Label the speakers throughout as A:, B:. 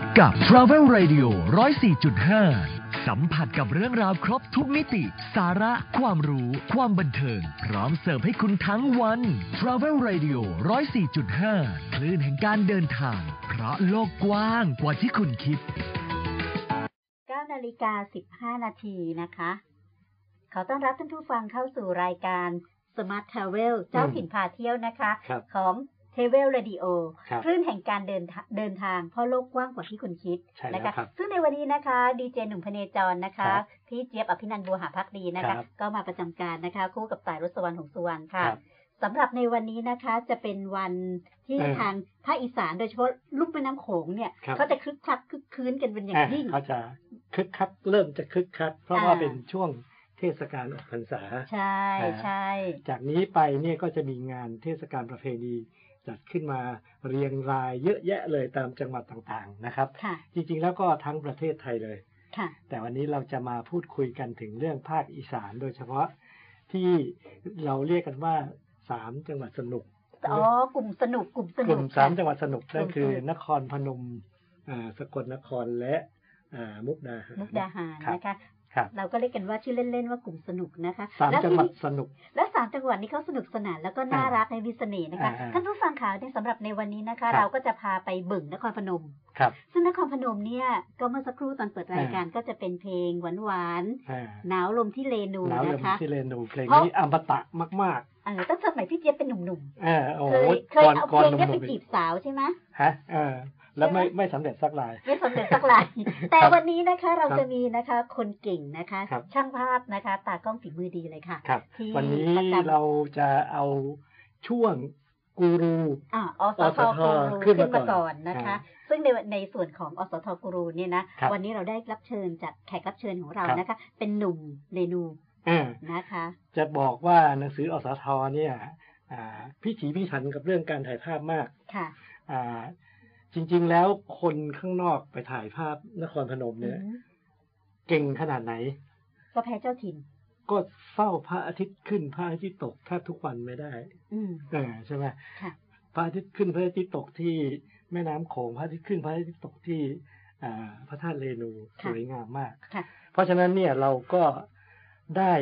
A: บกับ Travel Radio 104.5 สัมผัสกับเรื่องราวครบทุกมิติ สาระความรู้ ความบันเทิง พร้อมเสิร์ฟให้คุณทั้งวัน Travel Radio 104.5 คลื่นแห่งการเดินทาง เพราะโลกกว้างกว่าที่คุณคิด
B: 9นาฬิกา15 นาทีนะคะ ขอต้อนรับท่านผู้ฟังเข้าสู่รายการ Smart Travel เจ้าถิ่นพาเที่ยวนะคะ
C: ครับ
B: ของ Travel Radio
C: ครับ
B: คลื่นแห่งการเดินทาเดินทางเพราะโลกกว้างกว่าที่คุณคิด
C: ใช่แล้ว
B: นะครับ ซึ่งในวันนี้นะคะดีเจหนุ่มพเนจรนะ
C: ค
B: คะ
C: รับ
B: พี่เจี๊ยบอภินันท์บัวหาพักดีนะ
C: ครั
B: คะ
C: บ
B: ก็มาประจำการนะคะ คู่กับต่ายรสวรรณของสุวรรณค่ะ
C: ครับ
B: สำหรับในวันนี้นะคะจะเป็นวันที่
C: เออ
B: ทางภาคอีสานโดยเฉพาะลุ่มแม่น้ำโขงเนี่ย
C: ครับ
B: เขาจะคึกคักคึกคืนกันเป็นอย่างยิ่ง
C: อ่ะเขาจะคึกคักเริ่มจะคึกคัก เพราะว่า
B: อ่า
C: เป็นช่วงเทศกาลออกพรรษา
B: ใช่
C: อ่า
B: ใช่
C: จากนี้ไปเนี่ยก็จะมีงานเทศกาลประเพณีจัดขึ้นมาเรียงรายเยอะแยะเลยตามจังหวัดต่างๆนะครับ
B: ค่ะ
C: จริงๆแล้วก็ทั้งประเทศไทยเลย
B: ค่ะ
C: แต่วันนี้เราจะมาพูดคุยกันถึงเรื่องภาคอีสาน โดยเฉพาะที่เราเรียกกันว่าสามจังหวัดสนุก
B: อ๋อ กลุ่มสนุก กลุ่มส
C: ก
B: นุก
C: ลุ่มสามจัง
B: ค่ะ
C: หวัดสนุกนั่น
B: กลุ่ม
C: คือ
B: สนุก
C: นครพนมอ่าสกลนครและอ่ามุกดาหาร
B: มุกดาหาร
C: ครับ
B: นะคะ
C: ครับ
B: เราก็เรียกกันว่าชื่อเล่น ๆ ว่ากลุ่มสนุกนะคะ
C: สาม
B: และ
C: จัง
B: ที่
C: หวัดสนุก
B: และสามจังหวัดนี้เขาสนุกสนานแล้วก็น่า
C: อ่า
B: รักในวิสเสน่ห์นะคะ
C: อ่า
B: ท่านผู้ฟังข่าวในยสำหรับในวันนี้นะ
C: ค
B: คะ
C: รับ
B: เราก็จะพาไปบึงนครพนม
C: ครับ
B: ซึ่งนครพนมเนี่ยก็เมื่อสักครู่ตอนเปิดรายการก็จะเป็นเพลงหวาน
C: อ่า
B: ๆหนาวลมที่เลนู
C: หนาวล
B: นะ
C: ม
B: คะ
C: ที่เรนูเพลง
B: เพราะ
C: นี้อมตะมาก
B: เออตั้งแต่สมัยพี่เจี๊ยบเป็นหนุ่ม
C: ๆเอ่าโอ้
B: ๆ
C: โห
B: เคย
C: ก่อน
B: เคยเอาเพ
C: ก่อน
B: ลง
C: หนุ่
B: เนี้ยไป
C: ม
B: จีบสาวใช่ไหม
C: ๆฮะเออแล้วไม่
B: ใช่ไหม
C: ไม่สำเร็จสักราย
B: ไม่สนใจสักลาย แต่
C: ครับ
B: วันนี้นะคะเรา
C: ครับ
B: จะมีนะคะคนเก่งนะคะ
C: ครับ
B: ช่างภาพนะคะ ตากล้องฝีมือดีเลยค่ะ
C: ครับ
B: ที่
C: วันนี้
B: ประจำ
C: เราจะเอาช่วงกูรู
B: อ่าอส
C: อ
B: ท
C: ส
B: กู
C: ท
B: รู
C: ขึ้
B: ขึ้น
C: น
B: มา
C: มาก่อน
B: ก่อนนะคะ
C: อ่า
B: ซึ่งในในส่วนของอสทกูรูเนี่ยนะ
C: ครับ
B: วันนี้เราได้รับเชิญจากแขกรับเชิญของเรา
C: ครับ
B: นะคะ เป็นหนุ่มเรนู
C: อ่า
B: นะคะ
C: จะบอกว่าหนังสืออสทเนี่ยอ่าพิถีพิถันกับเรื่องการถ่ายภาพมาก
B: ค่ะ
C: อ่า จริง ๆ แล้วคนข้างนอกไปถ่ายภาพนครพนมเนี่ย
B: อืม
C: เก่งขนาดไหน
B: ก็แพ้เจ้าถิ่น
C: ก็เฝ้าพระอาทิตย์ขึ้นพระอาทิตย์ตกแทบทุกวันไม่ได้
B: อืม
C: เออใช่ไหม
B: ค่ะ
C: พระอาทิตย์ขึ้นพระอาทิตย์ตกที่แม่น้ำโขงพระอาทิตย์ขึ้นพระอาทิตย์ตกที่อ่าพระธาตุเรนู
B: ค่ะ
C: สวยงามมาก
B: ค่ะ
C: เพราะฉะนั้นเนี่ยเราก็ได้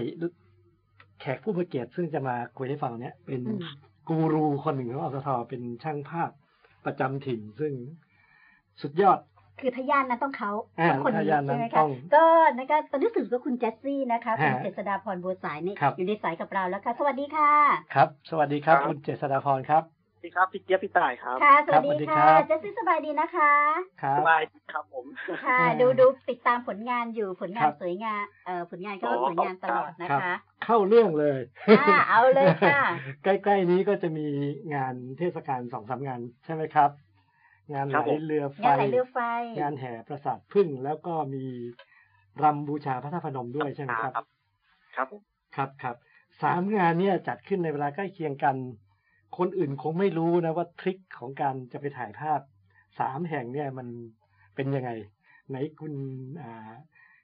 C: แขกผู้มีเกียรติซึ่งจะมาคุยให้ฟังเนี่ยเป็น
B: อืม
C: กูรูคนหนึ่งของอสทเป็นช่างภาพประจำถิ่นซึ่งสุดยอด
B: คือทายานนั้นต้องเขา
C: อ่า
B: ต้องคนนี้
C: ทายาทนั้น
B: ใช่ไหม
C: ต้
B: คะ
C: อง
B: ก็นะคะตอนนี้สื่อก็คุณแจสซี่นะคะคุณ
C: ฮะ
B: เจษฎาพรบัวสายนี่
C: ครับ
B: อยู่ในสายกับเราแล้วค่ะ สวัสดีค่ะ
C: ครับ สวัสดีครับ
D: ครับ
C: คุณเจษฎาพรครับ
D: สวัสดีครับ พี่เจี๊ยบพี่ต่ายครับ
B: ค่ะ สวัส
C: ครับสวัส
B: ดี
C: ดี
B: ค่ะ
C: ครับ
B: เจสซี่สบายดีนะคะ
C: ครับ
D: สบายดีครับผม
B: ค่ะ
C: อ่า
B: ดูดูติดตามผลงานอยู่ผลงา
C: คน รับ
B: สวยงามเอ่อผลงานก็ว่า
D: อ๋อ
B: สวยงามตลอดนะคะ
C: เข้าเรื่องเลย
B: อ่าเอาเลยค่ะ
C: ใกล้ ๆ นี้ก็จะมีงานเทศกาลสองสามงานใช่ไหมครับ งานไห
D: ครั
C: ล
D: บผม
C: เรือไฟ
B: งานไหลเรือไฟ
C: งานแห่ประสาทพึ่งแล้วก็มีรำบูชาพระธาตุพนมด้วยใช่ไหมครับ
D: ครับผม
C: ครับครับสามงานเนี่ยจัดขึ้นในเวลาใกล้เคียงกัน คนอื่นคงไม่รู้นะว่าทริคของการจะไปถ่ายภาพสามแห่งเนี่ยมันเป็นยังไง ไหนคุณอ่า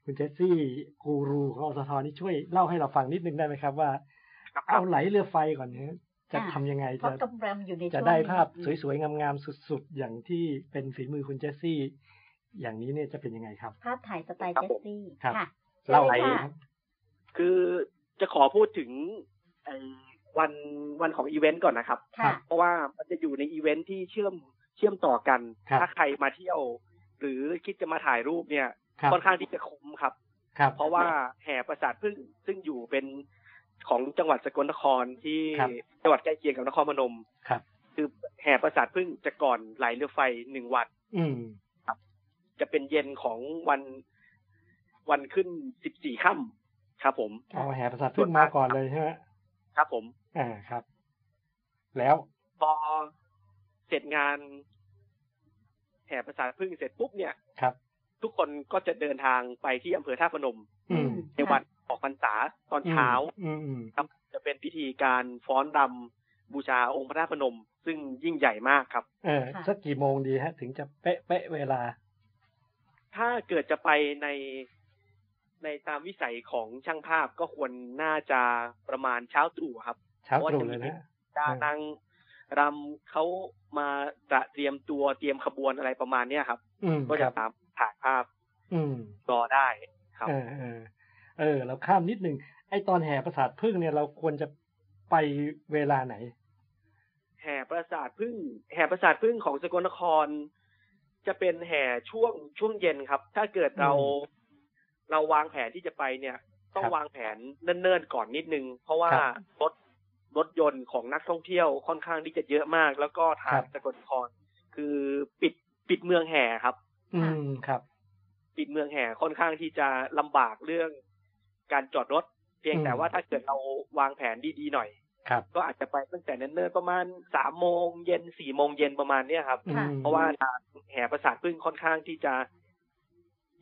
C: คุณเจสซี่กูรูของอสทนี่ช่วยเล่าให้เราฟังนิดนึงได้ไหมครับว่า
D: ครับ
C: เอาไหลเรือไฟก่อนเนี่ยจะ
B: อ่า
C: ทำยังไงจะ
B: เพราะกำลังอยู่ในช่วง
C: จะได้ภาพ
B: นี้
C: สวยๆ งามๆ สุดๆ อย่างที่เป็นฝีมือคุณเจสซี่ อย่างนี้เนี่ยจะเป็นยังไงครับ
B: ภาพถ่ายสไตล์เจสซี่
C: ครับ
B: ค่ะ
C: เล่า
B: เล่า
C: ไหล
B: ค่ะ
D: คือจะขอพูดถึงไอ้วันวันของอีเวนต์ก่อนนะครับ
B: ค่ะ
D: เพราะว่ามันจะอยู่ในอีเวนต์ที่เชื่อมเชื่อมต่อกัน
C: ครับ
D: ถ้าใครมาเที่ยว หรือคิดจะมาถ่ายรูปเนี่ย
C: ครับ
D: ค่อนข้างที่จะคุ้มครับ
C: ครับ
D: เพราะว่าแห่ประสาทพึ่งซึ่งอยู่เป็นของจังหวัดสกลนครที่
C: ครับ
D: จังหวัดใกล้เคียงกับนครพนม
C: ครับ
D: คือแห่ประสาทพึ่งจะก่อนไหลเรือไฟหนึ่งวัน
C: อืม
D: จะเป็นเย็นของวันวันขึ้นสิบสี่ค่ำครับ ผม
C: เอาแห่ประสาทพึ่งมาก่อนเลยใช่ไหม
D: ครับผม
C: อ่าครับ แล้ว
D: พอเสร็จงานแห่ประสาทพึ่งเสร็จปุ๊บเนี่ย
C: ครับ
D: ทุกคนก็จะเดินทางไปที่อำเภอท่าพนม
B: อืม
D: ในวันออกพรรษาตอนเช้า
C: อืมอืม
D: ครับ จะเป็นพิธีการฟ้อนรำบูชาองค์พระธาตุพนม ซึ่งยิ่งใหญ่มากครับ
C: เออ
B: ค่ะ
C: สักกี่โมงดีฮะ ถึงจะเป๊ะเป๊ะเวลา
D: ถ้าเกิดจะไปในในตามวิสัยของช่างภาพก็ควรน่าจะประมาณเช้าตรู่ครับ
C: เช้า
D: เพราะ
C: ตรู่
D: จะมี
C: เลยนะ
D: จะ
C: อืม
D: นาง รำเขามาจะเตรียมตัวเตรียมขบวนอะไรประมาณเนี้ยครับ
C: อืม
D: ก็
C: ค
D: จะ
C: รับ
D: ตามถ่ายภาพ
C: อืม
D: รอได้ครับ
C: เออเออเออ เราข้ามนิดหนึ่งไอตอนแห่ประสาทพึ่งเนี่ยเราควรจะไปเวลาไหน
D: แห่ประสาทพึ่งแห่ประสาทพึ่งของสกลนคร จะเป็นแห่ช่วงช่วงเย็นครับ ถ้าเกิดเรา
C: อืม
D: เราวางแผนที่จะไปเนี่ย ต้อง
C: ครับ
D: วางแผนเนิ่นๆก่อนนิดนึง เพราะว่า
C: ครับ
D: รถรถยนต์ของนักท่องเที่ยวค่อนข้างที่จะเยอะมาก แล้วก็ทา
C: ครั
D: ง
C: บ
D: สกลนคร คือปิดปิดเมืองแห่ครับ
C: อืมครับ
D: ปิดเมืองแห่ค่อนข้างที่จะลำบากเรื่องการจอดรถ เพียง
C: อืม
D: แต่ว่าถ้าเกิดเราวางแผนดีๆหน่อย
C: ครับ
D: ก็อาจจะไปตั้งแต่เนิ่นๆประมาณสามโมงเย็นสี่โมงเย็นประมาณเนี้ยครับ
C: อืม
D: เพราะว่าทางแห่ประสาทพึ่งค่อนข้างที่จะ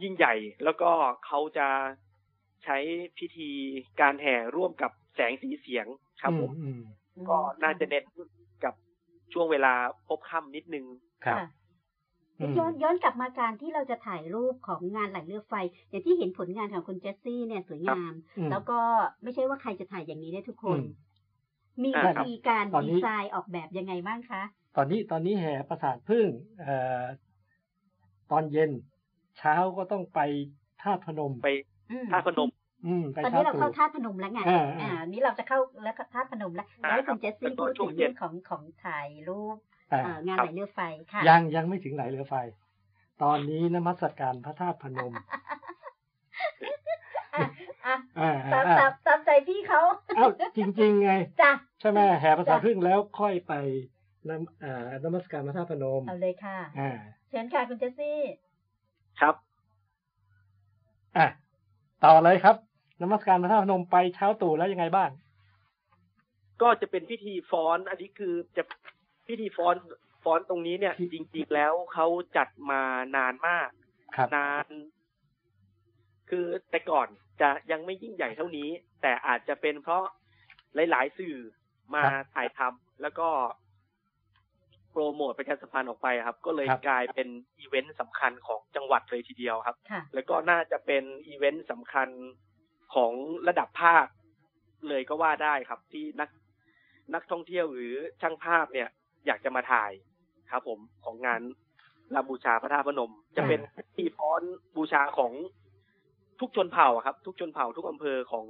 D: ยิ่งใหญ่ แล้วก็เขาจะใช้พิธีการแห่ร่วมกับแสงสีเสียงครับผม
C: อืม
D: ก็น่าจะเน้นกับช่วงเวลาพบค่ำนิดนึง
C: ครับ
B: ค่ะ
C: อืม
B: ย้อนย้อนกลับมาการที่เราจะถ่ายรูปของงานไหลเรือไฟ อย่างที่เห็นผลงานของคุณเจสซี่เนี่ยสวยงาม
C: อืม
B: แล้วก็ไม่ใช่ว่าใครจะถ่ายอย่างนี้ได้ทุกคน
C: อืม
B: มี
D: อ่า
B: วิ
D: ครับ
B: ธีการ
C: ตอนนี้
B: ดีไซน์ออกแบบยังไงบ้างคะ
C: ตอนนี้ตอนนี้แห่ประสาทพึ่งเอ่อตอนเย็น เช้าก็ต้องไปธาตุพนม
D: ไป
B: อืม
D: ท่าพนม
C: อืมไป
B: ตอน
C: ธา
B: นี้
C: ตุ
B: เรา
C: พน
B: เข้าม ธาตุพนมแล้วไง
C: อ่าอ่า
B: อ่านี้เราจะเข้าแล้วก็ธาตุพนมแล้ว
D: อ่า
B: แล้วให้คุณเจสซี่
D: ครับ
B: พูด
D: ช่
B: ถึ
D: วง
B: ง
D: เย็
B: เรื่อน งของของถ่ายรูป
C: อ่า
B: เอ่องานไหลเรือไฟค่ะ
C: ยังยังไม่ถึงไหลเรือไฟ ตอนนี้นมัสการพระธาตุพ นม
B: อ่ะอ่ะ
C: อ่า
B: ตาม
C: อ่า
B: ตามตามใจพี่เขา
C: เอ้าจริง ๆ ไง
B: จ้ะ
C: ใช่ไหมแห่ภาษาพึ่งแล้วค่อยไปนำอ่านมัสการพระธาตุพนม
B: เอาเลยค่ะ
C: อ่า
B: เชิญค่ะคุณเจสซี่
D: ครับ
C: อ่ะต่อเลยครับนมัสการพระธาตุพนมไปเช้าตู่แล้วยังไงบ้าง
D: ก็จะเป็นพิธีฟ้อน อันนี้คือจะพิธีฟ้อนฟ้อนตรงนี้เนี่ย จริงๆแล้วเขาจัดมานานมาก
C: ครับ
D: นาน คือแต่ก่อนจะยังไม่ยิ่งใหญ่เท่านี้ แต่อาจจะเป็นเพราะหลาย ๆ สื่อมา
C: ครับ
D: ถ่ายทำแล้วก็โปรโมทประชาสัมพันธ์ออกไปครับ ก็เลย
C: ครับ
D: กลายเป็นอีเวนต์สำคัญของจังหวัดเลยทีเดียวครับ
B: ค่ะ
D: แล้วก็น่าจะเป็นอีเวนต์สำคัญของระดับภาคเลยก็ว่าได้ครับ ที่นักนักท่องเที่ยวหรือช่างภาพเนี่ย อยากจะมาถ่ายครับ ผมของงานลาบูชาพระธาตุพนม จะเป็นที่พ้อนบูชาของทุกชนเผ่าครับ ทุกชนเผ่าทุกอำเภอของ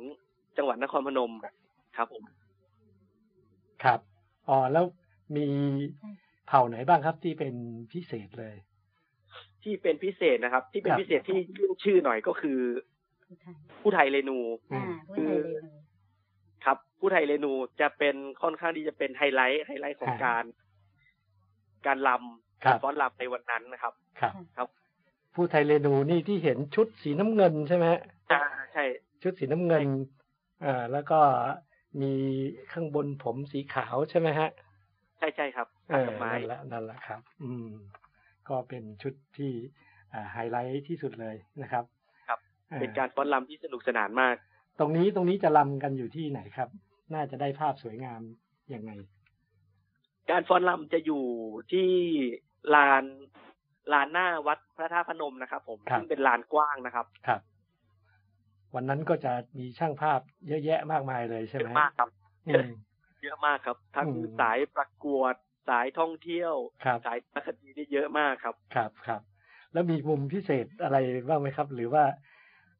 D: จังหวัดนครพนมครับผม
C: ครับอ๋อแล้วมี
B: ใช่
C: เผ่าไหนบ้างครับที่เป็นพิเศษเลย
D: ที่เป็นพิเศษนะครับ ที่เป็น
C: ครับ
D: พิเศษที่เรื่องชื่อหน่อยก็คือ
B: คุณไทย
D: ผู้ไทยเรนู
B: อ่าพูดไทยเลยเลย
D: ครับผู้ไทยเรนูจะเป็นค่อนข้างที่จะเป็นไฮไลท์ไฮไลท์ของ
C: ครับ
D: การ การลำ
C: ครับ
D: การฟ้อนลำในวันนั้นนะครับ
C: ครับ
D: ครับ
C: ผู้ไทยเรนูนี่ที่เห็นชุดสีน้ำเงินใช่ไหมฮะ
D: อ่าใช่
C: ชุดสีน้ำเงินอ่าแล้วก็มีข้างบนผมสีขาวใช่ไหมฮะ
D: ใช่ใช่ครับ
C: เออ
D: ดอกไม้
C: นั่นแหละนั่นแหละครับ อืม ก็เป็นชุดที่อ่าไฮไลท์ที่สุดเลยนะครับอ่
D: เป็นการฟ้อนลำที่สนุกสนานมาก
C: ตรงนี้ตรงนี้จะลำกันอยู่ที่ไหนครับ น่าจะได้ภาพสวยงามยังไง
D: การฟ้อนลำจะอยู่ที่ลานลานหน้าวัดพระธาตุพนมนะครับ ผม
C: ครับ
D: ซึ่งเป็นลานกว้างนะครับ
C: ครับ วันนั้นก็จะมีช่างภาพเยอะแยะมากมายเลยใช่
D: เย
C: ไหม
D: อะมากครับ
C: อืม
D: เยอะมากครับ ทั้ง
C: อืม
D: สายประกวดสายท่องเที่ยว
C: ครับ
D: สายสารคดีนี่เยอะมากครับ
C: ครับครับ แล้วมีมุมพิเศษอะไรบ้างไหมครับ หรือว่า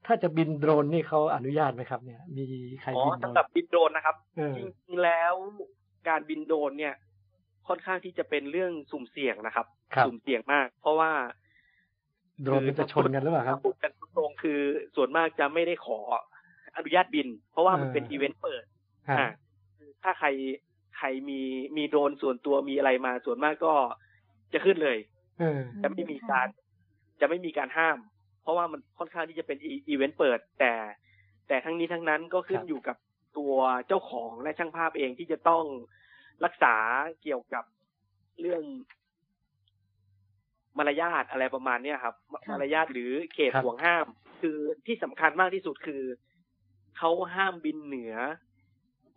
C: ถ้าจะบินโดรนนี่เขาอนุญาตไหมครับ เนี่ย มีใคร
D: อ๋อ
C: บินโดร
D: สำ
C: น
D: หรับบินโดรนนะครับ
C: เออ
D: จริงๆแล้วการบินโดรนเนี่ย ค่อนข้างที่จะเป็นเรื่องสุ่มเสี่ยงนะครับ
C: ครับ
D: สุ่มเสี่ยงมาก เพราะว่า
C: โดรนมันจะชนกันหรือเปล่าครับ
D: ถ้าพูดกันตรงๆคือส่วนมากจะไม่ได้ขออนุญาตบิน เพราะว่ามัน
C: เออ
D: เป็นอีเวนต์เปิด
C: ฮะ
D: อ่ะถ้าใครใครมีมีโดรนส่วนตัวมีอะไรมา ส่วนมากก็จะขึ้นเลย
C: เออ
D: จะไม่มีการจะไม่มีการห้าม เพราะว่ามันค่อนข้างที่จะเป็นอีอีเวนต์เปิด แต่ แต่ทั้งนี้ทั้งนั้นก็ขึ้
C: คน รับ
D: อยู่กับตัวเจ้าของและช่างภาพเองที่จะต้องรักษาเกี่ยวกับเรื่องมารยาทอะไรประมาณเนี้ยครับ มารยาทหรือเขตห่วงห้าม คือที่สำคัญมากที่สุดคือเขาห้ามบินเหนือ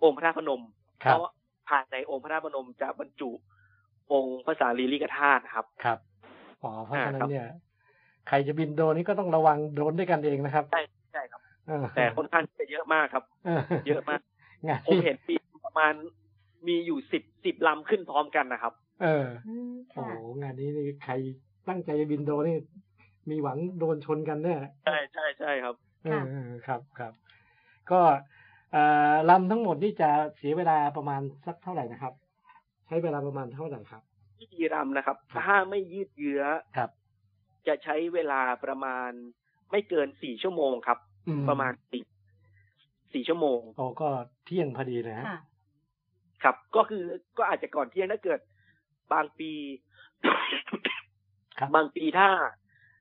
D: องค์พระธาตุพนม
C: ค
D: เพ
C: รับ
D: ราะภายในองค์พระธาตุพนมจะบรรจุ องค์พระสารีริกธาตุครับ
C: ครับอ๋อเพราะฉะ
D: อ่าค
C: นั้
D: รั
C: น
D: บ
C: เนี่ย ใครจะบินโดรนนี่ก็ต้องระวังโดรนด้วยกันเองนะครับ
D: ใช่ใช่ครับ
C: เออ
D: แต่ค่อนข้างจะเยอะมากครับ เยอะมาก
C: งาน
D: ผมเห็นปีประมาณ มีอยู่สิบสิบลำขึ้นพร้อมกันนะครับ
C: เออ
B: อืม
C: โอ้
B: ค่ะ
C: โหงานนี้นี่ใครตั้งใจจะบินโดรนนี่ มีหวังโดนชนกันแน่
D: ใช่ใช่ใช่ครับ
C: เอ
B: ค่ะ
C: อเออครับครับ ก็เอ่อลำทั้งหมดนี่จะเสียเวลาประมาณสักเท่าไหร่นะครับ ใช้เวลาประมาณเท่าไหร่ครับ
D: ที่ดีรำนะครับ
C: ครับ
D: ถ้าไม่ยืดเยื้อ
C: ครับ
D: จะใช้เวลาประมาณไม่เกินสี่ชั่วโมงครับ
C: อื
D: ประมาณสี่สี่ชั่วโมง
C: โอ้ก็เที่ยงพอดีนะฮะ
B: ค่ะ
D: ครับ ก็คือก็อาจจะก่อนเที่ยงถ้าเกิดบางปี
C: ครับ
D: บางปีถ้า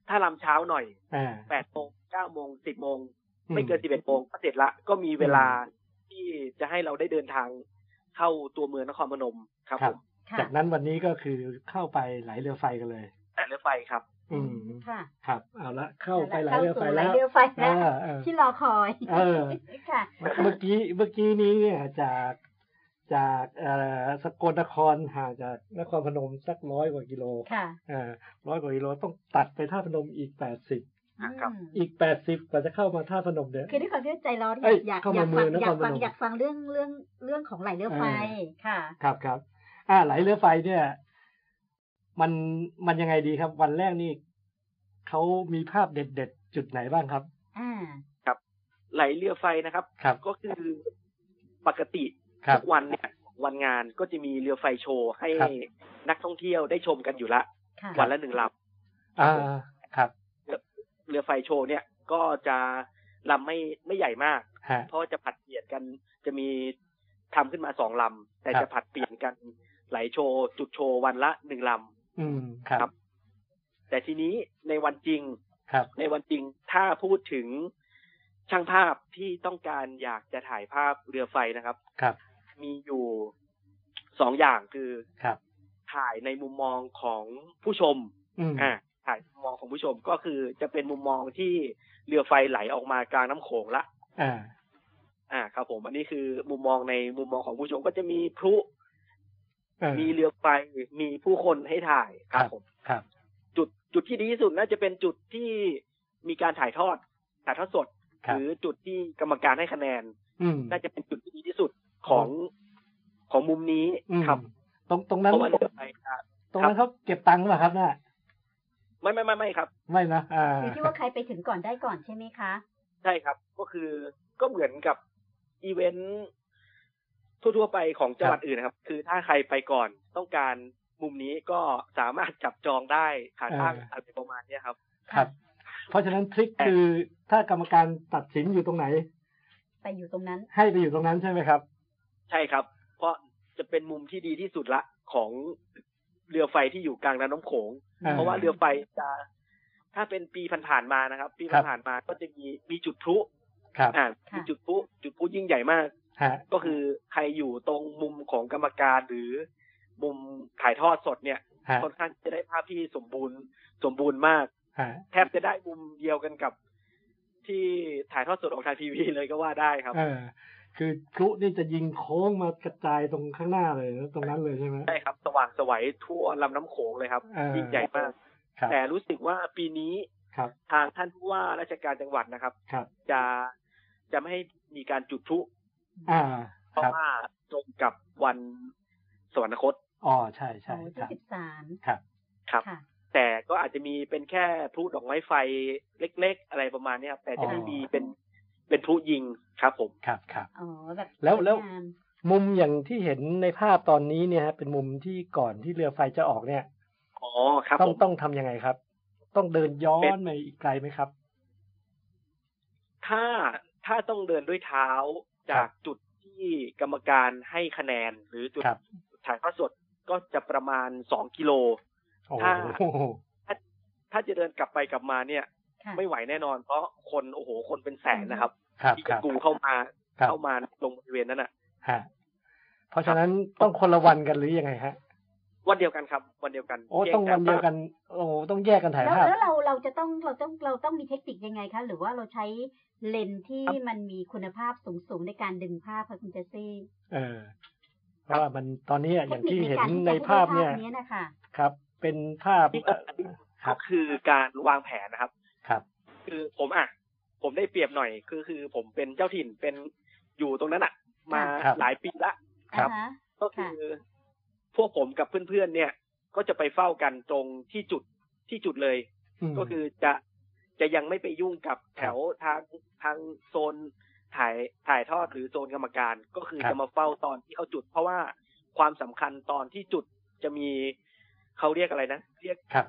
D: ถ้ารำเช้าหน่อย
C: อ่า
D: แปดโมงเก้าโมงสิบโมง
C: อื
D: ไม่เกินสิบเอ็ดโมงก็เสร็จละก็มีเวลาที่จะให้เราได้เดินทางเข้าตัวเมืองนครพนมครับ
C: ค
D: ผ
C: รับ
D: ม
B: ค่ะ
C: จากนั้นวันนี้ก็คือเข้าไปไหลเรือไฟกันเลย
D: แต่เรือไฟครับ
C: อืม
B: ค่ะ
C: ครับ เอาละเข้าไปไหล
B: เข้า
C: เรือไฟ
B: สู่ไหล
C: แล้ว
B: เรือไฟ
C: เอ
B: แล้ว
C: อเออ
B: ที่รอคอย
C: เออ
B: ค่ะ
C: เมื่อกี้เมื่อกี้นี้เนี่ยจากจากเอ่อสกลนครห่างจากนครพนมสักร้อยกว่ากิโล
B: ค่ะ
C: เอ่อร้อยกว่ากิโลต้องตัดไปท่าพนมอีกแปดสิบ
D: ครับ
B: อืม
C: อีกแปดสิบกว่าจะเข้ามาท่าพนมเนี่ย
B: คือด้วยความที่ใจร้อน
C: เอ้ย
B: อยาก
C: เข้ามาย
B: อากฟัง
C: เมืองนคร
B: อยากฟั
C: พ
B: ง
C: นม
B: อยากฟังเรื่องเรื่องเรื่องของไหลเรือไฟ
C: อ่าค
B: ค่ะ
C: รับครับอ่าไหลเรือไฟเนี่ย มันมันยังไงดีครับ วันแรกนี่เขามีภาพเด็ดๆ จุดไหนบ้างครับ
B: อ่า
D: ไหลเรือไฟนะครับ
C: ครับ
D: ก็คือปกติ
C: ครับ
D: ทุกวันเนี่ยวันงานก็จะมีเรือไฟโชว์ให้
C: ครับ
D: นักท่องเที่ยวได้ชมกันอยู่ละ
B: ค่ะ
D: วันละหนึ่งล
C: อ่าครับ
D: ำเรือไฟโชว์เนี่ยก็จะลำไม่ไม่ใหญ่มาก
C: ฮะ
D: เพราะจะผัดเปลี่ยนกันจะมีทำขึ้นมาสองลำแต่
C: ครับ
D: จะผัดเปลี่ยนกันไหลโชว์จุดโชว์วันละหนึ่งล
C: อืมครับ
D: ำแต่ทีนี้ในวันจริง
C: ครับ
D: ในวันจริงถ้าพูดถึงช่างภาพที่ต้องการอยากจะถ่ายภาพเรือไฟนะครับ
C: ครับ
D: มีอยู่สองอย่างคือ
C: ครับ
D: ถ่ายในมุมมองของผู้ชม
C: อืม
D: อ่าถ่ายมุมมองของผู้ชมก็คือจะเป็นมุมมองที่เรือไฟไหลออกมากลางน้ำโขงละ
C: อ่า
D: อ่าครับผม อันนี้คือมุมมองในมุมมองของผู้ชมก็จะมีพลุ
C: เออ
D: มีเรือไฟมีผู้คนให้ถ่ายครับผม
C: ครับ
D: จุดจุดที่ดีที่สุดน่าจะเป็นจุดที่มีการถ่ายทอดถ่ายทอดสด
C: ครั
D: ห
C: บ
D: รือจุดที่กรรมการให้คะแนน
C: อืม
D: น่าจะเป็นจุดที่ดีที่สุดของของมุมนี้
C: อืม
D: ครับ
C: ตรงตรงนั้น
D: เพราะว่าเรือไฟจะ
C: ตรงนั้นเขาเก็บตังค์หรือเปล่าครับน่ะ
D: ไม่ไม่ไม่ไม่ครับ
C: ไม่นะอ่า
B: คือที่ว่าใครไปถึงก่อนได้ก่อนใช่ไหมคะ
D: ใช่ครับ ก็คือก็เหมือนกับอีเวนต์ทั่วๆไปของจังหวัดอื่นนะครับ คือถ้าใครไปก่อนต้องการมุมนี้ก็สามารถจับจองได้ผ่านทางอะไรประมาณเนี้ยครับ
C: ครับ เพราะฉะนั้นทริคคือถ้ากรรมการตัดสินอยู่ตรงไหน
B: ไปอยู่ตรงนั้น
C: ให้ไปอยู่ตรงนั้นใช่ไหมครับ
D: ใช่ครับ เพราะจะเป็นมุมที่ดีที่สุดละของเรือไฟที่อยู่กลางแม่น้ำโขง
C: อ่า
D: เพราะว่าเรือไฟจะ ถ้าเป็นปีผ่านๆมานะครับ ปี
C: ครับ
D: ผ่านๆมาก็จะมีมีจุดพลุ
C: ครับ
D: อ่า
B: ค่ะ
D: มีจุดพลุจุดพลุยิ่งใหญ่มาก
C: ฮะ
D: ก็คือใครอยู่ตรงมุมของกรรมการหรือมุมถ่ายทอดสดเนี่ย
C: ฮะ
D: ค่อนข้างจะได้ภาพที่สมบูรณ์ สมบูรณ์มาก
C: ฮะ
D: แทบจะได้มุมเดียวกันกับ ที่ถ่ายทอดสดออกทางทีวีเลยก็ว่าได้ครับ
C: เออ คือพลุนี่จะยิงโค้งมากระจายตรงข้างหน้าเลยนะตรงนั้นเลยใช่ไหม
D: ใช่ครับ สว่างไสวัยทั่วลำน้ำโขงเลยครับ
C: เออ
D: ยิ่งใหญ่มาก
C: ครับ
D: แต่รู้สึกว่าปีนี้
C: ครับ
D: ทางท่านผู้ว่าราชการจังหวัดนะครับ
C: ครับ
D: จะจะไม่ให้มีการจุดพลุ
C: อ่า
D: เพ
C: ค
D: ราะ
C: รับ
D: ว่าตรงกับวันสวรรคต
C: อ๋อใช่ใช่ค
B: โอ้ที่
C: รับ
B: สิบสาม
C: ครับ
D: ครับ
B: ค่ะ
D: แต่ก็อาจจะมีเป็นแค่พลุดอกไม้ไฟเล็ก ๆ อะไรประมาณเนี้ยครับแต่จะไม่
C: อ๋อ
D: มีเป็นเป็นพลุยิงครับผม
C: ครับครับ
B: อ๋อแบบ
C: แล้วแล้ว
B: สยงาม
C: มุมอย่างที่เห็นในภาพตอนนี้เนี่ยฮะเป็นมุมที่ก่อนที่เรือไฟจะออกเนี่ย
D: อ๋อครับ
C: ต้อ
D: ผ
C: ง
D: ม
C: ต้องทำยังไงครับ ต้องเดินย้อ
D: เป็น น
C: ไปอีกไกลไหมครับ
D: ถ้าถ้าต้องเดินด้วยเท้าจากจุดที่กรรมการให้คะแนน หรือจุด
C: ครับ
D: ถ่ายทอดสดก็จะประมาณสองกิโล
C: โอ้
D: ถ้า
C: โห
D: ถ้าถ้าจะเดินกลับไปกลับมาเนี่ย
B: ค่ะ
D: ไม่ไหวแน่นอน เพราะคนโอ้โหคนเป็นแสนนะครับ
C: ครับ
D: ที่
C: ค
D: จะ
C: รับ
D: กรูเข้ามา
C: ครับ
D: เข้ามาตรงบริเวณนั้นน่ะ
C: ฮะเพราะฉะนั้นต้องคนละวันกันหรือยังไงฮะ
D: วันเดียวกันครับ วันเดียวกัน
C: โอ้
D: แยก
C: ต้องวันเดียวกัน โอ้ต้องแยกกันถ่าย
B: แล้ว
C: ภาพ
B: แล้วเราเราจะต้องเราต้องเราต้องมีเทคนิคยังไงคะ หรือว่าเราใช้เลนส์ที่มันมีคุณภาพสูงสูงๆในการดึงภาพค่ะคุณเจสซี่
C: เออเพราะว่ามันตอนนี้อะอย่างที่เห็น
B: ทคค
C: ใน
B: กร
C: ภาพเนี่ย
B: ให้ได้ภาพเนี้ยนะคะ
C: ครับ เป็นภาพเอ่อ
D: ก็คือการวางแผนนะครับ
C: ครับ
D: คือผมอ่ะ ผมได้เปรียบหน่อย คือคือผมเป็นเจ้าถิ่นเป็นอยู่ตรงนั้นอ่ะ มา
C: ครับ
D: หลายปีละ
C: ครับ
B: อ่าฮะ
D: ก็คือ พวกผมกับเพื่อนๆเนี่ย ก็จะไปเฝ้ากันตรงที่จุดที่จุดเลย
C: ม
D: ก็คือจะจะยังไม่ไปยุ่งกับแถวทางทางโซนถ่ายถ่ายทอดหรือโซนกรรมการ ก็คือ
C: ครับ
D: จะมาเฝ้าตอนที่เขาจุด เพราะว่าความสำคัญตอนที่จุดจะมีเขาเรียกอะไรนะเรียก
C: ครับ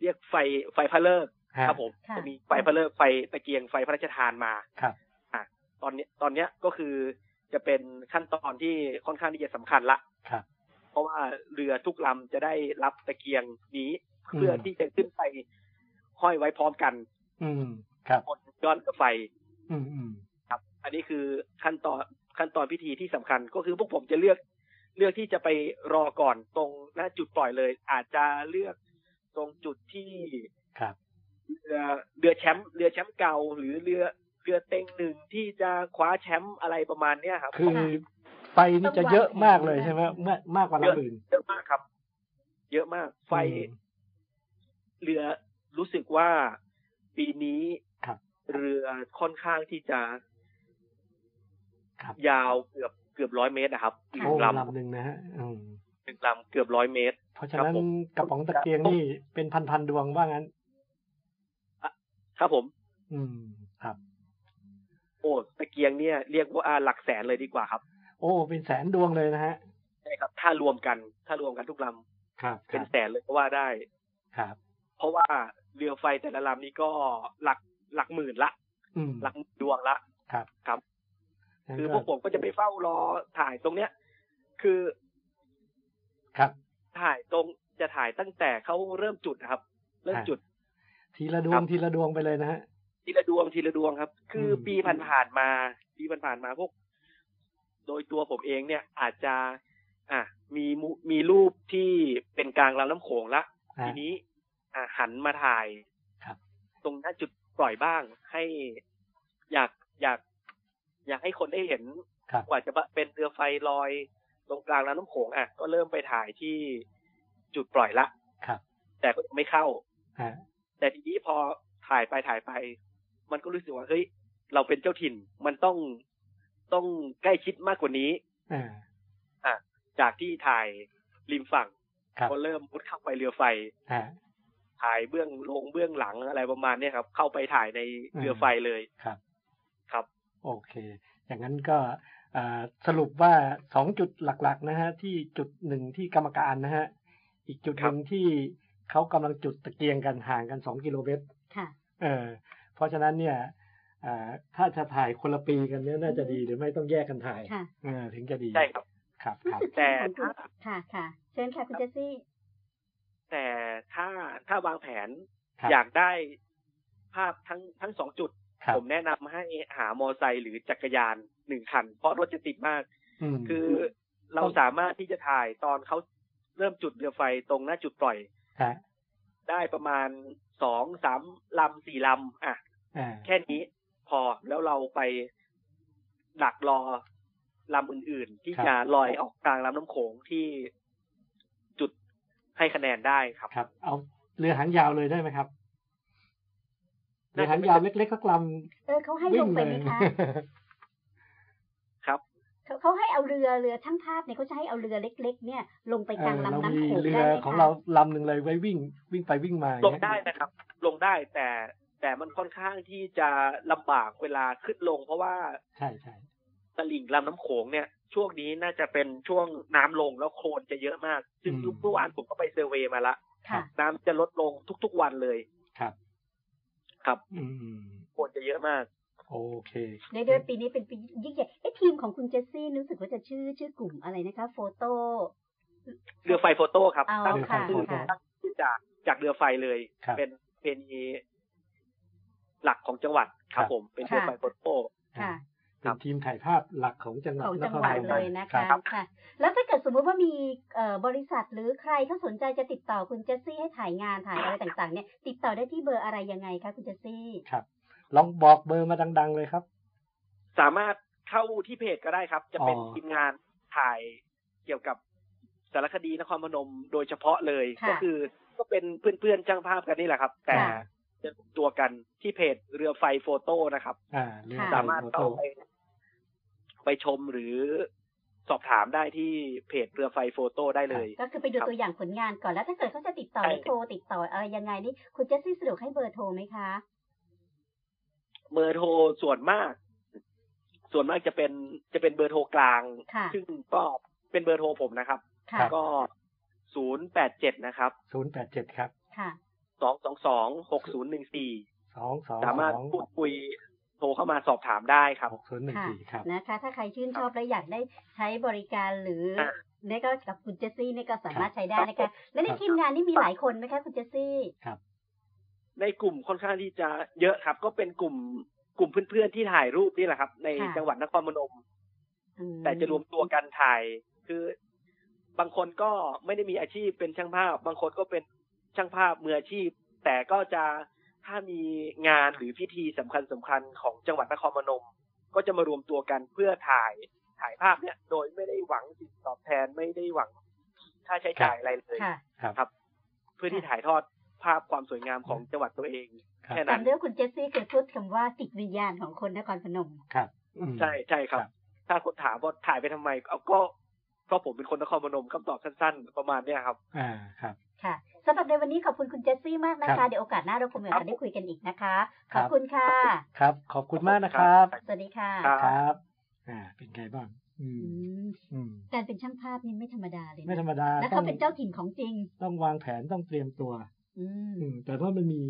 D: เรียกไฟไฟพระเลิกษ์
C: ฮะ
D: ครับผม
B: ค่ะ
D: จะมีไฟพระเลิกษ์ไฟตะเกียงไฟพระราชทานมา
C: ครับ
D: อ่ะตอนเนี้ยตอนเนี้ยก็คือจะเป็นขั้นตอนที่ค่อนข้างที่จะสำคัญละ
C: ครับ
D: เพราะว่าเรือทุกลำจะได้รับตะเกียงนี้
C: อืม
D: เพื่อที่จะขึ้นไปห้อยไว้พร้อมกัน
C: อืมครับ
D: บนยอดไฟ
C: อืมอืม
D: ครับ อันนี้คือขั้นตอนขั้นตอนพิธีที่สำคัญก็คือพวกผมจะเลือกเลือกที่จะไปรอก่อนตรงหน้าจุดปล่อยเลย อาจจะเลือกตรงจุดที่
C: ครับ
D: เรือเรือแชมป์เรือแชมป์เก่า หรือเรือเรือเต็งหนึ่งที่จะคว้าแชมป์อะไรประมาณเนี้ยครับ
C: คือไฟนี่จะเยอะมากเลยใช่ไหมมากมากกว่าลำอื่น
D: เยอะมากครับ เยอะมากไฟ
C: อืม
D: เรือรู้สึกว่าปีนี้
C: ครับ
D: เรือค่อนข้างที่จะ
C: ครับ
D: ยาวเกือบเกือบร้อยเมตรนะครับหนึ่
C: โอ้
D: งล
C: ลำหนึ่งนะฮะอืม
D: ำหนึ่งลำเกือบร้อยเมตร
C: เพราะฉะ
D: ครับ
C: นั้น
D: ผม
C: กระป๋องตะเกียงนี่เป็นพันพันๆดวงว่างั้น
D: ครับผม
C: อืมครับ
D: โอ้ตะเกียงเนี่ยเรียกว่าหลักแสนเลยดีกว่าครับ
C: โอ้เป็นแสนดวงเลยนะฮะ
D: ใช่ครับ ถ้ารวมกัน ถ้ารวมกันทุกล
C: ครับ
D: ำ
C: ค
D: เป็น
C: รับ
D: แสนเลยก็ว่าได้
C: ครับ
D: เพราะว่าเรือไฟแต่ละลำนี้ก็หลักหลักหมื่นละ
C: อืม
D: หลักหมื่นดวงละ
C: ครับ
D: ครับ
C: งั้น
D: คือพวกผมก็จะไปเฝ้ารอถ่ายตรงเนี้ย คือ
C: ครับ
D: ถ่ายตรงจะถ่ายตั้งแต่เขาเริ่มจุดนะครับ เริ่มจุด
C: ทีละดว
D: ครั
C: ง
D: บ
C: ทีละดวงไปเลยนะฮะ
D: ทีละดวงทีละดวงครับ คืออ
C: ม
D: ปีผ่านๆมาปีผ่านๆมาพวก โดยตัวผมเองเนี่ย อาจจะ อ่ะมีมุมีรูปที่เป็นกลางลำน้ำโขงละ
C: อ่า
D: ทีนี้ อ่ะหันมาถ่าย
C: ครับ
D: ตรงหน้าจุดปล่อยบ้าง ให้อยากอยาก อยากให้คนได้เห็น
C: ครับ
D: กว่าจะเป็นเรือไฟลอยตรงกลางลำน้ำโขงอ่ะก็เริ่มไปถ่ายที่จุดปล่อยละ
C: ครับ
D: แต่ก็ยังไม่เข้า
C: อ่า
D: แต่ทีนี้พอถ่ายไปถ่ายไป มันก็รู้สึกว่าเฮ้ยเราเป็นเจ้าถิ่น มันต้องต้องใกล้ชิดมากกว่านี้
C: อ่า
D: จากที่ถ่ายริมฝั่ง
C: ครับ
D: ก็เริ่มมุดเข้าไปเรือไฟ
C: อ่า
D: ถ่ายเบื้องลงเบื้องหลังอะไรประมาณเนี้ยครับ เข้าไปถ่ายในเรือไฟเลย
C: ครับ
D: ครับ
C: โอเค อย่างนั้นก็อ่าสรุปว่าสองจุดหลักๆ นะฮะ ที่จุดหนึ่งที่กรรมการนะฮะ อีกจุดหนึ่งที่เขากำลังจุดตะเกียงกันห่างกันสองกิโลเมตร
B: ค่ะ
C: เออ เพราะฉะนั้นเนี่ยอ่าถ้าจะถ่ายคนละปีกันเนี่ยน่าจะดีหรือไม่ต้องแยกกันถ่าย
B: ค่ะ
C: เออถึงจะดี
D: ใช่ครับ
C: ครับ
B: รู้
C: ครับ
B: สึก
D: แต่
B: ของคุ
D: ถ้า
B: ณค่ะค่ะ เชิญค่ะคุณเจสซี่
D: แต่ถ้าถ้าวางแผน
C: ครับ
D: อยากได้ภาพทั้งทั้งสองจุด
C: ครับ
D: ผมแนะนำให้หามอไซค์หรือจักรยานหนึ่งคัน เพราะรถจะติดมาก
C: อืม
D: คือเราสามารถที่จะถ่ายตอนเขาเริ่มจุดเรือไฟตรงหน้าจุดปล่อย
C: ฮะ
D: ได้ประมาณสองสามลำสี่ลำอ่ะ
C: อ่า
D: แค่นี้พอแล้วเราไปดักรอลำอื่นๆ ที่จะลอยออกกลางลำน้ำโขงที่จุดให้คะแนนได้ครับ
C: ครับ เอาเรือหางยาวเลยได้ไหมครับเรือหางยาวเล็กๆสักลำ
B: เออเขาให้ล
C: วิ่ง
B: งไป
C: เล
B: ไหม
C: ย
B: คะ
D: ครับ
B: เขาเขาให้เอาเรือเรือทั้งภาพเนี่ยเขาจะให้เอาเรือเล็ก ๆ เนี่ย ลงไป
C: เอก
B: ลาง
C: อ
B: ลำ
C: เรา
B: น้ำ
C: มี
B: โขง
C: เรื
B: ได้
C: อ
B: ไหม
C: ของ
B: คะ
C: เราลำหนึ่งเลยไว้วิ่ง วิ่งไปวิ่งมาอย่า
D: ล
C: ง
D: ง
C: เงี้ย
D: ได้นะครับ ลงได้แต่แต่มันค่อนข้างที่จะลำบากเวลาขึ้นลง เพราะว่า
C: ใช่ใช่
D: ตลิ่งลำน้ำโขงเนี่ย ช่วงนี้น่าจะเป็นช่วงน้ำลงแล้วโคลนจะเยอะมาก ซึ่งเมื่อวานผมก็ไปเซอร์เวย์มาละ
B: ค่ะ
D: น้ำจะลดลงทุกๆวันเลย
C: ครับ
D: ครับ
C: อืม
D: โคลนจะเยอะมาก
C: โอเค
B: ในเดือนปีนี้เป็นปียิ่งใหญ่เอ๊ะทีมของคุณเจสซี่รู้สึกว่าจะชื่อชื่อกลุ่มอะไรนะคะ โฟโต้
D: เรือไฟโฟโต้ครับ
B: อ๋อ
D: ตั้ง
B: ค่ะ
D: ชื่อ
B: ค่ะ
D: ตั้งชื่อจากจากเรือไฟเลย
C: ครับ
D: เป็นเพนีหลักของจังหวัดครับ
C: ครับ
D: ผม เป็นเรือไฟโฟโต้
B: ค่ะ
C: เป็นทีมถ่ายภาพหลักของจังหวัด
B: ของ
C: น
B: จัง
C: คร
B: หวัด
C: นม
B: เลยนะ
C: ครั
B: คะ
C: บ
B: ค่ะ แล้วถ้าเกิดสมมุติว่ามีเอ่อบริษัทหรือใครเขาสนใจจะติดต่อคุณเจสซี่ให้ถ่ายงานถ่ายอะไรต่างๆ เนี่ย ติดต่อได้ที่เบอร์อะไรยังไงคะคุณเจสซี่
C: ครับ ลองบอกเบอร์มาดัง ๆ เลยครับ
D: สามารถเข้าที่เพจก็ได้ครับ จะเป็น
C: อ๋อ
D: ทีมงานถ่ายเกี่ยวกับสารคดีนครพนมโดยเฉพาะเลย
B: ค่ะ
D: ก็คือก็เป็นเพื่อนๆจ้างภาพกันนี่แหละครับ แต่
B: ค่ะ
D: จะรวมตัวกันที่เพจเรือไฟโฟโต้นะครับ
C: อ่าเรือ
B: ค่ะ
C: ไฟ
D: สามารถ
C: โฟ
D: เข้า
C: โต้
D: ไป ไปชมหรือ สอบถามได้ที่เพจเรือไฟโฟโต้ได้เลย
B: ก็คือไปดู
D: ครับ
B: ตัวอย่างผลงานก่อนแล้วถ้าเกิดเขาจะติดต่อ
D: ใช่
B: หรือโทรติดต่ออะไรยังไงนี่คุณเจสซี่สะดวกให้เบอร์โทรไหมคะ
D: เบอร์โทรส่วนมาก ส่วนมากจะเป็นจะเป็นเบอร์โทรกลาง
B: ค่ะ
D: ซึ่งก็เป็นเบอร์โทรผมนะครับ
B: ค่ะ
D: ก็ศูนย์แปดเจ็ดนะครับ
C: ศูนย์แปดเจ็ดครับ
B: ค่ะ
D: สองสองสองหกศูนย์หนึ่งสี่
C: สองสอง
D: สามารถ
C: สอง
D: พูดคุยโทรเข้ามาสอบถามได้ครับ
C: หกศูนย์หนึ่ง
B: ค่ะ
C: สี่ครับ
B: นะคะ ถ้าใครชื่นชอบและอยากได้ใช้บริการหรือ
D: ครับ
B: เนี่ยก็กับคุณเจสซี่เนี่ยก็สามารถใช้ได้นะ
D: ครั
B: คะ
D: บ
B: และในทีมงานนี่มีหลายคนไหมคะคุณเจสซี่
D: ในกลุ่มค่อนข้างที่จะเยอะครับ ก็เป็นกลุ่มกลุ่มเพื่อนๆที่ถ่ายรูปนี่แหละครับ ใน
B: ค่ะ
D: จังหวัดนครพนม
B: อื
D: แต่จะรวมตัวกันถ่าย คือบางคนก็ไม่ได้มีอาชีพเป็นช่างภาพ บางคนก็เป็นช่างภาพมืออาชีพ แต่ก็จะถ้ามีงานหรือพิธีสำคัญสคัญๆของจังหวัดนครพนม ก็จะมารวมตัวกันเพื่อถ่ายถ่ายภาพเนี่ย โดยไม่ได้หวังสิ่งตอบแทนไม่ได้หวังค่าใช้จ่ายอะไรเลย
B: ค่ะ
C: ครับ
D: ครับ เพื่อที่ถ่ายทอดภาพความสวยงามของจังหวัดตัวเอง
C: ครับ
D: แค่นั้น
B: จำได้ว่าคุณเจสซี่เคยพูดคำว่าจิตวิญญาณของคนนครพนม
C: ครับอืม
D: ใช่ใช่ครับ
C: ครับ
D: ถ้าคนถามว่าถ่ายไปทำไมเอาก็เพราะผมเป็นคนนครพนมคำตอบสั้นๆ ประมาณเนี้ยครับ
C: อ่าครับ
B: ค่ะสำหรับในวันนี้ขอบคุณคุณเจสซี่มากนะ
C: ครั
B: คะ
C: บ
B: เดี๋ยวโอกาสหน้าเราคงมีโอกาสได้คุยกันอีกนะคะ ข
C: ครั
B: อบบ คุณค่ะ
C: ครับ ขอบคุณมากนะครับ
B: สวัสดีค่ะ
D: ครับ
C: ครับ อ่า เป็นไงบ้าง อื
B: อื
C: ม
B: ม
C: อืม
B: การเป็นช่างภาพนี่ไม่ธรรมดาเลย
C: ไม่ธร
B: นะ
C: รมดา
B: แล้วเขาเป็นเจ้าถิ่นของจริง
C: ต้องวางแผนต้องเตรียมตัว
B: อืม
C: อืม แต่ว่ามันมี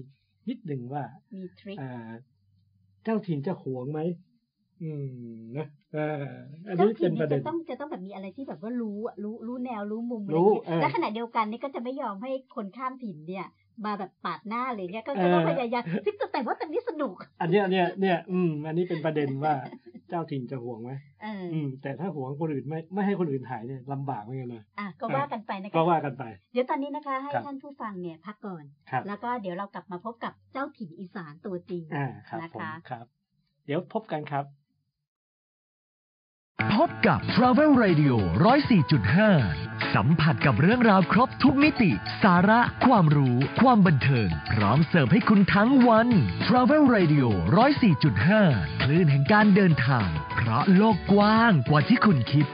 C: นิดหนึ่งว่า
B: มีทริค
C: อ่า เจ้าถิ่นจะหวงไหม อืม นะเอ่ออัน
B: เจ้า
C: นี้เป็
B: ถิ่น
C: นป
B: นี่
C: ระเด็
B: จะ
C: น
B: ต้องจะต้องแบบมีอะไรที่แบบว่ารู้อะรู้รู้แนวรู้มุมอะไร
C: รู้
B: เงี้ย
C: เออ
B: และขณะเดียวกันนี่ก็จะไม่ยอมให้คนข้ามถิ่นเนี่ย มาแบบปาดหน้าเลยเนี่ยก็จะต้องพยายามซึ่งแต่ว่าตอนนี้สนุก
C: อันเนี้ยเนี่ยเนี่ย อืม อันนี้เป็นประเด็นว่า เจ้าถิ่นจะหวงไหม
B: เออ
C: อืม แต่ถ้าหวงคนอื่นไม่ไม่ให้คนอื่นหายเนี่ยลำบากเหมือนกันนะ
B: อ่ะก็ว่ากันไปนะคะ
C: ก็ว่ากันไป
B: เดี๋ยวตอนนี้นะคะ ให้
C: ครับ
B: ท่านผู้ฟังเนี่ยพักก่อน
C: ครับ
B: แล้วก็เดี๋ยวเรากลับมาพบกับเจ้าถิ่นอีสานตัวจริง
C: อ่า ครับ
B: นะคะ
C: ผมครับ เดี๋ยวพบกันครับ
A: พบกับ Travel Radio 104.5 สัมผัสกับเรื่องราวครบทุกมิติ สาระ ความรู้ ความบันเทิง พร้อมเสิร์ฟให้คุณทั้งวัน Travel Radio 104.5 คลื่นแห่งการเดินทาง เพราะโลกกว้างกว่าที่คุณคิด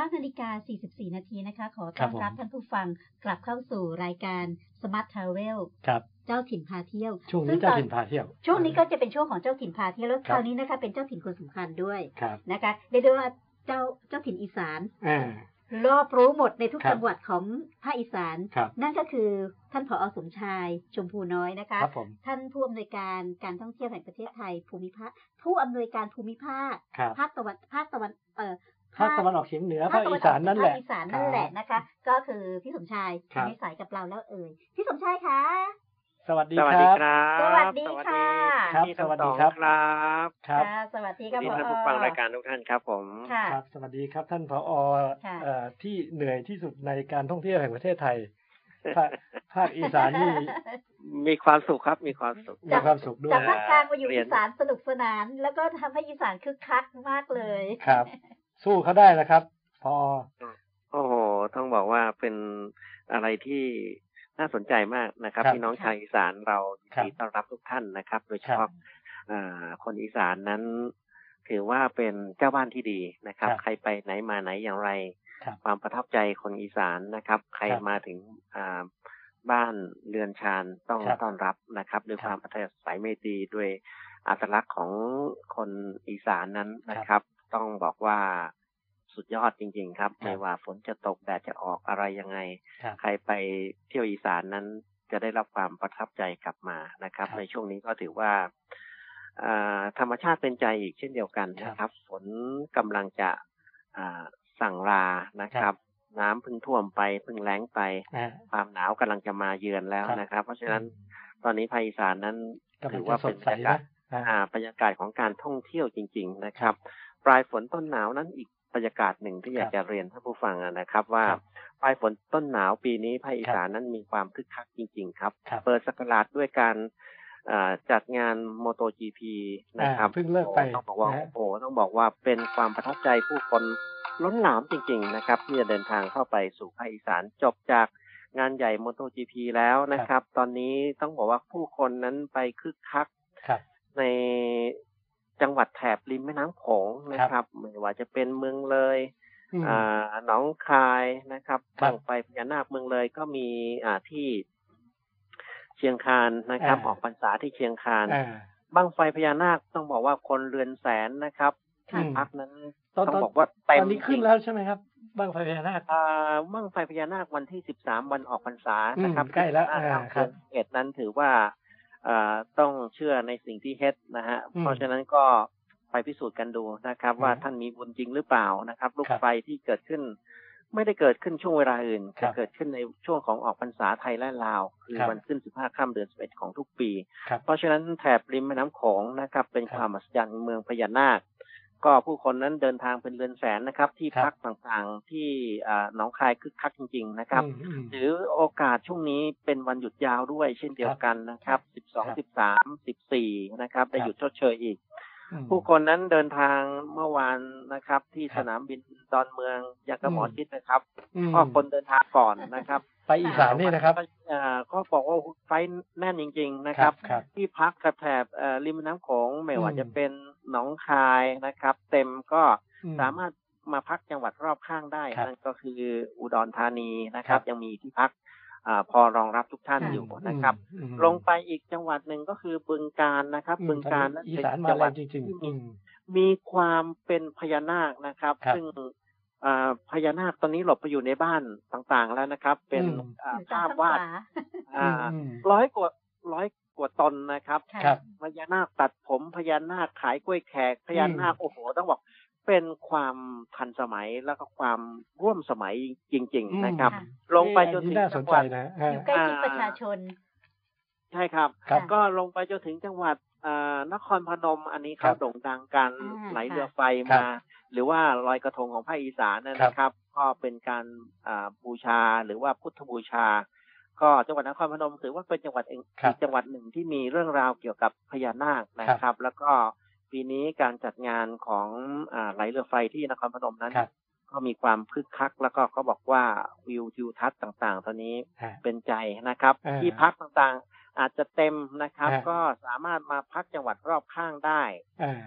B: 9นาฬิกา44 นาทีนะคะ ขอ
C: ครั
B: ต้อบ น
C: ผม
B: รับท่านผู้ฟังกลับเข้าสู่รายการ Smart Travel
C: ครับ
B: เจ้าถิ่นพาเที่ยว
C: ช่วง
B: ซึ่
C: นี้เจ้า
B: ตอ
C: ถิ่นพาเที่ยว
B: ช่วงนี้ก็จะเป็นช่วงของเจ้าถิ่นพาเที่ยวแล้ว
C: ค
B: ครับ ราวนี้นะคะ เป็นเจ้าถิ่นคนสำคัญด้วย
C: ครับ
B: นะคะเรียกได้ว่าเจ้าเจ้าถิ่นอีสาน
C: อ่า
B: รอบรู้หมดในทุ
C: ค
B: ก
C: รับ
B: จังหวัดของภาคอีสาน
C: ครับ
B: นั่นก็คือท่านผอสมชายชมพูน้อยนะคะ
C: ครับผม
B: ท่านผู้อำนวยการการท่องเที่ยวแห่งประเทศไทย ภูมิภาคผู้อำนวยการภูมิภาค
C: ครับ
B: ภาคตะวันภาคตะวันเอ่อ
C: ภาคตะวันออกเฉียงเหนือภาค
B: ตะ
C: อี
B: วัก
C: สานนั่นแหละ
B: ภาคอีสานนั่นแหละ
C: ครับ
B: นะคะ ก็คือพี่สมชาย
C: ครับ
B: มีสายกับเราแล้วเอ่ยพี่สมชายคะ
C: สวัสดี
D: สวัส
C: ค
D: ดี
C: รับ
D: ครับ
B: สวัสดีค่ะ
D: สวัสดีทั้ง
C: ครั
D: อง
C: บสวัสดีครับ
D: ครับ
C: ครับ
B: ค่ะสวัสดี
D: ส
B: ครั
D: วั
B: บ
D: สดี
B: ผอ
D: ท่านผู้ฟังรายการทุกท่านครับผม
B: ค่ะ
C: ครับ สวัสดีครับท่านผอ
B: ค่ะ
C: เอ่อที่เหนื่อยที่สุดในการท่องเที่ยวแห่งประเทศไท ย ภาคภาคอีสานนี่
D: มีความสุขครับ มีความสุข
C: มีความสุขด้ว
B: จาย กภาคกลางมาอยู่
D: เรี
B: อี
D: ยน
B: สานสนุกสนาน แล้วก็ทำให้อีสานคึกคักมากเลย
C: ครับ สู้เขาได้นะครับพอ
E: โอ้โห ต้องบอกว่าเป็นอะไรที่น่าสนใจมากนะครับ
C: ครับ
E: พี่น้องชาวอีสานเรา
C: ครับ
E: ดีต้อนรับทุกท่านนะครับ โดยเฉพาะอ่าคนอีสานนั้น ถือว่าเป็นเจ้าบ้านที่ดีนะครับ
C: ครับ
E: ใครไปไหนมาไหนอย่างไร
C: ครับ
E: ความประทับใจคนอีสานนะครับ ใคร
C: ครับ
E: มาถึงอ่าบ้านเรือนชานต้อง
C: ครับ
E: ต้อนรับนะครับ ด้ว
C: ค
E: ย
C: รับ
E: ความอัธยาศัยไม่ดีด้วยอัตลักษณ์ของคนอีสานนั้นนะ
C: ค
E: ครับ รับ ต้องบอกว่าสุดยอดจริง ๆ ครับ
C: ครับ
E: ไม่ว่าฝนจะตกแดดจะออกอะไรยังไง
C: ครับ
E: ใครไปเที่ยวอีสานนั้นจะได้รับความประทับใจกลับมานะครับ
C: ครับ
E: ในช่วงนี้ก็ถือว่าอ่าธรรมชาติเป็นใจอีกเช่นเดียวกัน
C: ครับ
E: นะครับ ฝนกำลังจะอ่าสั่งลานะค
C: ครั
E: รับ บ น้ำเพึ่งท่วมไปเพึ่งแล้งไป
C: อ่า
E: ความหนาวกำลังจะมาเยือนแล้ว
C: ครับ
E: นะครับ เพราะฉะนั้นตอนนี้ภาคอีสานนั้น
C: กำลั
E: ถื
C: ง
E: อ
C: จะ
E: ว่า
C: ส
E: เป็น
C: ด
E: บ
C: ใส
E: รรยากา
C: นะ
E: ศ
C: อ่า
E: อ่าบรรยากาศของการท่องเที่ยวจริง ๆนะครับ ปลายฝนต้นหนาวนั้นอีกบรรยากาศหนึ่งที่
C: ครับ
E: อยากจะเรียนท่านผู้ฟังอะนะครับ ว่า
C: ครับ
E: ปลายฝนต้นหนาวปีนี้ภาคอี
C: ครับ
E: สานนั้นมีความคึกคักจริง ๆ ครับ
C: ครับ
E: เปิดสักราชด้วยการอ่าจัดงาน MotoGP นะครับ
C: อ่าเพิ่งเลิกไป
E: โอ้ต้องบอกว่า
C: นะฮะ
E: โอ้โหต้องบอกว่าเป็นความประทับใจผู้คนล้นหลามจริง ๆ นะครับ ที่จะเดินทางเข้าไปสู่ภาคอีสานจบจากงานใหญ่ MotoGP แล้วนะครับ ตอนนี้ต้องบอกว่าผู้คนนั้นไปคึกคัก
C: ครับ
E: ใน จังหวัดแถบริมแม่น้ำโขงนะครับ ไม่ว่าจะเป็นเมืองเลย
C: อืม
E: อ่าหนองคายนะครับ
C: ครั
E: บั
C: บ
E: งไฟพญานาคเมืองเลยก็มีอ่าที่เชียงคานนะครับ
C: อ่า
E: ออกพรรษาที่เชียงคาน
C: อ่า
E: บังไฟพญานาคต้องบอกว่าคนเรือนแสนนะครับ
C: อืม
E: พักนั้น
C: ตอน
E: ต้อ
C: ตอง น
E: บอกว่า
C: ต
E: เต็ม
C: อนนี้ขึ้นแล้วใช่ไหมครับบ้างไฟพญานาค
E: อ่าบังไฟพญานาควันที่สิบสามวันออกพรรษา
C: อืม
E: นะครับ
C: ใกล้แล้วอ่า
E: ครับ
C: ครับ
E: เอ็ดนั้นถือว่าอ่าต้องเชื่อในสิ่งที่เฮ็ดนะฮะ
C: อืม
E: เพราะฉะนั้นก็ไปพิสูจน์กันดูนะครับ ว่า
C: อืม
E: ท่านมีบุญจริงหรือเปล่านะครับ ลูก
C: ครับ
E: ไฟที่เกิดขึ้น ไม่ได้เกิดขึ้นช่วงเวลาอื่น
C: ครั
E: จะ
C: บ
E: เกิดขึ้นในช่วงของออกพรรษาไทยและลาว คือ
C: ครับ
E: วันขึ้น 15 ค่ำเดือน 11 ของทุกปี
C: ครับ
E: เพราะฉะนั้นแถบริมแม่น้ำโขงนะครับ เป็น
C: ครับ
E: ความมหัศจรรย์เมืองพญานาค ก็ผู้คนนั้นเดินทางเป็นเรือนแสนนะครับ ที่
C: ครับ
E: พักต่างๆ ที่อ่าหนองคายคึกคักจริง ๆ นะครับ
C: อืมอืม
E: หรือโอกาสช่วงนี้เป็นวันหยุดยาวด้วยเช่นเดียวกันนะครับ 12 13 14 นะครับ ได้
C: ครับ
E: หยุดชดเชยอีก
C: อืม
E: ผู้คนนั้นเดินทางเมื่อวานนะครับ ที่
C: ครับ
E: สนามบินดอนเมืองยางกระหมอ
C: อืม
E: ชิดนะครับ
C: อืม
E: ก็คนเดินทางก่อนนะครับ
C: ไปอีสานนี่นะครับ
E: อ่าก็บอกว่าไฟท์แน่นจริง ๆ นะครับ
C: ครับ
E: ที่พักกระแถบเอ่อริมแม่น้ำโขงไม่ว่า
C: อืม
E: จะเป็นหนองคายนะครับ เต็มก็
C: อื
E: สามารถมาพักจังหวัดรอบข้างได้
C: ครับ
E: นั่นก็คืออุดรธานีนะค
C: ครั
E: รับ
C: บ
E: ยังมีที่พักอาพอรองรับทุกท่าน
B: ค่ะ
E: อยู่นะครับ
C: อืม
E: ลงไปอีกจังหวัดหนึ่งก็คือบึงการนะครับ
C: อืม
E: บึงการ
C: ตอ
E: นั่
C: น
E: น
C: นี้อี
E: เป็น
C: สานมา
E: จังห
C: แร
E: วัด
C: งจริง ๆ อืม
E: มีความเป็นพญานาคนะครับ
C: ครับ
E: ซึ่งอ่าพญานาคตอนนี้หลบไปอยู่ในบ้านต่างๆแล้วนะครับ เป็น
C: อืม
E: อ่า
B: อยู่ต
E: ภาม พวาด
B: ข้งข
E: อ่า
C: อืม
E: ร้อยกว่าร้อยกว่าตนนะครับ
B: ค่ะ
C: ครับ
E: พญานาคตัดผมพญานาคขายกล้วยแขกพญานาคโอ้โหต้องบอก เป็นความทันสมัยแล้วก็ความร่วมสมัยจริง
C: อืม
E: ๆนะครับ
B: ค่ะ
E: ลงไปจน
C: เอ๊ะอั
E: ถึง
C: น่าส
E: จั
C: นใจ
E: งหวัด
C: นะ
B: อยู่ใกล้ชิดประชาชน
E: ใช่ครับ
C: ครับ
E: ก็ลงไปจนถึงจังหวัดเอ่อนครพนมอันนี้เขา
C: ครับ
E: โด่งดังการ
B: อ่า
E: ไหลเรือไฟ
C: ครับ
E: มา หรือว่าลอยกระทงของภาคอีสานนะครับ ครับ ก็เป็นการอ่าบูชาหรือว่าพุทธบูชา ก็จังหวัดนครพนมถือว่าเป็นจังหวัดเอง
C: ครับ
E: อีกจังหวัดหนึ่งที่มีเรื่องราวเกี่ยวกับพญานาคนะค
C: ครั
E: รับ บ แล้วก็ปีนี้การจัดงานของอ่าไหลเรือไฟที่นครพนมนั้น
C: ครับ
E: ก็มีความคึกคัก แล้วก็เขาบอกว่าวิวทิวทัศน์ต่างๆ ตอนนี้
C: ฮะ
E: เป็นใจนะครับ
C: อ่า
E: ที่พักต่างๆ อาจจะเต็มนะครับ
C: อ่า
E: ก็สามารถมาพักจังหวัดรอบข้างได้
C: อ่า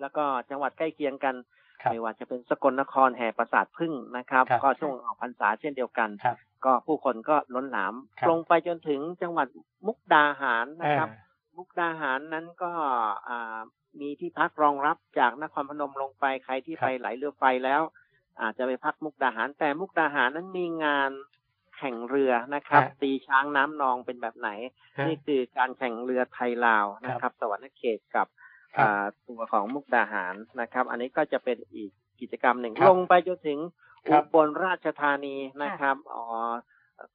E: แล้วก็จังหวัดใกล้เคียงกัน
C: ครับ
E: ไม่ว่าจะเป็นสกลนครแห่ปราสาทพึ่งนะครับ
C: ครับ
E: ก็ช่วงออกพรรษาเช่นเดียวกัน
C: ครับ
E: ก็ผู้คนก็ล้นหลาม
C: ครับ
E: ลงไปจนถึงจังหวัดมุกดาหารนะ
C: อ่า
E: ครับ มุกดาหารนั้นก็อ่ามีที่พักรองรับจากนครพนมลงไปใครที่
C: ครับ
E: ไปไหลเรือไฟแล้ว อาจจะไปพักมุกดาหาร แต่มุกดาหารนั้นมีงานแข่งเรือนะครับ
C: ฮะ
E: ตีช้างน้ำนองเป็นแบบไหน
C: ฮะ
E: นี่คือการแข่งเรือไทยลาวนะครับ สวรรค์เขตกับ
C: ครับ
E: อ่าตัวของมุกดาหารนะครับ อันนี้ก็จะเป็นอีกกิจกรรมหนึ่ง
C: ครับ
E: ลงไปจนถึง
C: ครั
E: อุ
C: บบ
E: ลราชธานีนะครับอ๋อ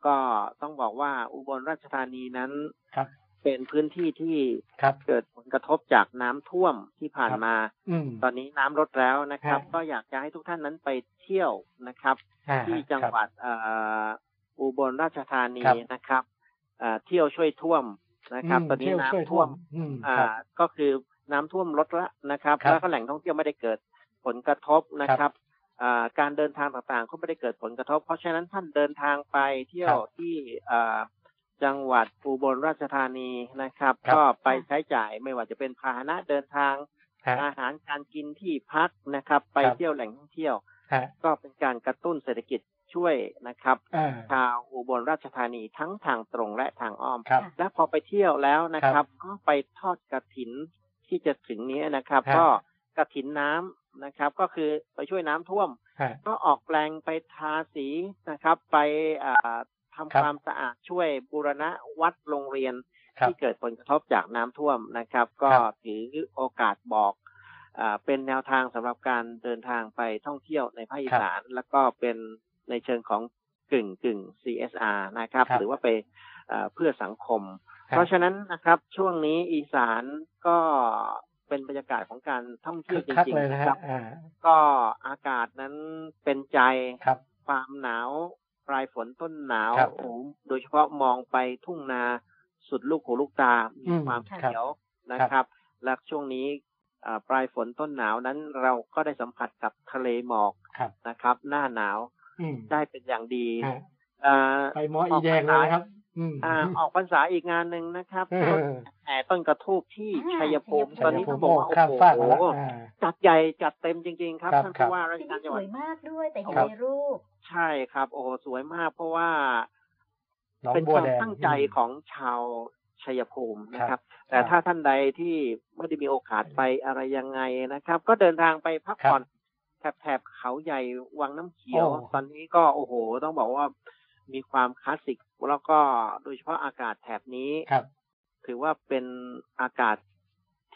E: ก็ต้องบอกว่าอุบลราชธานีนั้น
C: ครับ
E: เป็นพื้นที่ที่
C: ครับ
E: เกิดผลกระทบจากน้ำท่วมที่ผ่าน
C: ครับ
E: มา
C: อืม
E: ตอนนี้น้ำลดแล้วนะครับ
C: ครับ
E: ก็อยากจะให้ทุกท่านนั้นไปเที่ยวนะครับ
C: อ่า
E: ที่จัง
C: ครับ
E: หวัดเอ่ออุบลราชธานี
C: ครับ
E: นะครับเอ่อเที่ยวช่วยท่วมนะครับ
C: ม
E: ตอนนี้
C: เที่ยว
E: น้ำ
C: ช่วย
E: ท่วม
C: อืม
E: อ่า
C: ครับ
E: ก็คือน้ำท่วมลดละนะครับ
C: ครับ
E: แล้วก็แหล่งท่องเที่ยวไม่ได้เกิดผลกระทบนะค
C: ครั
E: รั
C: บบ
E: อ่าการเดินทางต่างๆ ก็ไม่ได้เกิดผลกระทบ เพราะฉะนั้นท่านเดินทางไปเที่ยว
C: ครับ
E: ที่เอ่อจังหวัดอุบลราชธานีนะครับ
C: ครับ
E: ก็ไปใช้จ่ายไม่ว่าจะเป็นพาหนะเดินทาง
C: ฮะ
E: อาหารการกินที่พักนะครับ ไป
C: ครับ
E: เที่ยวแหล่งท่องเที่ยว
C: ฮะ
E: ก็เป็นการกระตุ้นเศรษฐกิจช่วยนะครับ
C: อ่า
E: ชาวอุบลราชธานีทั้งทางตรงและทางอ้อม
C: ครับ
E: และพอไปเที่ยวแล้วนะค
C: ครั
E: รั
C: บบ
E: ก็ไปทอดกระถินที่จะถึงนี้นะครับ
C: ฮะ
E: ก็กระถินน้ำนะครับ ก็คือไปช่วยน้ำท่วม
C: ฮะ
E: ก็ออกแปลงไปทาสีนะครับ ไปอ่าทำ
C: ครับ
E: ความสะอาดช่วยบูรณะวัดโรงเรียน
C: ครับ
E: ที่เกิดผลกระทบจากน้ำท่วมนะครับ ก็
C: ครับ
E: ถือโอกาสบอกอ่าเป็นแนวทางสำหรับการเดินทางไปท่องเที่ยวในภาคอีสาน แล้วก็เป็นในเชิงของกึ่งกึ่ง CSR นะครับ
C: ครับ
E: หรือว่าไปอ่าเพื่อสังคม
C: ครับ
E: เพราะฉะนั้นนะครับช่วงนี้อีสานก็เป็นบรรยากาศของการท่องเที่
C: คึ
E: ยว
C: ก
E: จ
C: คัก
E: ริง
C: เลย
E: ๆ
C: นะ
E: นะ
C: ฮะ
E: ครับ
C: อ่า
E: ก็อากาศนั้นเป็นใจ
C: ครับ
E: ความหนาวปลายฝนต้นหนาว
C: ครับ
E: โอ้โหโดยเฉพาะมองไปทุ่งนาสุดลูกหูลูกตา
C: อื
E: มี
C: ม
E: ความ
C: ครับ
E: เขียวนะครับ และช่วงนี้อ่าปลายฝนต้นหนาวนั้นเราก็ได้สัมผัสกับทะเลหมอก
C: ครับ
E: นะครับ หน้าหนาว
C: อืม
E: ได้เป็นอย่างดี
C: ฮะ
E: อ่า
C: ไปหมออีแดงเลยนะครับ อืม
E: อ่าออกพรรษาอีกงานหนึ่งนะครับ
C: เออ
E: แห่ต้นกระทูบที่
B: อ่า
E: ชัยภูมิ
B: ชัยภูมิ
E: ตอนนี้ต้อง
C: โ
E: บอกว่า
C: ข้าม
E: โอ้
C: ฟากมาแล้ว
E: โห
C: อ่า
E: จัดใหญ่จัดเต็มจริง ๆ ครับ
C: ครับ
E: ท่าน
C: ครั
E: ผู้
C: บ
E: ว่าราช
B: ที่
E: การ
B: นี่
E: จัง
B: ส
E: หวั
B: ว
E: ด
B: ยมากด้วยแต่เห็น
C: ครับ
B: ในรูป
E: ใช่ครับ โอ้โหสวยมากเพราะว่า
C: หน้อง
E: เป็น
C: บั
E: คว วาม
C: แดง
E: ตั้งใจของชาวชัยภูมินะค
C: ครั
E: รับ
C: บ
E: แต่
C: ครับ
E: ถ้าท่านใดที่ไม่ได้มีโอกาสไปอะไรยังไงนะครับ ก็เดินทางไปพัก
C: ครับ
E: ผ่อนแถบแถบเขาใหญ่วังน้ำเขียว
C: โอ้
E: ตอนนี้ก็โอ้โห ต้องบอกว่ามีความคลาสสิก แล้วก็โดยเฉพาะอากาศแถบนี้
C: ครับ
E: ถือว่าเป็นอากาศ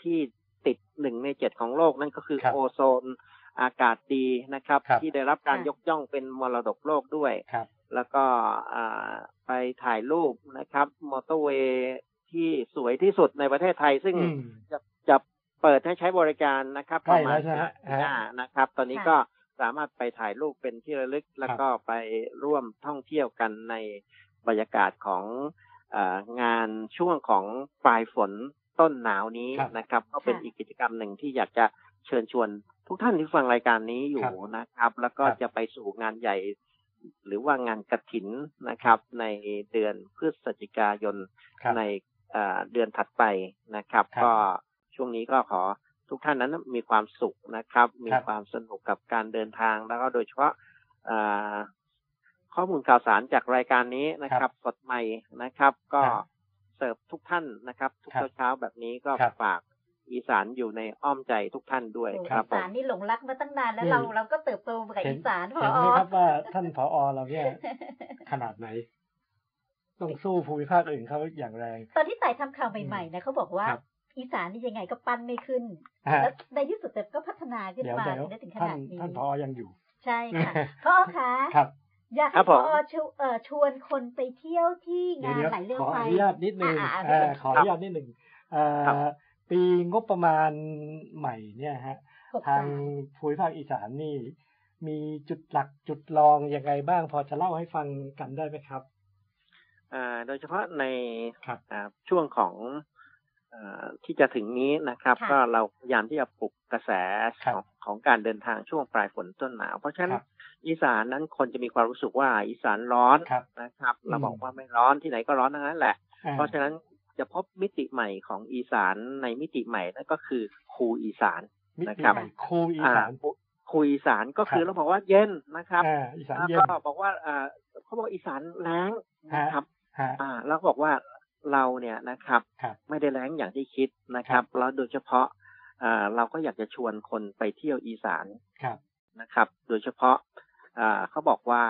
E: ที่ติดหนึ่งในเจ็ดของโลกนั่นก็คือ
C: ครับ
E: โอโซนอากาศดีนะครับ
C: ครับ
E: ที่ได้รับการ
B: ค่ะ
E: ยกย่องเป็นมรดกโลกด้วย
C: ครับ
E: แล้วก็อ่าไปถ่ายรูปนะครับ มอเตอร์เวย์ที่สวยที่สุดในประเทศไทย ซึ่ง
C: อืม
E: จะจะเปิดให้ใช้บริการนะครับ
C: ใก
E: ป
C: ล้
E: ระมาณ
C: แล้วใช่ไหม
E: ปีหน้า
C: ฮะ
E: นะครับ ตอนนี้
B: ค่ะ
E: ก็สามารถไปถ่ายรูปเป็นที่ระลึก แล้วก็ไปร่วมท่องเที่ยวกันในบรรยากาศของเอองานช่วงของปลายฝนต้นหนาวนี้
C: ครับ
E: นะครับ ก็เป็นอีกกิจกรรมหนึ่งที่อยากจะเชิญชวนทุกท่านที่ฟังรายการนี้อยู่
C: ครับ
E: นะครับ แล้วก็
C: ครับ
E: จะไปสู่งานใหญ่ หรือว่างานกระถินนะครับ ในเดือนพฤศจิกายน
C: ครับ
E: ในเอ่อเดือนถัดไปนะครับ
C: ครับ
E: ก็ช่วงนี้ก็ขอทุกท่านนั้นมีความสุขนะครับ มี
C: ครับ
E: ความสนุกกับการเดินทาง แล้วก็โดยเฉพาะเอ่อข้อมูลข่าวสารจากรายการนี้นะค
C: ครั
E: รับบ สดใหม่นะครับ ก็
C: ครับ
E: เสิร์ฟทุกท่านนะครับ ทุก
C: ครับ
E: เช้าๆแบบนี้ก็
C: ครับ
E: ฝากอีสานอยู่ในอ้อมใจทุกท่านด้วย
B: โอ้โห
E: ครับ
B: อี
E: ผ
B: สาม นนี่หลงรักมาตั้งนานแล้ว
C: อืม
B: เราเราก็เติบโตมากับอีสานพอ
C: เห็นไหมครับว่าท่านผอเราเนี่ยขนาดไหน ต้องสู้ภูมิภาคอื่นเขาอย่างแรง
B: ตอนที่ไต่ทำข่าวใหม่ๆนะเขาบอกว่า
C: ครับ
B: อีสานนี่ยังไงก็ปั้นไม่ขึ้น
C: อ่ะ
B: แล้วในที่สุดแต่ก็พัฒนาขึ้น
C: เดี๋ยว
B: มา
C: เดี๋ยว
B: จนได้ถึงข
C: ท่าน
B: นาดนี้
C: ท่านผอยังอยู่
B: ใช่ ค่ะ
C: ครับ
B: พ่อคะ
C: ครับ
B: อยาก
E: ครั
B: ให้
E: บ
B: พ่
E: ผ
B: อ
E: ม
B: ชวเอ่อชวนคนไปเที่ยวที่
C: เดี๋ยว
B: งาน
C: เดี๋ยว
B: หลายเรื่อง
C: ขอ
B: ไป
C: อนุญาตนิดนึง
B: อ่ะอ่ะ
C: อ่า
B: ครับ
C: ขออนุญาตนิดนึงเอ่อ
E: ครับ
C: ปีงบประมาณใหม่เนี่ยฮะ
B: หก
C: ทางภูมิภาคอีสานนี่ มีจุดหลักจุดรองยังไงบ้าง พอจะเล่าให้ฟังกันได้ไหมครับ
E: อ่าโดยเฉพาะใน
C: ครับ
E: อ่าช่วงของอาที่จะถึงนี้นะครับ
B: ค่ะ
E: ก็เราพยายามที่จะปลุกกระแส
C: ครับ
E: ของของการเดินทางช่วงปลายฝนต้นหนาว เพราะฉะนั้น
C: ครับ
E: อีสานนั้นคนจะมีความรู้สึกว่าอีสานร้อน
C: ครับ
E: นะครับ เรา
C: อืม
E: บอกว่าไม่ร้อนที่ไหนก็ร้อนทั้งนั้นแหละ
C: อ่า
E: เพราะฉะนั้นจะพบมิติใหม่ของอีสานในมิติใหม่นั่นก็คือครูอีสาน
C: มิติ
E: นะครับ
C: ใหม่ครูอีสาน
E: ครูอีสานก็คื
C: ครั
E: อบ เราบอกว่าเย็นนะครับ
C: อ่าอีสาน
E: แล้ว
C: เย็น
E: ก็บอกว่าอ่าเขาบอกอีสานแล้งนะครับ
C: ฮะ
E: อ่าแล้วก็บอกว่าเราเนี่ยนะครับ
C: ครับ
E: ไม่ได้แรงอย่างที่คิดนะครับแล้วโดยเฉพาะอ่าเราก็อยากจะชวนคนไปเที่ยวอีสาน
C: ครับ
E: นะครับ โดยเฉพาะอ่าเขาบอกว่า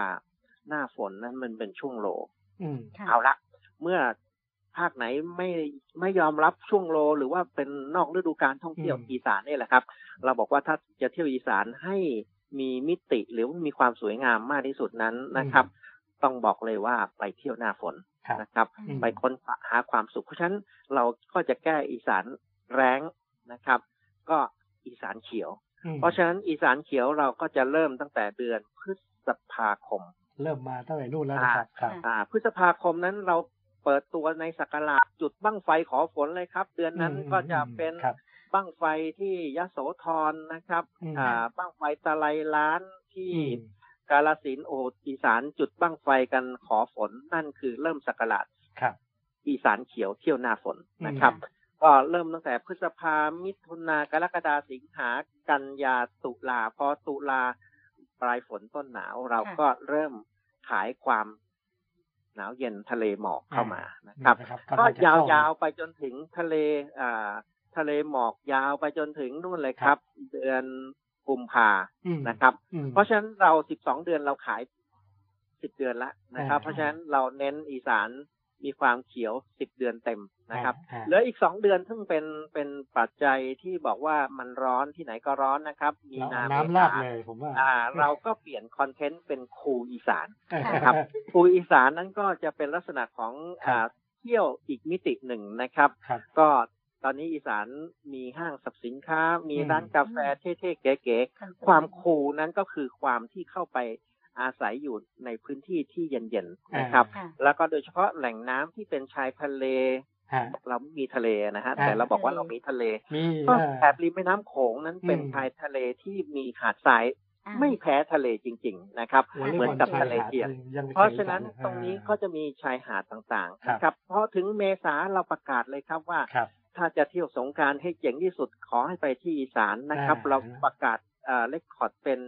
E: หน้าฝนนั้นมันเป็นช่วงโล
C: อืม
B: ค่ะ
E: เอาละเมื่อภาคไหนไม่ไม่ยอมรับช่วงโล หรือว่าเป็นนอกฤดูการท่องเที่ยว
C: อืม
E: อีสานนี่แหละครับ เราบอกว่าถ้าจะเที่ยวอีสานให้มีมิติหรือว่ามีความสวยงามมากที่สุดนั้นนะครับ ต้องบอกเลยว่าไปเที่ยวหน้าฝน
C: ครับ
E: นะครับ
C: อืม
E: ไปค้นหาความสุข เพราะฉะนั้นเราก็จะแก้อีสานแรงนะครับ ก็อีสานเขียว
C: อืม
E: เพราะฉะนั้นอีสานเขียวเราก็จะเริ่มตั้งแต่เดือนพฤษภาคม
C: เริ่มมาตั้งแต่นู่นแล้วนะครับ ครับ
E: อ่า พฤษภาคมนั้นเราเปิดตัวในสักราชจุดบั้งไฟขอฝนเลยครับ เดือนนั้น
C: อืม
E: ก็จะเป็น
C: ครับ
E: บั้งไฟที่ยโสธรนะครับ
C: อืม
E: อ่าบั้งไฟตะไลล้านที่
C: อืม
E: กาลสินธุ์โอโหอีสานจุดบั้งไฟกันขอฝนนั่นคือเริ่มสักราช
C: ครับ
E: อีสานเขียวเที่ยวหน้าฝน
C: อืม
E: นะครับ ก็เริ่มตั้งแต่พฤษภามิถุนากรกฎาสิงหากันยาตุลาพอตุลาปลายฝนต้นหนาว เราก็เริ่มขายความหนาวเย็นทะเลหมอกเข้ามานะครับ ก็ยาวๆไปจนถึงทะเลอ่าทะเลหมอกยาวไปจนถึงนู่นเลยครับ เดือนกุมภา
C: ๆอืม
E: นะครับ
C: อืม
E: เพราะฉะนั้นเรา 12 เดือนเราขาย 10 เดือนละนะครับ
C: อ่า
E: เพราะฉะนั้นเราเน้นอีสานมีความเขียว 10 เดือนเต็มนะครับ
C: ฮะ
E: เหลืออีก 2 เดือนซึ่งเป็นเป็นปัจจัยที่บอกว่ามันร้อนที่ไหนก็ร้อนนะครับ มี
C: เรา
E: นา
C: เอา
E: เมษ
C: น้ำลาดเลยผมว่า
E: อ่า เราก็เปลี่ยนคอนเทนต์เป็นคูอีสาน
C: เออ
E: นะครับ คูอีสานนั้นก็จะเป็นลักษณะของ
C: ครับ
E: อ่าเที่ยวอีกมิติหนึ่งนะครับ
C: ครับ
E: ก็ตอนนี้อีสานมีห้างสรรพสินค้า มี
C: อืม
E: ร้านกาแฟเท่ๆเก๋ๆ
B: นสวย
E: ความคูลนั้นก็คือความที่เข้าไปอาศัยอยู่ในพื้นที่ที่เย็นๆนะครับ
B: อ่า
E: แล้วก็โดยเฉพาะแหล่งน้ำที่เป็นชายทะเล
C: ฮะ
E: เราไม่มีทะเลนะฮะ
C: อ่า
E: แต่เราบอกว่าเรามีทะเล
C: มี
E: ก็
C: อ่า
E: แถบริมแม่น้ำโขงนั้นเป็น
C: อืม
E: ชายทะเลที่มีหาดทราย
B: อ่า
E: ไม่แพ้ทะเลจริง ๆ นะครับ
C: วอลเลย์
E: เหมือน
C: บอล
E: กับ
C: ชา
E: ทะเลย
C: หาด
E: เทียม
C: ยังไม่
E: เพราะ
C: คย
E: ฉะนั้น
C: จัด
E: ตรงนี้ก็จะมีชายหาดต่างๆ
C: ครับ
E: นะครับพอถึงเมษาเราประกาศเลยครับว่า
C: ครับ
E: ถ้าจะเที่ยวสงกรารให้เจ๋งที่สุดขอให้ไปที่อีสานนะครับ
C: อ่า
E: เราประกาศเลคคอร์ดเป็น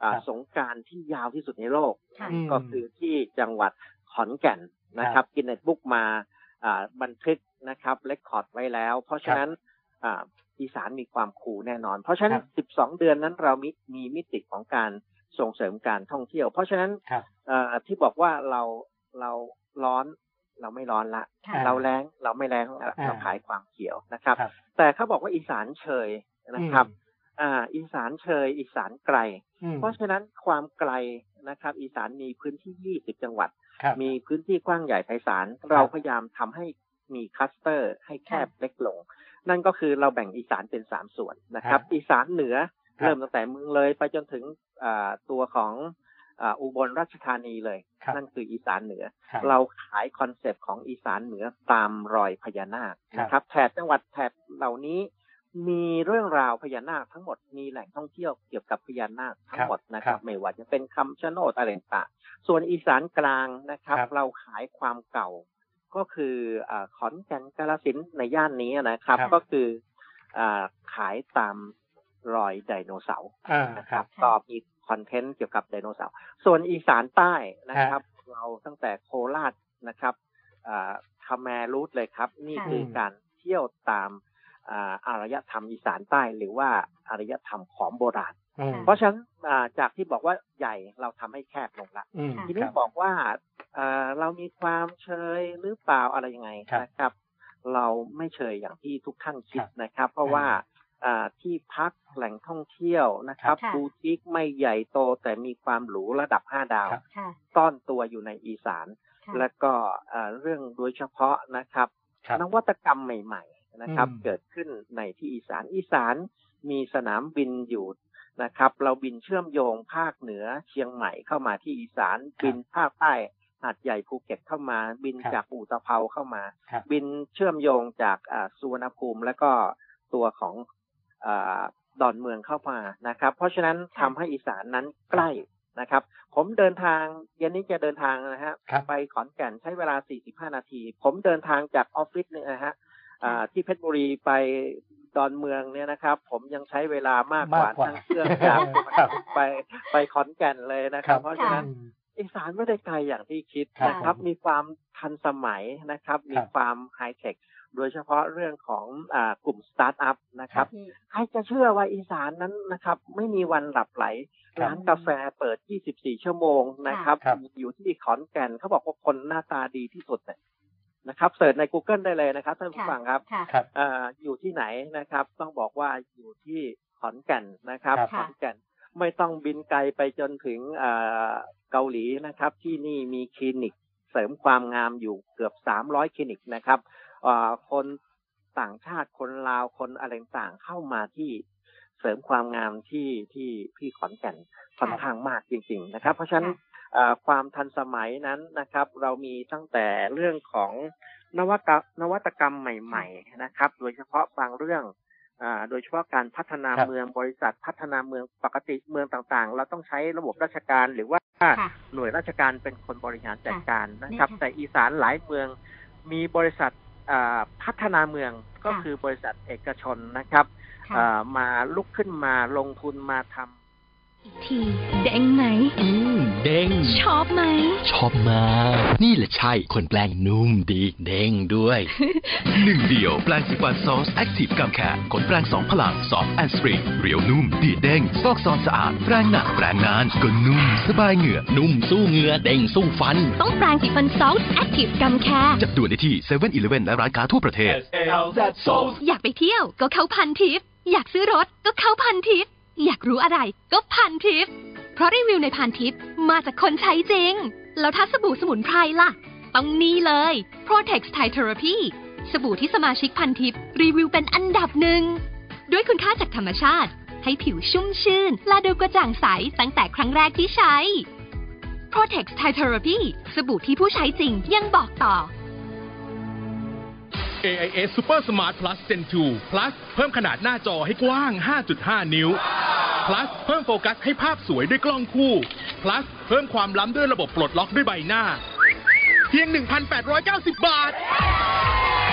E: เอ่อ
C: ครับ
E: สงกรารที่ยาวที่สุดในโลก
B: ค่ะ
C: ม
E: ก็คือที่จังหวัดขอนแก่นนะครับกินเนตบุ๊กมาอ่าบันทึกนะครับเลคคอร์ดไว้แล้ว เพราะฉะนั้นอ่าอีสานมีความคูลแน่นอน เพราะฉะนั้
C: ครั
E: น 12 เดือนนั้นเรามีมีมิติของการส่งเสริมการท่องเที่ยว เพราะฉะนั้น
C: ครับ
E: เอ่อที่บอกว่าเราเราร้อนเราไม่ร้อนละ
B: ค่ะ
E: เราแรงเราไม่แรงละ
C: อ่า
E: เราขายความเขียวนะครับ
C: ครับ
E: แต่เขาบอกว่าอีสานเชยนะครับ อ่า อีสานเชย อีสานไกล
C: อืม
E: เพราะฉะนั้นความไกลนะครับ อีสานมีพื้นที่ 20 จังหวัด
C: ครับ
E: มีพื้นที่กว้างใหญ่ไพศาลเราพยายามทำให้มีคลัสเตอร์ ให้แคบเล็กลง นั่นก็คือเราแบ่งอีสานเป็นสามส่วนนะครับ
C: ครับ
E: อีสานเหนือ
C: ครับ
E: เริ่มตั้งแต่เมืองเลยไปจนถึงอ่าตัวของอ่าอุบลราชธานีเลย
C: ครับ
E: นั่นคืออีสานเหนือ
C: คบ
E: เราขายคอนเซปต์ของอีสานเหนือตามรอยพญานาคนะค
C: ครั
E: รับบ แถบจังหวัดแถบเหล่านี้ มีเรื่องราวพญานาคทั้งหมดมีแหล่งท่องเที่ยวเกี่ยวกับพญานาคทั้งหมดนะครับ ไม่ว่าจะเป็นคำชะโนดอะไรต่างๆส่วนอีสานกลางนะครับ
C: ครับ
E: เราขายความเก่า ก็คืออาขอนแก่นกาลสินธุ์ในย่านนี้นะครับ
C: ครับ
E: ก็คืออาขายตามรอยไดโนเสาร์
C: อ่า
E: นะ
C: ค
E: ค
C: รั
E: รับ บ
B: ครับ
E: ก็มีคอนเทนต์เกี่ยวกับไดโนเสาร์ส่วนอีสานใต้นะครับ เราตั้งแต่โคราชนะครับอ่าคาแมรูทเลยครับ นี่
B: ค่ะ
E: คือการเที่ยวตามอ่าอารยธรรมอีสานใต้ หรือว่าอารยธรรมของโบราณ
C: อืม
E: เพราะฉะนั้นอ่าจากที่บอกว่าใหญ่เราทำให้แคบลงละ
C: อืม
B: ค่ะ
E: ที
C: ค
E: นี้
C: รับ
E: บอกว่าเอ่อเรามีความเชยหรือเปล่าอะไรยังไง
C: ครับ
E: นะครับ เราไม่เชยอย่างที่ทุกท่านคิด
C: ครับ
E: นะครับ เพราะว่าเอ่อที่พักแหล่งท่องเที่ยวนะครับ
B: ครับ
E: บูติกไม่ใหญ่โตแต่มีความหรูระดับ 5 ดาว
C: ครับ
B: ค่ะ
E: ต้อนตัวอยู่ในอีสาน
B: ค่ะ
E: แล้วก็เอ่อเรื่องโดยเฉพาะนะครับ
C: ครับ
E: นวัตกรรมใหม่ ๆ นะครับ
C: อืม
E: เกิดขึ้นในที่อีสานอีสานมีสนามบินอยู่นะครับ เราบินเชื่อมโยงภาคเหนือเชียงใหม่เข้ามาที่อีสาน
C: ครับ
E: บินภาคใต้หาดใหญ่ภูเก็ตเข้ามา บิน
C: ครับ
E: จากอู่ตะเภาเข้ามา
C: ครับ
E: บินเชื่อมโยงจากอ่าสุวรรณภูมิแล้วก็ตัวของอาดอนเมืองเข้ามานะครับ เพราะฉะนั้น
B: ครั
E: ทำ
B: บ
E: ให้อีสานนั้นใกล้นะครับ ผมเดินทางเย็นนี้จะเดินทางนะฮะ
C: ครับ
E: ไปขอนแก่นใช้เวลา 45 นาที ผมเดินทางจากออฟฟิศเนี่ยนะฮะอ่าที่เพชรบุรีไปดอนเมืองเนี่ยนะครับ ผมยังใช้เวลามากกว่าทั้งเครื่องจาก
C: ครับ
E: ไปไปขอนแก่นเลยนะค
C: ครั
E: รับ
C: บ
E: เพราะฉะนั้น อีสานไม่ได้ไกลอย่างที่คิดนะค
C: ครั
E: รั
C: บบ ผม
E: มีความทันสมัยนะครับ มี
C: ครับ
E: ความไฮเทค โดยเฉพาะเรื่องของอากลุ่มสตาร์ทอัพนะค
C: ครั
E: รับ บ
B: ที่
E: ใครจะเชื่อว่าอีสานนั้นนะครับ ไม่มีวันหลับไหล
C: ครับ
E: ร้านกาแฟเปิด 24 ชั่วโมงนะครับ
C: ครับ
E: อยู่ที่ขอนแก่นเขาบอกว่าคนหน้าตาดีที่สุดเนี่ยนะครับเสิร์ชใน Google ได้เลยนะครับท่านผู้
B: ค่ะ
E: ฟังครับ
B: ค่ะ
C: ครับ
E: เอ่ออยู่ที่ไหนนะครับ ต้องบอกว่าอยู่ที่ขอนแก่นนะครับ
C: ครับ
E: ขอนแก่นไม่ต้องบินไกลไปจนถึงเอ่อเกาหลีนะครับ ที่นี่มีคลินิกเสริมความงามอยู่เกือบ 300 คลินิกนะครับเอ่อคนต่างชาติคนลาวคนอะไรต่างๆเข้ามาที่เสริมความงามที่ที่ที่ขอนแก่นค่อนข้างมากจริง ๆ นะครับ เพราะฉะนั้น
B: ค่ะ
E: เอ่อความทันสมัยนั้นนะครับ เรามีตั้งแต่เรื่องของนวัตกรรมนวัตกรรมใหม่ๆนะครับ โดยเฉพาะบางเรื่องอ่าโดยเฉพาะการพัฒนา
C: ครับ
E: เมืองบริษัทพัฒนาเมืองปกติเมืองต่างๆ เราต้องใช้ระบบราชการหรือว่า
B: ค่ะ
E: หน่วยราชการเป็นคนบริหารจัดการนะครับ
B: นี่ค่ะ
E: แต่อีสานหลายเมืองมีบริษัทอ่าพัฒนาเมืองก็
B: ค่ะ
E: คือบริษัทเอกชนนะครับ
B: ค่ะ
E: เอ่อมาลุกขึ้นมาลงทุนมาทำ
F: ทีเด้งไหม
A: อืมเด้ง
F: ชอบไหม
A: ชอบมาก นี่แหละใช่ คนแปลงนุ่มดีเด้งด้วย หนึ่งเดียวแปลงสีฟันซอสแอคทีฟกัมแคร์ขนแปลงสองพลังซอฟแอนสปริงเรียวนุ่ม ดีเด้งฟอกซอนสะอาด แปรงหนักแปรงนาน ก็นุ่ม สบายเหงื่อ นุ่มสู้เหงื่อ เด้งสู้ฟัน
F: ต้องแปรงสีฟันซอสแอคทีฟกัมแคร์
A: จับด่วนได้ที่เซเว่นอีเลฟเว่นและร้านค้าทั่วประเทศ
F: อยากไปเที่ยวก็เข้าพันทิป อยากซื้อรถก็เข้าพันทิป อยากรู้อะไรก็พันทิป เพราะรีวิวในพันทิปมาจากคนใช้จริง แล้วถ้าสบู่สมุนไพรล่ะ ต้องนี่เลย Protex Thai Therapy สบู่ที่สมาชิกพันทิป รีวิวเป็นอันดับหนึ่ง ด้วยคุณค่าจากธรรมชาติ ให้ผิวชุ่มชื่น และดูกระจ่างใสตั้งแต่ครั้งแรกที่ใช้ Protex Thai Therapy สบู่ที่ผู้ใช้จริงยังบอกต่อ
G: AIS Super Smart Plus Gen 2 Plus เพิ่มขนาดหน้าจอให้กว้าง 5.5 นิ้ว plus เพิ่มโฟกัสให้ภาพสวยด้วยกล้องคู่ plus เพิ่มความล้ำด้วยระบบปลดล็อกด้วยใบหน้า เพียง 1,890 บาท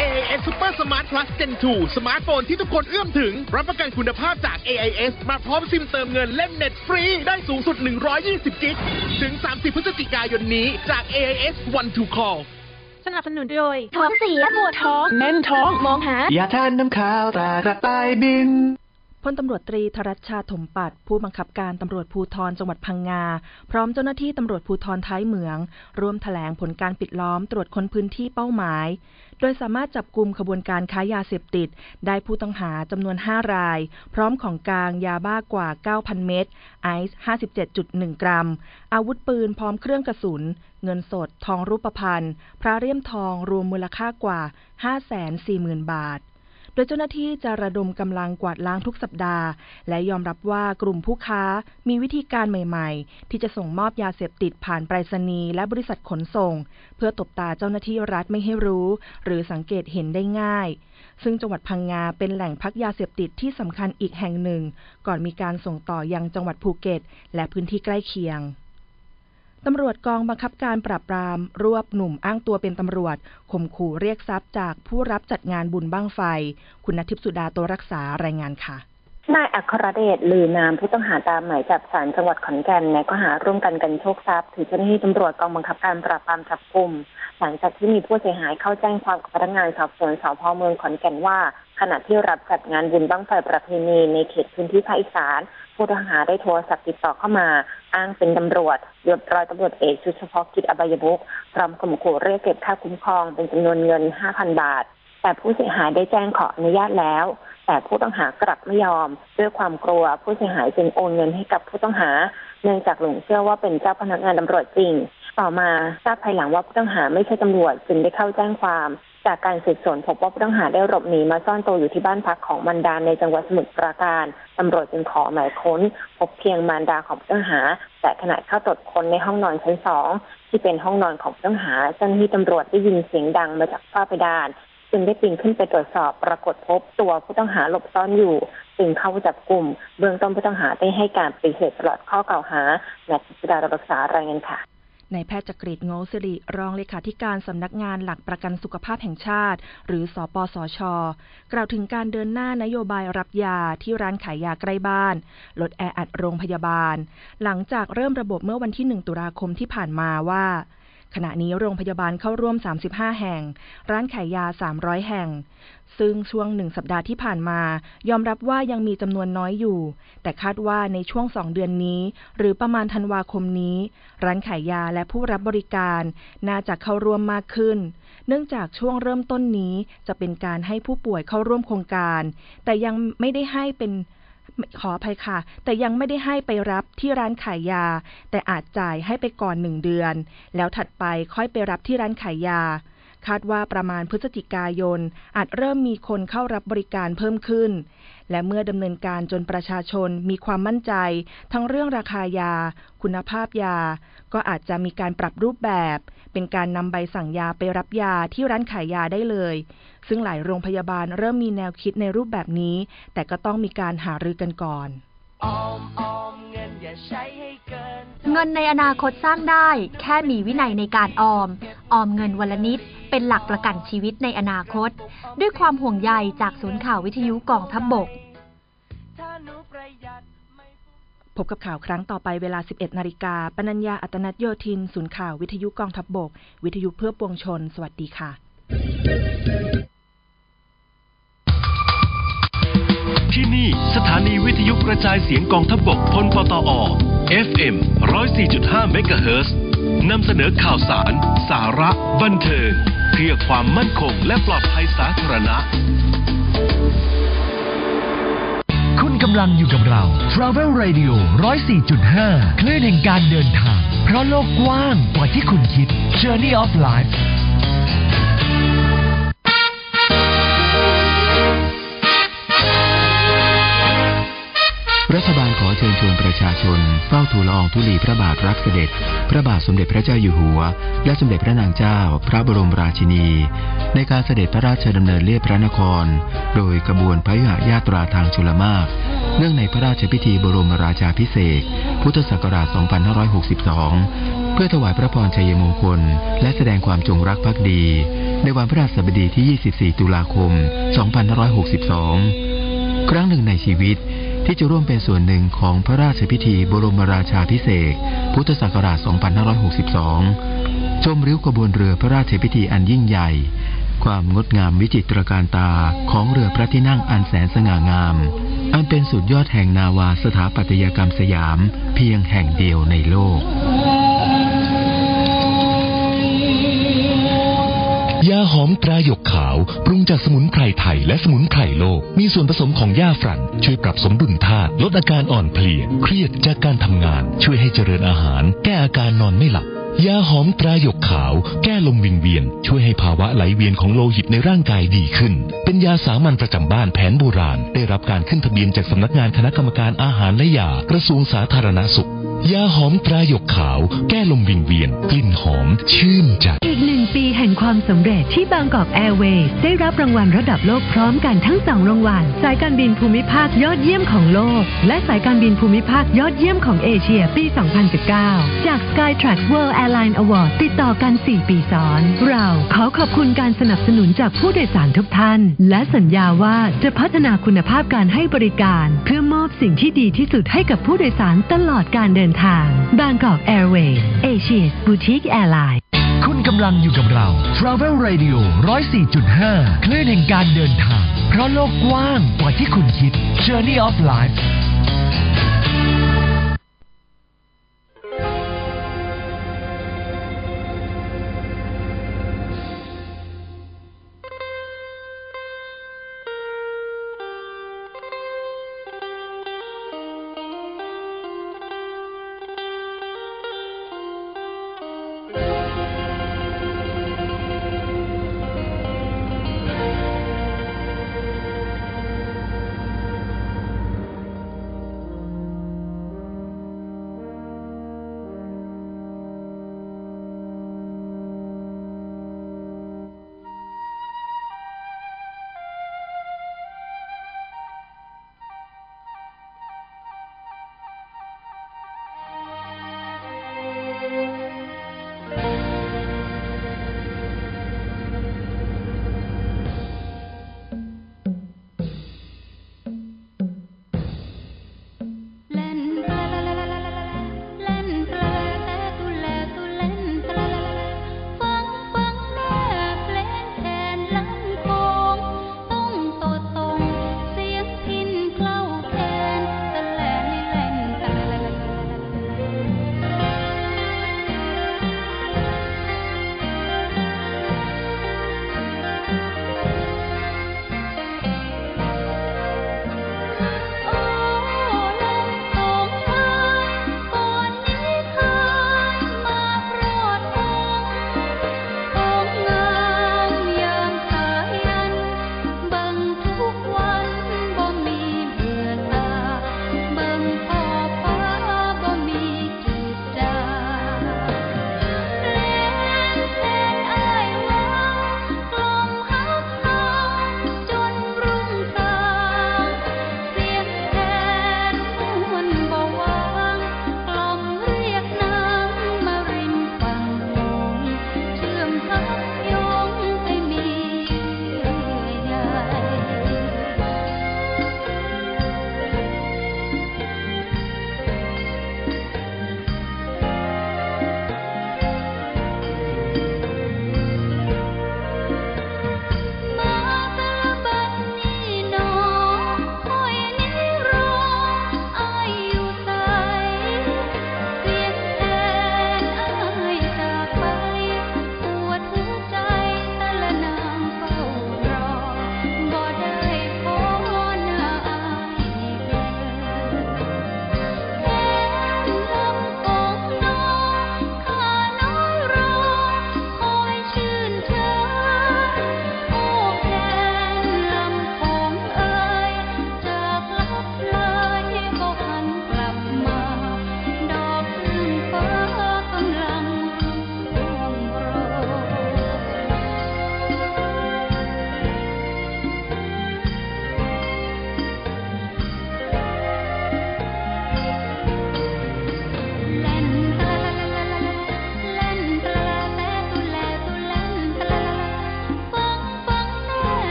G: AIS Super Smart Plus Gen 2 สมาร์ทโฟนที่ทุกคนเอื้อมถึง รับประกันคุณภาพจาก AIS มาพร้อมซิมเติมเงินเล่นเน็ตฟรี ได้สูงสุด 120 กิก ถึง 30 พฤศจิกายนนี้จาก AIS One to Call
H: สนับสนุนโดย
I: ท้องเสียปวดท้อง แน่นท้อง มองหา
J: อย่าทานน้ำขาวตรากระต่ายบิน
K: พลตำรวจตรีธรัชชาถมปัตย์ผู้บังคับการตำรวจภูธรจังหวัดพังงา พร้อมเจ้าหน้าที่ตำรวจภูธรท้ายเหมือง ร่วมถแถลงผลการปิดล้อมตรวจค้นพื้นที่เป้าหมาย โดยสามารถจับกลุ่มขบวนการค้ายาเสพติด ได้ผู้ต้องหาจำนวน 5 ราย พร้อมของกลางยาบ้ากว่า 9,000 เม็ดไอซ์ 57.1 กรัม อาวุธปืนพร้อมเครื่องกระสุน เงินสด ทองรูปพรรณพระเลี่ยมทองรวมมูลค่ากว่า 540,000 บาท โดยเจ้าหน้าที่จะระดมกำลังกวาดล้างทุกสัปดาห์ และยอมรับว่ากลุ่มผู้ค้ามีวิธีการใหม่ๆ ที่จะส่งมอบยาเสพติดผ่านไปรษณีย์และบริษัทขนส่ง เพื่อตบตาเจ้าหน้าที่รัฐไม่ให้รู้ หรือสังเกตเห็นได้ง่าย ซึ่งจังหวัดพังงาเป็นแหล่งพักยาเสพติดที่สำคัญอีกแห่งหนึ่ง ก่อนมีการส่งต่อยังจังหวัดภูเก็ต และพื้นที่ใกล้เคียง ตำรวจกองบังคับการปราบปราม รวบหนุ่มอ้างตัวเป็นตำรวจข่มขู่เรียกทรัพย์จากผู้รับจัดงานบุญบ้างไฟ คุณนทิพย์สุดาตัวรักษารายงานค่ะ
L: นายอัครเดชลือนามผู้ต้องหาตามหมายจับศาลจังหวัดขอนแก่นในข้อหาร่วมกันกันโชคทรัพย์ถือเจ้าหน้าที่ตำรวจกองบังคับการปราบปรามจับกลุ่มหลังจากที่มีผู้เสียหายเข้าแจ้งความกับพนักงานสอบสวนสพเมืองขอนแก่นว่า ขณะที่รับจัดงานบุญบั้งไฟประเพณีในเขตพื้นที่ภาคอีสาน ผู้ต้องหาได้โทรศัพท์ติดต่อเข้ามา อ้างเป็นตำรวจยศร้อยตำรวจเอกชุดเฉพาะกิจอบายมุขพร้อมข่มขู่เรียกเก็บค่าคุ้มครองเป็นจำนวนเงิน 5,000 บาท แต่ผู้เสียหายได้แจ้งขออนุญาตแล้ว แต่ผู้ต้องหากลับไม่ยอม ด้วยความกลัวผู้เสียหายจึงโอนเงินให้กับผู้ต้องหา เนื่องจากหลงเชื่อว่าเป็นเจ้าพนักงานตำรวจจริง ต่อมาทราบภายหลังว่าผู้ต้องหาไม่ใช่ตำรวจจึงได้เข้าแจ้งความ จากการสืบสวนพบว่าผู้ต้องหาได้หลบหนีมาซ่อนตัวอยู่ที่บ้านพักของมันดาในจังหวัดสมุทรปราการตำรวจจึงขอหมายค้น พบเพียงมารดาของผู้ต้องหา แต่ขณะเข้าตรวจค้นในห้องนอนชั้นสองที่เป็นห้องนอนของผู้ต้องหาเจ้าหน้าที่ตำรวจได้ยินเสียงดังมาจากฝ้าเพดาน จึงได้ปีนขึ้นไปตรวจสอบปรากฏพบตัวผู้ต้องหาหลบซ่อนอยู่ จึงเข้าจับกลุ่ม เบื้องต้นผู้ต้องหาได้ให้การปฏิเสธตลอดข้อกล่าวหาแมทธิดารักษารายงานค่ะ
K: นายแพทย์จักริดโงสิริ รองเลขาธิการสำนักงานหลักประกันสุขภาพแห่งชาติ หรือสปสช กล่าวถึงการเดินหน้านโยบายรับยาที่ร้านขายยาใกล้บ้าน ลดแออัดโรงพยาบาล หลังจากเริ่มระบบเมื่อวันที่ 1 ตุลาคมที่ผ่านมาว่า ขณะนี้โรงพยาบาลเข้าร่วม 35 แห่ง ร้านขายยา 300 แห่ง ซึ่งช่วงหนึ่งสัปดาห์ที่ผ่านมา ยอมรับว่ายังมีจำนวนน้อยอยู่ แต่คาดว่าในช่วงสองเดือนนี้ หรือประมาณธันวาคมนี้ ร้านขายยาและผู้รับบริการ น่าจะเข้าร่วมมากขึ้น เนื่องจากช่วงเริ่มต้นนี้จะเป็นการให้ผู้ป่วยเข้าร่วมโครงการ แต่ยังไม่ได้ให้เป็น ขออภัยค่ะ แต่ยังไม่ได้ให้ไปรับที่ร้านขายยา แต่อาจจ่ายให้ไปก่อนหนึ่งเดือน แล้วถัดไปค่อยไปรับที่ร้านขายยา คาดว่าประมาณพฤศจิกายน อาจเริ่มมีคนเข้ารับบริการเพิ่มขึ้น และเมื่อดำเนินการจนประชาชนมีความมั่นใจ ทั้งเรื่องราคายา คุณภาพยา ก็อาจจะมีการปรับรูปแบบ เป็นการนำใบสั่งยาไปรับยาที่ร้านขายยาได้เลย ซึ่งหลายโรงพยาบาลเริ่มมีแนวคิดในรูปแบบนี้ แต่ก็ต้องมีการหารือกันก่อน
M: เงินในอนาคตสร้างได้ แค่มีวินัยในการออม ออมเงินวันละนิด เป็นหลักประกันชีวิตในอนาคต ด้วยความห่วงใยจากศูนย์ข่าววิทยุกองทัพบก
K: พบกับข่าวครั้งต่อไปเวลา 11 นาฬิกาปนัญญาอัตนัทโยธิน ศูนย์ข่าววิทยุกองทัพบบก วิทยุเพื่อปวงชน สวัสดีค่ะ
A: ที่นี่สถานีวิทยุกระจายเสียงกองทัพบบกพลปตอ FM 104.5 เมกะเฮิรตซ์นำเสนอข่าวสาร สาระ บันเทิง เพื่อความมั่นคงและปลอดภัยสาธารณะ คุณกำลังอยู่กับเรา Travel Radio 104.5 คลื่นแห่งการเดินทาง เพราะโลกกว้างกว่าที่คุณคิด Journey of Life
N: รั ฐบาลขอเชิญชวนประชาชนเฝ้าทูลละอองธุลีพระบาทรับเสด็จ พระบาทสมเด็จพระเจ้าอยู่หัว และสมเด็จพระนางเจ้า พระบรมราชินี ในการเสด็จพระราชดำเนินเลียบพระนคร โดยกระบวนพยุหญาตราทางชลมารคเนื่องในพระราชพิธีบรมราชาพิเศษกพุทธศักราช 2562 เพื่อถวายพระพรชัยมงคล และแสดงความจงรักภักดี ในวันพระราชบดีที่ 24 ตุลาคม 2562 ครั้งหนึ่งในชีวิตที่จะร่วมเป็นส่วนหนึ่งของพระราชพิธีบรมราชาพิเศษกพุทธศักราช 2562 ชมริ้วขบวนเรือพระราชพิธีอันยิ่งใหญ่ ความงดงามวิจิตรการตาของเรือพระที่นั่งอันแสนสง่างาม อันเป็นสุดยอดแห่งนาวาสถาปัตยกรรมสยามเพียงแห่งเดียวในโลก
O: ยาหอมตราหยกขาว ปรุงจากสมุนไพรไทยและสมุนไพรโลก มีส่วนผสมของยาฝรั่น ช่วยปรับสมดุลธาตุลดอาการอ่อนเพลีย เครียดจากการทำงาน ช่วยให้เจริญอาหาร แก้อาการนอนไม่หลับ ยาหอมตราหยกขาว แก้ลมวิงเวียน ช่วยให้ภาวะไหลเวียนของโลหิตในร่างกายดีขึ้น เป็นยาสามัญประจำบ้านแผนโบราณ ได้รับการขึ้นทะเบียนจากสำนักงานคณะกรรมการอาหารและยากระทรวงสาธารณสุข ยาหอมตราหยกขาว แก้ลมวิงเวียน กลิ่นหอม ชื่นใจ
P: อีกหนึ่งปีแห่งความสำเร็จที่บางกอกแอร์เวย์ได้รับรางวัลระดับโลกพร้อมกันทั้งสองรางวัลสายการบินภูมิภาคยอดเยี่ยมของโลก และสายการบินภูมิภาคยอดเยี่ยมของเอเชียปี 2019 จาก Skytrax World Airline Award ติดต่อกัน 4 ปีซ้อน เราขอขอบคุณการสนับสนุนจากผู้โดยสารทุกท่าน และสัญญาว่าจะพัฒนาคุณภาพการให้บริการ เพื่อมอบสิ่งที่ดีที่สุดให้กับผู้โดยสารตลอดการเดินทางบางกอกแอร์เวย์เอเชียบูติกแอร์ไลน์
A: คุณกำลังอยู่กับเรา Travel Radio 104.5 คลื่นแห่งการเดินทาง เพราะโลกกว้างกว่าที่คุณคิด Journey of Life
Q: ค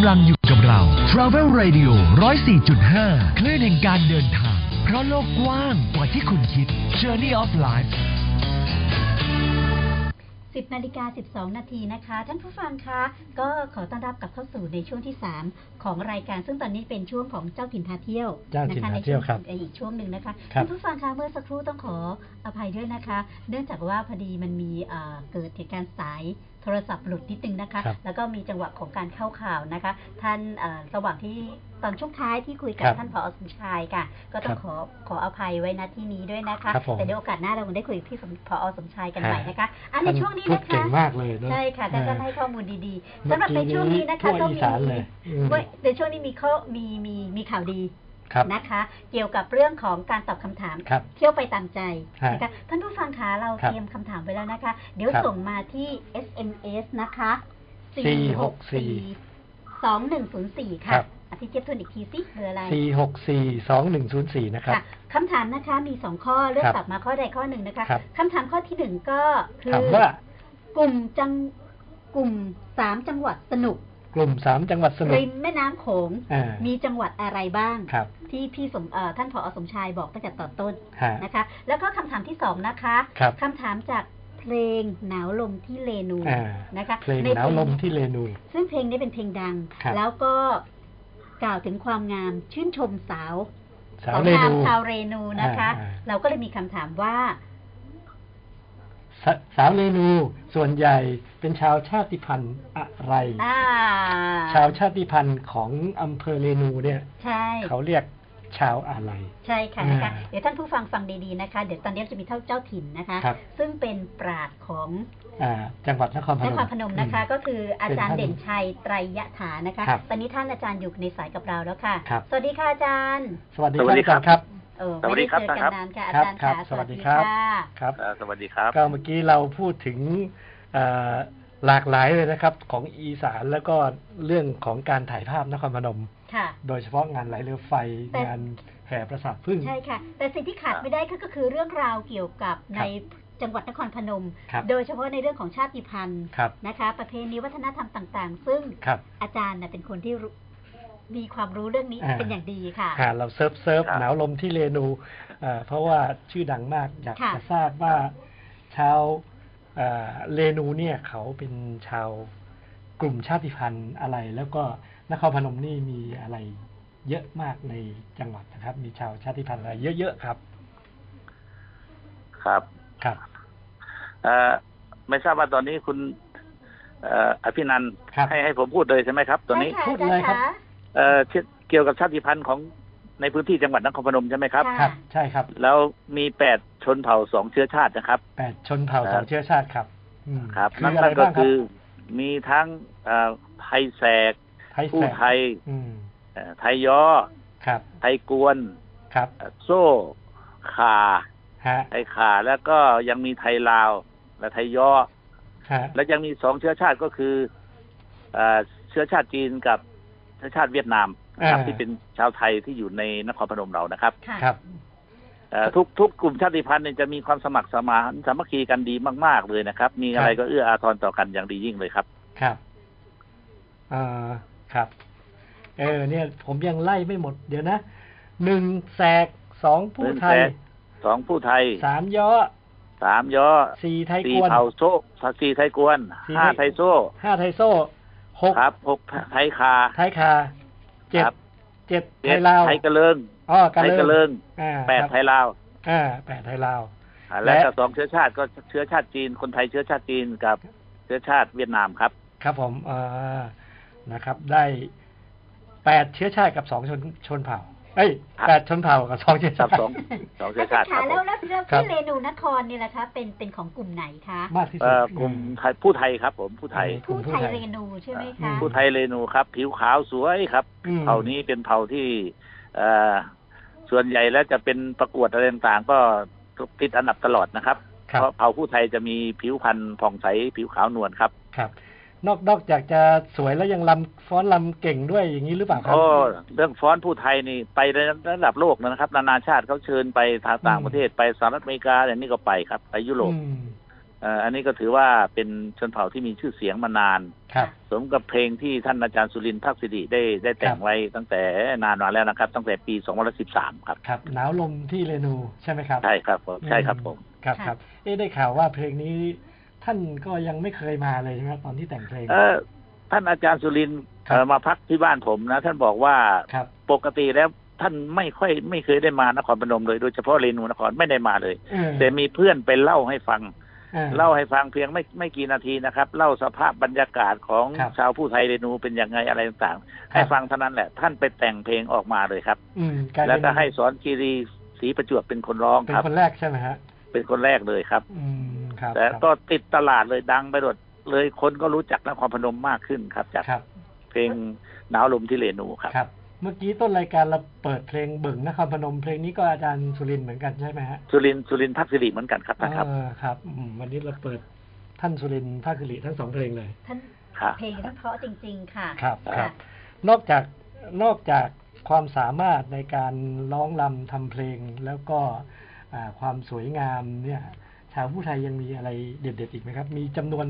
A: ำลังอยู่กับเรา Travel Radio 104.5 คลื่นแห่งการเดินทาง เพราะโลกกว้างกว่าที่คุณคิด Journey of Life
B: 10นาฬิกา12 นาทีนะคะ ท่านผู้ฟังคะ ก็ขอต้อนรับกลับเข้าสู่ในช่วงที่ 3 ของรายการ ซึ่งตอนนี้เป็นช่วงของเจ้าถิ่นพาเที่ยว
C: เจ้าถิ่นพาเที่ยว
B: ะะ
C: ครับ
B: ในช่วงอีกช่วงหนึ่งนะคะ
C: ครับ
B: ท่านผู้ฟังคะเมื่อสักครู่ต้องขออภัยด้วยนะคะ เนื่องจากว่าพอดีมันมีเอ่อเกิดเหตุการณ์สายโทรศัพท์หลุดนิดนึงนะคะ
C: ครับ
B: แล้วก็มีจังหวะของการเข้าข่าวนะคะ ท่านเอ่อระหว่างที่ตอนช่วงท้ายที่คุยกั
C: ค
B: บ
C: รับ
B: ท่านผอสมชายค่ะ ก็ต้องขอขออภัยไว้ณที่นี้ด้วยนะคะ
C: ครับผม
B: แต่ในโอกาสหน้าเราคงได้คุยกับพี่สมผอสมชายกันใหม่นะคะอ่ะใน
C: ท่าน
B: ช่วงนี้
C: พูด
B: นะคะ
C: เก่งมากเลยเนอะ
B: ใช่ค่ะท่านก็ให้ข้อมูลดีๆสำหรับใน
C: เมื่อกี้
B: ช่วงนี้นะคะ
C: ทั่ว
B: ก็
C: อี
B: มี
C: สานเลยอืม
B: เว้ยในช่วงนี้มีข้อมีมีมีข่าวดี
C: ครับ
B: นะคะ เกี่ยวกับเรื่องของการตอบคำถาม
C: ครับ
B: เที่ยวไปตามใจ
C: ฮะ
B: นะคะท่านผู้ฟังคะเรา
C: ครับ
B: เตรียมคำถามไว้แล้วนะคะ เดี๋ยว
C: ครับ
B: ส่งมาที่ SMS นะคะ
C: 464ค
B: 2104ค่ะ
C: รับ
B: อภิเจี๊ยบทวนอีกทีสิเบอร์อะไร
C: สี่หกสี่สองหนึ่งศูนย์สี่นะครับ
B: ค่ะคำถามนะคะมีสองข้อเลือก
C: ครับ
B: กลับมาข้อใดข้อหนึ่งนะคะ
C: ครับ
B: คำถามข้อที่หนึ่งก็คือ
C: ถามว่า
B: กลุ่มจังกลุ่มสามจังหวัดสนุก
C: กลุ่มสามจังหวัดสนุก
B: ริมแม่น้ำโขง
C: อ่ามี
B: มีจังหวัดอะไรบ้าง
C: ครับ
B: ที่พี่สมเอ่อท่านผอสมชายบอกตั้งแต่ตอนต้น
C: ฮะ
B: นะคะ แล้วก็คำถามที่สองนะคะ
C: ครับ
B: คำถามจากเพลงหนาวลมที่เลนู
C: อ่า
B: นะคะ
C: เพลง
B: ใ
C: หนาวลมที่เรนู
B: ซึ่งเพลงนี้เป็นเพลงดัง
C: ครับ
B: แล้วก็กล่าวถึงความงามชื่นชมสาว
C: สาวเรนู
B: ชาวเรนูนะคะ
C: อ่า
B: เราก็เลยมีคำถามว่า
C: สาสาวเรนูส่วนใหญ่เป็นชาวชาติพันธุ์อะไร
B: อ่า
C: ชาวชาติพันธุ์ของอำเภอเรนูเนี่ย
B: ใช่
C: เขาเรียกชาวอะไร
B: ใช่ค่ะนะคะ
C: อ่า
B: เดี๋ยวท่านผู้ฟังฟังดีๆนะคะ เดี๋ยวตอนนี้จะมีเท่าเจ้าถิ่นนะคะ
C: ครับ
B: ซึ่งเป็นปราดของ
C: อ่า จังหวัดนครพ
B: น
C: นม
B: ครพนมนะคะ
C: อื
B: ก็คืออาจารย์เด่นชัยไตรยถานะคะ
C: ครับ
B: ตอนนี้ท่านอาจารย์อยู่ในสายกับเราแล้วค่ะ
C: ครับ
B: สวัสดีค่ะอาจารย์
C: สวัสดีครับอาจารย์ครับ
B: เออ
Q: สวั
B: ไม่
Q: สดี
B: ได้
Q: ค
B: เจ
Q: รับ
B: อกัน
Q: ครับ
B: นานค่ะอา
C: ครับ
B: จารย์
C: ครับ
B: ค่ะ
C: สวัสดีครับ
B: ะ
C: ครับ
Q: เอ่อสวัสดีครับ
C: ก็เมื่อกี้เราพูดถึงเอ่อหลากหลายเลยนะครับ ของอีสานแล้วก็เรื่องของการถ่ายภาพนครพนม
B: ค่ะ
C: โดยเฉพาะงานไหลเรือไฟ
B: แต่
C: งานแห่ประสาทพึ่ง
B: ใช่ค่ะ แต่สิ่งที่ขาดไม่ได้ก็คือเรื่องราวเกี่ยวกับในจังหวัดนครพนม
C: ครับ
B: โดยเฉพาะในเรื่องของชาติพันธุ์
C: ครับ
B: นะคะ ประเพณีวัฒนธรรมต่างๆ ซึ่ง
C: ครับ
B: อาจารย์น่ะเป็นคนที่รู้มีความรู้เรื่องนี้
C: อ่า
B: เป็นอย่างดีค่ะ
C: ค่ะเราเซิร์ฟเซิร์ฟหนาวลมที่เรนูเอ่อเพราะว่าชื่อดังมากอยาก
B: ค่ะ
C: จะทราบว่าชาวเอ่อเรนูเนี่ยเขาเป็นชาวกลุ่มชาติพันธุ์อะไร แล้วก็นครพนมนี่มีอะไรเยอะมากในจังหวัดนะครับ มีชาวชาติพันธุ์อะไรเยอะๆครับ
Q: ครับ
C: ครับ
Q: เอ่อไม่ทราบว่าตอนนี้คุณ เอ่ออภินันท์
C: ครับ
Q: ให้ให้ผมพูดเลยใช่ไหมครับ ตอนนี้
B: ใช่ค่ะพูดเลยครับอาจารย์คะ
Q: เอ่อเช่นเกี่ยวกับชาติพันธุ์ของในพื้นที่จังหวัดนครพนมใช่ไหมครับ
C: ครับ ใช่ครับ
Q: แล้วมีแปดชนเผ่าสองเชื้อชาตินะครับ
C: แปดชนเผ่าสองเชื้อชาติครับอืม
Q: ครับ
C: คือ
Q: นั่น
C: อะไร
Q: ก็
C: บ้างครั
Q: คื
C: บ
Q: อมีทั้งเอ่อไทยแสก
C: ไทยแส
Q: ผู้
C: ก
Q: ไทย
C: อืม
Q: เอ่อไทยย้อ
C: ครับ
Q: ไทยกวน
C: ครับ
Q: เอ่อโซ่ขา
C: ฮะ
Q: ไทยขาแล้วก็ยังมีไทยลาวและไทยย้อ
C: ฮะ
Q: และยังมีสองเชื้อชาติก็คือเอ่อเชื้อชาติจีนกับเชื้อชาติเวียดนามนะครับ
C: า
Q: ที่เป็นชาวไทยที่อยู่ในนครพนมเรานะครับ
B: ค่ะ
C: ครับ
Q: เอ่อทุกทุกกลุ่มชาติพันธุ์เนี่ยจะมีความสมัครสมานสามัคคีกันดีมาก ๆ เลยนะครับ มีอะไร
C: ครับ
Q: ก็เอื้ออาทรต่อกันอย่างดียิ่งเลยครับ
C: ครับอ่าครับ เออ เนี่ย ผมยังไล่ไม่หมด เดี๋ยวนะ หนึ่งแสก สองผู้ไทย
Q: หนึ่งแสก สองผู้ไทย
C: สามย่อ
Q: สามย้อ
C: สี่ไทย
Q: สี่
C: กวน
Q: เผ่าโซ่สี่ไทยกวน
C: สี่
Q: ห้า
C: ไท
Q: ไท
C: ย
Q: ยโซ่
C: ห้าไทยโซ่หก
Q: ครับหกไทยคา
C: ไทยคา เจ็ด
Q: ครับ
C: เจ็ดไท
Q: เจ็ด
C: ยลาว
Q: ไทยกระเลิง
C: อ๋อกะ
Q: ไทย
C: เลิ
Q: กระเลิง
C: อ่า
Q: แปด
C: ครับ
Q: ไทยลาว
C: อ่าแปดไทยลาว
Q: อ่าและ
C: และ
Q: กับสองเชื้อชาติก็เชื้อชาติจีน คนไทยเชื้อชาติจีนกับเชื้อชาติเวียดนามครับ
C: ครับผมอ่านะครับ ได้แปดเชื้อชาติกับสองชน ชนเผ่า เอ้ย
Q: ครับ
C: แปดชนเผ่ากับสองเชื้อ
Q: ค
C: ชา
Q: รับ
C: ติ
Q: สองสองเชื้
B: อา
Q: อ
B: จา
Q: ชาร
B: ย์คะ
Q: ติครับผ
B: แล้ว
Q: ม
B: แล้วแล้ว
C: ครับ
B: ที่เรนูนครเนี่ยละคะ เป็นเป็นของกลุ่มไหนคะ
C: มากที่สุ
Q: เอ่
C: ด
Q: อกลุ่มไทยผู้ไทยครับ ผมผู้ไทย
C: กลุ่
B: ผู้
C: ม
B: ไทยเรนูใช่ไหมคะ
Q: ผู้ไทยเรนูครับ ผิวขาวสวยครับ
C: อืม
Q: เผ่านี้เป็นเผ่าที่เอ่อส่วนใหญ่แล้วจะเป็นประกวดอะไรต่างๆก็ติดอันดับตลอดนะครับ
C: ครับ
Q: เพราะเผ่าผู้ไทยจะมีผิวพรรณผ่องใสผิวขาวนวลครับ
C: ครับ นอกนอกจากจะสวยแล้วยังลำฟ้อนลำเก่งด้วยอย่างนี้หรือเปล่าครับ
Q: ก็เรื่องฟ้อนผู้ไทยนี่ไปในระดับโลกนะครับ นานาชาติเขาเชิญไปทางต่างประเทศไปสหรัฐอเมริกาเนี่ยนี่ก็ไปครับ ไปยุโรป
C: อืม
Q: เ เอ่ออันนี้ก็ถือว่าเป็นชนเผ่าที่มีชื่อเสียงมานาน
C: ครับ
Q: สมกับเพลงที่ท่านอาจารย์สุรินทร์ทักษิริได้ได้แต่งไว้ตั้งแต่นานมาแล้วนะครับ ตั้งแต่ปี2013ครับ
C: ครับ หนาวลมที่เรนูใช่ไหมครับ
Q: ใช่ครับผมใช่ครับผม
C: ครับครับ เอ๊ะได้ข่าวว่าเพลงนี้ท่านก็ยังไม่เคยมาเลยใช่ไหมครับตอนที่แต่งเพลง
Q: เออท่านอาจารย์สุรินทร์เอ่อมาพักที่บ้านผมนะ ท่านบอกว่า
C: ครับ
Q: ปกติแล้วท่านไม่ค่อยไม่เคยได้มานครพนมเลยโดยเฉพาะเรนูนครไม่ได้มาเลย
C: เออ
Q: แต่มีเพื่อนไปเล่าให้ฟัง
C: ออ
Q: เล่าให้ฟังเพียงไม่ไม่กี่นาทีนะครับ เล่าสภาพบรรยากาศของ
C: ครับ
Q: ชาวผู้ไทยเรนูเป็นยังไงอะไรต่างๆ ให้
C: ครับ
Q: ฟังเท่านั้นแหละ ท่านไปแต่งเพลงออกมาเลยครับ
C: อืมายเป็น
Q: แล้วก็ให้สอนคีรีศรีประจวบเป็นคนร้อง
C: เป็น
Q: ครับ
C: คนแรกใช่ไหมฮะ
Q: เป็นคนแรกเลยครับ
C: อืมครับ
Q: แต่ก็ติดตลาดเลยดังไปหมดเลยคนก็รู้จักนครพนมมากขึ้นครับจาก
C: ครับ
Q: เพลงหนาวลมที่เรนูครับ
C: ครับ เมื่อกี้ต้นรายการเราเปิดเพลงเบิ่งนครพนมเพลงนี้ก็อาจารย์สุรินทร์เหมือนกันใช่ไหมฮะ
Q: สุรินทร์สุรินทร์ทักษิริเหมือนกันครับท่านครับ
C: เออครับอืมวันนี้เราเปิดท่านสุรินทร์ภาคสิริทั้งสองเพลงเลย
B: ท่าน
Q: ครับ
B: เพลงท่านเพราะจริง ๆ ค่ะ
C: ครับครับ นอกจากนอกจากความสามารถในการร้องรำทำเพลงแล้วก็อ่าความสวยงามเนี่ย ชาวผู้ไทยยังมีอะไรเด็ดๆอีกไหมครับ มีจำนวน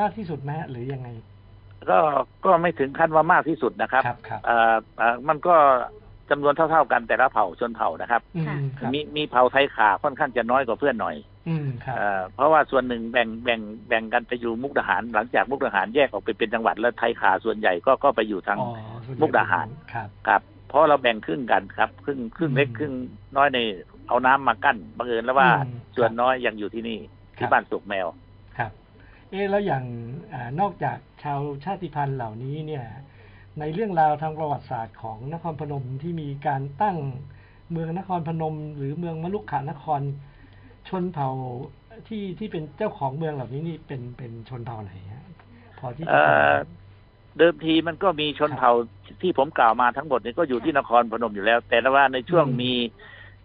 C: มากที่สุดไหมฮะหรือยังไง
Q: ก็ก็ไม่ถึงขั้นว่ามากที่สุดนะครับ
C: ครับครับ
Q: เอ่อเอ่อมันก็จำนวนเท่า ๆกันแต่ละเผ่าชนเผ่านะครับ
C: อืมครับ
Q: มีมีเผ่าไทยขาค่อนข้างจะน้อยกว่าเพื่อนหน่อย
C: อืมครับ
Q: เอ่อเพราะว่าส่วนหนึ่งแบ่งแบ่งแบ่งกันไปอยู่มุกดาหาร หลังจากมุกดาหารแยกออกไปเป็นจังหวัดแล้วไทยขาส่วนใหญ่ก็ก็ไปอยู่ทาง
C: อ๋อส่วนใหญ่
Q: มุกดาหาร
C: ครับ
Q: ครับ เพราะเราแบ่งครึ่งกันครับ ครึ่งครึ่งเล็กครึ่งน้อยในเอาน้ำมากั้นบังเอิญแล้วว่า
C: อืม
Q: ส่วนน้อยยังอยู่ที่นี่
C: ค
Q: ที่
C: รับ
Q: บ้านสุกแมว
C: ครับ เอะแล้วอย่างอานอกจากชาวชาติพันธุ์เหล่านี้เนี่ย ในเรื่องราวทางประวัติศาสตร์ของนครพนมที่มีการตั้งเมืองนครพนม หรือเมืองมลุกขานคร ชนเผ่าที่ที่เป็นเจ้าของเมืองเหล่านี้นี่เป็นเป็นชนเผ่าไหนฮะพอที่จะ
Q: เอ่อเดิมทีมันก็มีชนเผ่าที่ผมกล่าวมาทั้งหมดนี่ก็อยู่ที่นครพนมอยู่แล้ว แต่ว่าในช่วงมี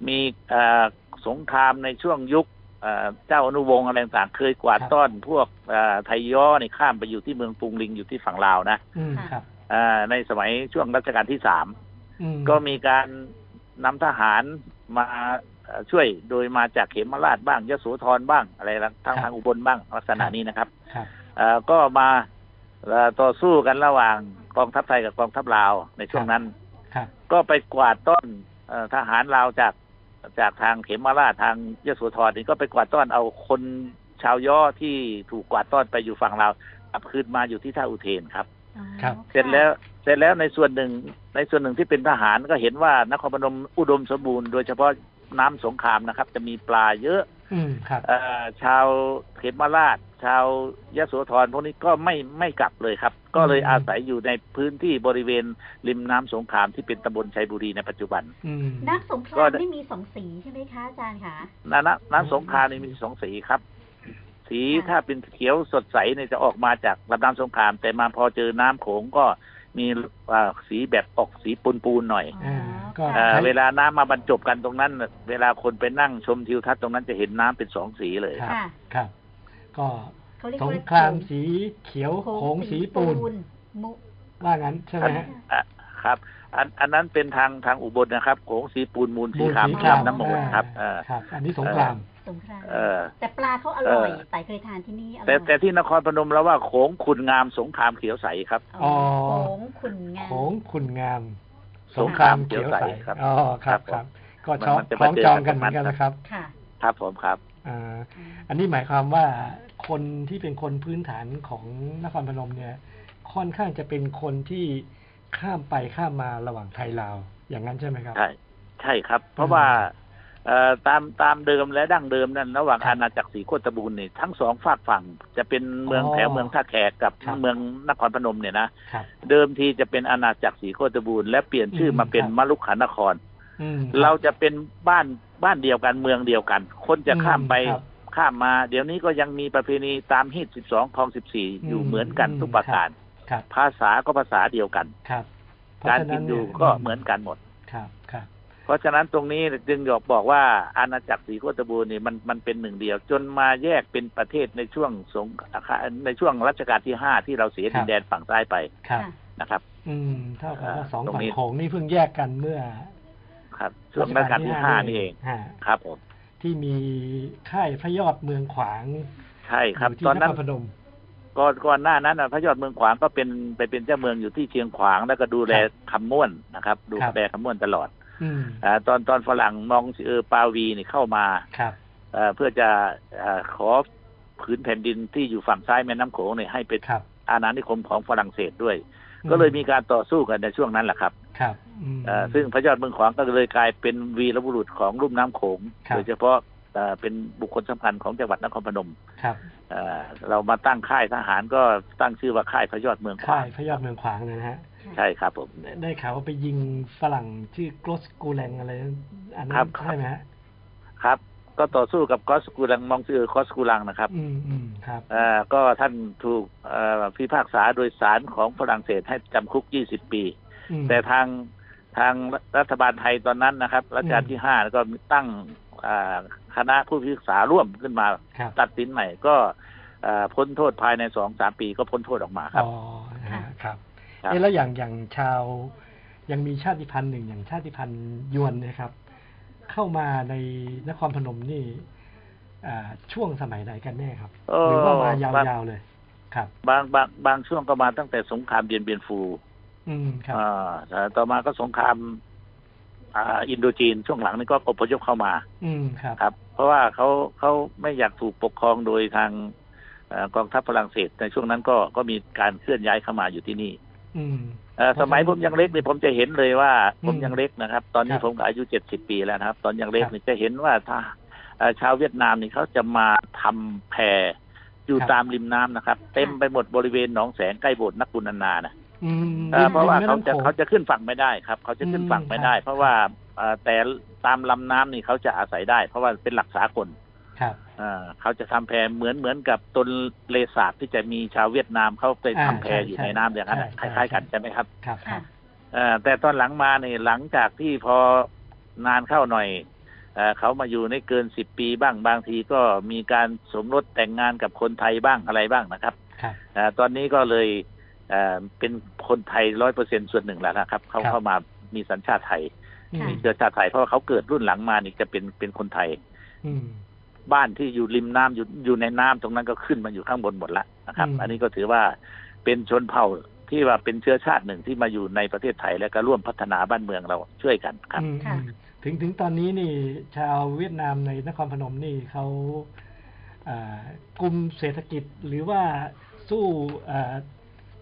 Q: มีเอ่อสงครามในช่วงยุคเอ่อเจ้าอนุวงศ์อะไรต่างๆเคยกวาดต้อนพวกเอ่อไทยย้อนี่ข้ามไปอยู่ที่เมืองปรุงลิงอยู่ที่ฝั่งลาวนะ
C: อืมครับ
Q: เอ่อในสมัยช่วงรัชกาลที่สาม
C: อืม
Q: ก็มีการนำทหารมาเอ่อช่วยโดยมาจากเขมราชบ้างยโสธรบ้างอะไรละทางทางอุบลบ้างลักษณะนี้นะครับ
C: ครับ
Q: เอ่อก็มาเอ่อต่อสู้กันระหว่างกองทัพไทยกับกองทัพลาวในช่วงนั้น
C: ครับ
Q: ก็ไปกวาดต้อนเอ่อทหารลาวจากจากทางเขมราชทางยโสธรนี่ก็ไปกวาดต้อนเอาคนชาวย่อที่ถูกกวาดต้อนไปอยู่ฝั่งลาวกลับคืนมาอยู่ที่ท่าอุเทนครับ
C: ครับ
Q: เสร็จแล้วเสร็จแล้วในส่วนหนึ่งในส่วนหนึ่งที่เป็นทหารก็เห็นว่านครพนมอุดมสมบูรณ์โดยเฉพาะน้ำสงครามนะครับ จะมีปลาเยอะ
C: อืมครับ
Q: เออชาวเขมราช ชาวยโสธรพวกนี้ก็ไม่ไม่กลับเลยครับ ก็เลย
C: อืม
Q: อาศัยอยู่ในพื้นที่บริเวณริมน้ำสงครามที่เป็นตำบลชัยบุรีในปัจจุบัน
C: อืม
B: น้ำสงค
Q: ก็
B: ราม
Q: ได้
B: ไม่มีสองสีใช่ไหมคะอาจารย์คะ
Q: น้ำน้ำสงครามนี่มีสองสีครับ สีถ้าเป็นเขียวสดใสเนี่ยจะออกมาจากลำน้ำสงคราม แต่มาพอเจอน้ำโขงก็มีเอ่อสีแบบออกสีปูนๆหน่อย
C: อ่าก็
Q: เอ่อ
C: ใช้
Q: เวลาน้ำมาบรรจบกันตรงนั้นน่ะเวลาคนไปนั่งชมทิวทัศน์ตรงนั้นจะเห็นน้ำเป็นสองสีเลย
C: ครับ
B: ค่ะ
C: ครับ ก็
B: เขาเรียก
C: สง
B: ว่า
C: ครามสีเขียว
B: โขง
C: โขงสีปูน
B: นมุ
C: ว่างั้นใช่ไหมฮะ
Q: อ่ะครับ อันอันนั้นเป็นทางทางอุบลนะครับโขงสีปูนมูลสี
C: มูล
Q: ขาว
C: สี
Q: ครา
C: ขาว
Q: บน้ำโมนครับเออ
C: ครับ อันนี้สงคราม
B: สงคราม
Q: เออ
B: แต่ปลาเขาอร่อย
Q: เออ
B: แต่เคยทานที่นี่อร่อย
Q: แต่แต่ที่นครพนมเราว่าโขงคุณงามสงครามเขียวใสครับ
C: อ๋อ
B: โขงขุนงา
C: โขง
B: ม
C: คุณงาม
Q: สงครามเขียวใสครับ
C: อ๋อครับ
Q: ค
C: ค
Q: รั
C: รั
Q: บบ ผม
C: ก็ช้อง
Q: มันจะ
C: คล้อง
Q: มาเจอ
C: จอง
Q: กั
C: กัน น
Q: ตรง
C: เหมือน
Q: นั้น
C: กันนะครับ
B: ค่ะ
Q: ครับผมครับ
C: อ่าอันนี้หมายความว่าคนที่เป็นคนพื้นฐานของนครพนมเนี่ย ค่อนข้างจะเป็นคนที่ข้ามไปข้ามมาระหว่างไทยลาว อย่างนั้นใช่ไหมครับ
Q: ใช่ใช่ครับ เพราะว่าเอ่อตามตามเดิมและดั้งเดิมนั่นระหว่างอาณาจักรศรีโคตบูรณ์นี่ทั้งสองฝากฝั่งจะเป็นเมือง
C: อ๋อ
Q: แถวเมืองท่าแขกกับ
C: ครับ
Q: เมืองนครพนมเนี่ยนะครับ เดิมทีจะเป็นอาณาจักรศรีโคตบูรณ์และเปลี่ยนชื่ออ
C: ม
Q: มาเป็น
C: ครับ
Q: มลุกขานคร
C: อืม
Q: เราจะเป็นบ้านบ้านเดียวกันเมืองเดียวกัน คนจะข้ามไป
C: อืมครับ
Q: ข้ามมา เดี๋ยวนี้ก็ยังมีประเพณีตามฮีตสิบสองคลองสิบสี่อยู่
C: อืม
Q: เหมือนกันทุกประการ
C: ครับ
Q: ภาษาก็ภาษาเดียวกัน
C: ครับเพะ
Q: การ
C: ฉะ
Q: กินอยู่
C: เ
Q: ก็เหมือนกันหมด
C: ครับครับ
Q: เพราะฉะนั้นตรงนี้จึงอยากบอกว่าอาณาจักรศรีโคตบูรณ์นี่มันมันเป็นหนึ่งเดียว จนมาแยกเป็นประเทศในช่วงสงครามในช่วงรัชกาลที่ห้าที่เราเสีย
C: ครั
Q: ดิ
C: บ
Q: นแดนฝั่งใต้ไป
C: ครับ
Q: นะครับ
C: อืมเท่ากับว่าสอง
Q: ตรง
C: ฝั่ง
Q: นี้
C: โขงนี่เพิ่งแยกกันเมื่อ
Q: ครับ ช่วงรัชกาลที่ห้านี่เอง
C: ฮะ
Q: ครับผม
C: ที่มีค่ายพระยอดเมืองขวาง
Q: ใช่ครับ
C: ยู่ที่
Q: ตอนนั้น
C: ครพนม
Q: ก่อนก่อนหน้านั้นน่ะพระยอดเมืองขวางก็เป็นไปเป็นเจ้าเมืองอยู่ที่เชียงขวางแล้วก็ดูแลคำม่วนนะครับ ดู
C: ครับ
Q: แลคำม่วนตลอด
C: อืม
Q: อาตอนตอนฝรั่งมองเออปาวีนี่เข้ามา
C: ครับ
Q: เอ่อเพื่อจะเออขอผืนแผ่นดินที่อยู่ฝั่งซ้ายแม่น้ำโขงเนี่ยให้เป็นอาณานิคมของฝรั่งเศสด้วย
C: อืม
Q: ก็เลยมีการต่อสู้กันในช่วงนั้นแหละครับ
C: ครับอืม
Q: เอ่อซึ่งพระยอดเมืองขวางก็เลยกลายเป็นวีรบุรุษของลุ่มน้ำโขง
C: ครับ
Q: โดยเฉพาะเอ่อเป็นบุคคลสำคัญของจังหวัดนครพนม
C: ครับ
Q: เอ่อเรามาตั้งค่ายทหารก็ตั้งชื่อว่าค่ายพระยอดเมืองข
C: ค่าว
Q: าง
C: ยพระยอดเมืองขวางนะฮะ
Q: ใช่ครับผม
C: ได้ได้ข่าวว่าไปยิงฝรั่งชื่อกรสกูแลงอะไรนั้นอันนั้
Q: ครับ
C: นใช่ไหมฮะ
Q: ครับ ก็ต่อสู้กับกอสกูลังมองชื่อคอสกูลังนะครับ
C: อืมอืมครับ
Q: เอ่อก็ท่านถูกเอ่อพิพากษาโดยศาลของฝรั่งเศสให้จำคุก 20 ปี
C: อืม
Q: แต่ทางทางรัฐบาลไทยตอนนั้นนะครับรัชกาลที่ 5 ก็ตั้งอ่าคณะผู้พิพากษาร่วมขึ้นมา
C: ครับ
Q: ตัดสินใหม่ก็เอ่อพ้นโทษภายในสองสามปีก็พ้นโทษออกมาครับ
C: อ๋อนะฮะครับ
Q: ครับ
C: เอ๊ะแล้วอย่างอย่างชาว ยังมีชาติพันธุ์หนึ่งอย่างชาติพันธุ์ยวนเนะครับ เข้ามาในนครพนมนี่อ่าช่วงสมัยไหนกันแน่ครับ
Q: เห
C: รือว่ามายาวๆเลย ครับ
Q: บางบางบางช่วงก็มาตั้งแต่สงครามเบียนเบียนฟู
C: อืมครับ
Q: อ่าแต่ต่อมาก็สงครามอ่าอินโดจีนช่วงหลังนี่ก็อพยพเข้ามา
C: อืมครับ
Q: ครับเพราะว่าเขาเขาไม่อยากถูกปกครองโดยทางเอ่อกองทัพฝรั่งเศสในช่วงนั้นก็ก็มีการเคลื่อนย้ายเข้ามาอยู่ที่นี่
C: อืม
Q: เอ่อสมัยผมยังเล็กเนี่ยผมจะเห็นเลยว่า
C: อืม
Q: ผมยังเล็กนะครับ ตอนนี้
C: ครับ
Q: ผมก็อายุเจ็ดสิบปีแล้วนะครับ ตอนยังเล็ก
C: ครับ
Q: เนี่ยจะเห็นว่าถ้าเอ่อชาวเวียดนามนี่เขาจะมาทำแพอยู่
C: ครับ
Q: ตามริมน้ำนะครับ เต็มไปหมดบริเวณหนองแสงใกล้โบสถ์นักบุญนานานะ
C: อืม
Q: เอ่อเพราะว่า
C: ริมแม่
Q: เขาจะ
C: น้ำโขง
Q: เขาจะขึ้นฝั่งไม่ได้ครับ เขาจะขึ้นฝั่งไม่ได้ เพราะว่าเอ่อแต่ตามลำน้ำนี่เขาจะอาศัยได้ เพราะว่าเป็นหลักสากล
C: ครับ
Q: เอ่อเขาจะทำแพเหมือนเหมือนกับตนเลสาบที่จะมีชาวเวียดนามเขาไปทำแพ
C: อ่าใช่
Q: อยู่ในน้ำอย่างนั้นน่ะค
C: ใช่ใช่
Q: ล้ายๆกันใช่ไหมครับ
C: ครับครับ
Q: เอ่อแต่ตอนหลังมาเนี่ยหลังจากที่พอนานเข้าหน่อยเอ่อเขามาอยู่ในเกินสิบปีบ้างบางทีก็มีการสมรสแต่งงานกับคนไทยบ้างอะไรบ้างนะครับ
C: ครับ
Q: เอ่อตอนนี้ก็เลยเอ่อเป็นคนไทยร้อยเปอร์เซ็นส่วนหนึ่งแล้วนะครับ เขา
C: ครับ
Q: เข้ามามีสัญชาติไทย
C: อืม
Q: มีเชื้อชาติไทยเพราะว่าเขาเกิดรุ่นหลังมานี่จะเป็นเป็นคนไทย
C: อืม
Q: บ้านที่อยู่ริมน้ำอยู่อยู่ในน้ำตรงนั้นก็ขึ้นมาอยู่ข้างบนหมดละนะครับ
C: อืม
Q: อันนี้ก็ถือว่าเป็นชนเผ่าที่ว่าเป็นเชื้อชาติหนึ่งที่มาอยู่ในประเทศไทยแล้วก็ร่วมพัฒนาบ้านเมืองเราช่วยกันครับ
C: อืมอืมถึงถึงตอนนี้นี่ ชาวเวียดนามในนครพนมนี่เขาอ่ากลุ่มเศรษฐกิจหรือว่าสู้อ่า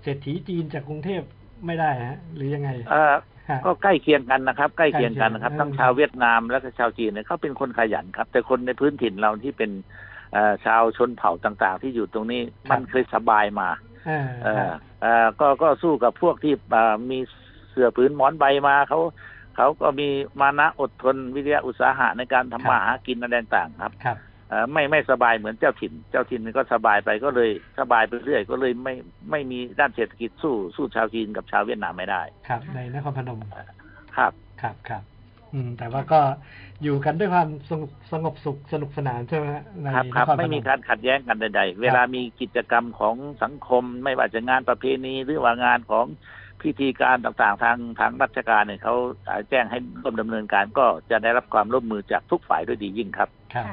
C: เศรษฐีจีนจากกรุงเทพไม่ได้ฮะ หรือยังไง
Q: เอ่อ
C: ฮะ
Q: ก็ใกล้เคียงกันนะครับ ใกล้เคียงกันนะครับ
C: ใกล้เคียง
Q: ทั้งชาวเวียดนามและก็ชาวจีนเนี่ยเขาเป็นคนขยันครับ แต่คนในพื้นถิ่นเราที่เป็นเอ่อชาวชนเผ่าต่างๆ ที่อยู่ตรงนี้
C: ครับ
Q: มันเคยสบายมา
C: อ่าค
Q: เอ่
C: รั
Q: อบ เอ่อก็ก็สู้กับพวกที่เอ่อมีเสือผืนหมอนใบมาเขาเขาก็มีมานะอดทนวิทยาอุตสาหะในการ
C: ครับ
Q: ทำมาหากินอะไรต่างๆครับ
C: ครับ
Q: เอ่อไม่ไม่สบายเหมือนเจ้าถิ่น เจ้าถิ่นมันก็สบายไปก็เลยสบายไปเรื่อยก็เลยไม่ไม่มีด้านเศรษฐกิจสู้สู้ชาวจีนกับชาวเวียดนามไม่ได้
C: ครับ ในนครพนม
Q: ครับ
C: ครับครับ อืม แต่ว่าก็อยู่กันด้วยความสงบสงบสุขสนุกสนานใช่ไหมฮะใน
Q: ครับ
C: น
Q: ครับ
C: ครพ
Q: ไม่
C: น
Q: มี
C: ม
Q: การขัดแย้งกันใดๆ เวลามีกิจกรรมของสังคม ไม่ว่าจะงานประเพณีหรือว่างานของพิธีการต่างๆ ทางทางราชการเนี่ยเขาแจ้งให้ร่วมดำเนินการก็จะได้รับความร่วมมือจากทุกฝ่ายด้วยดียิ่งครับ
C: ครับ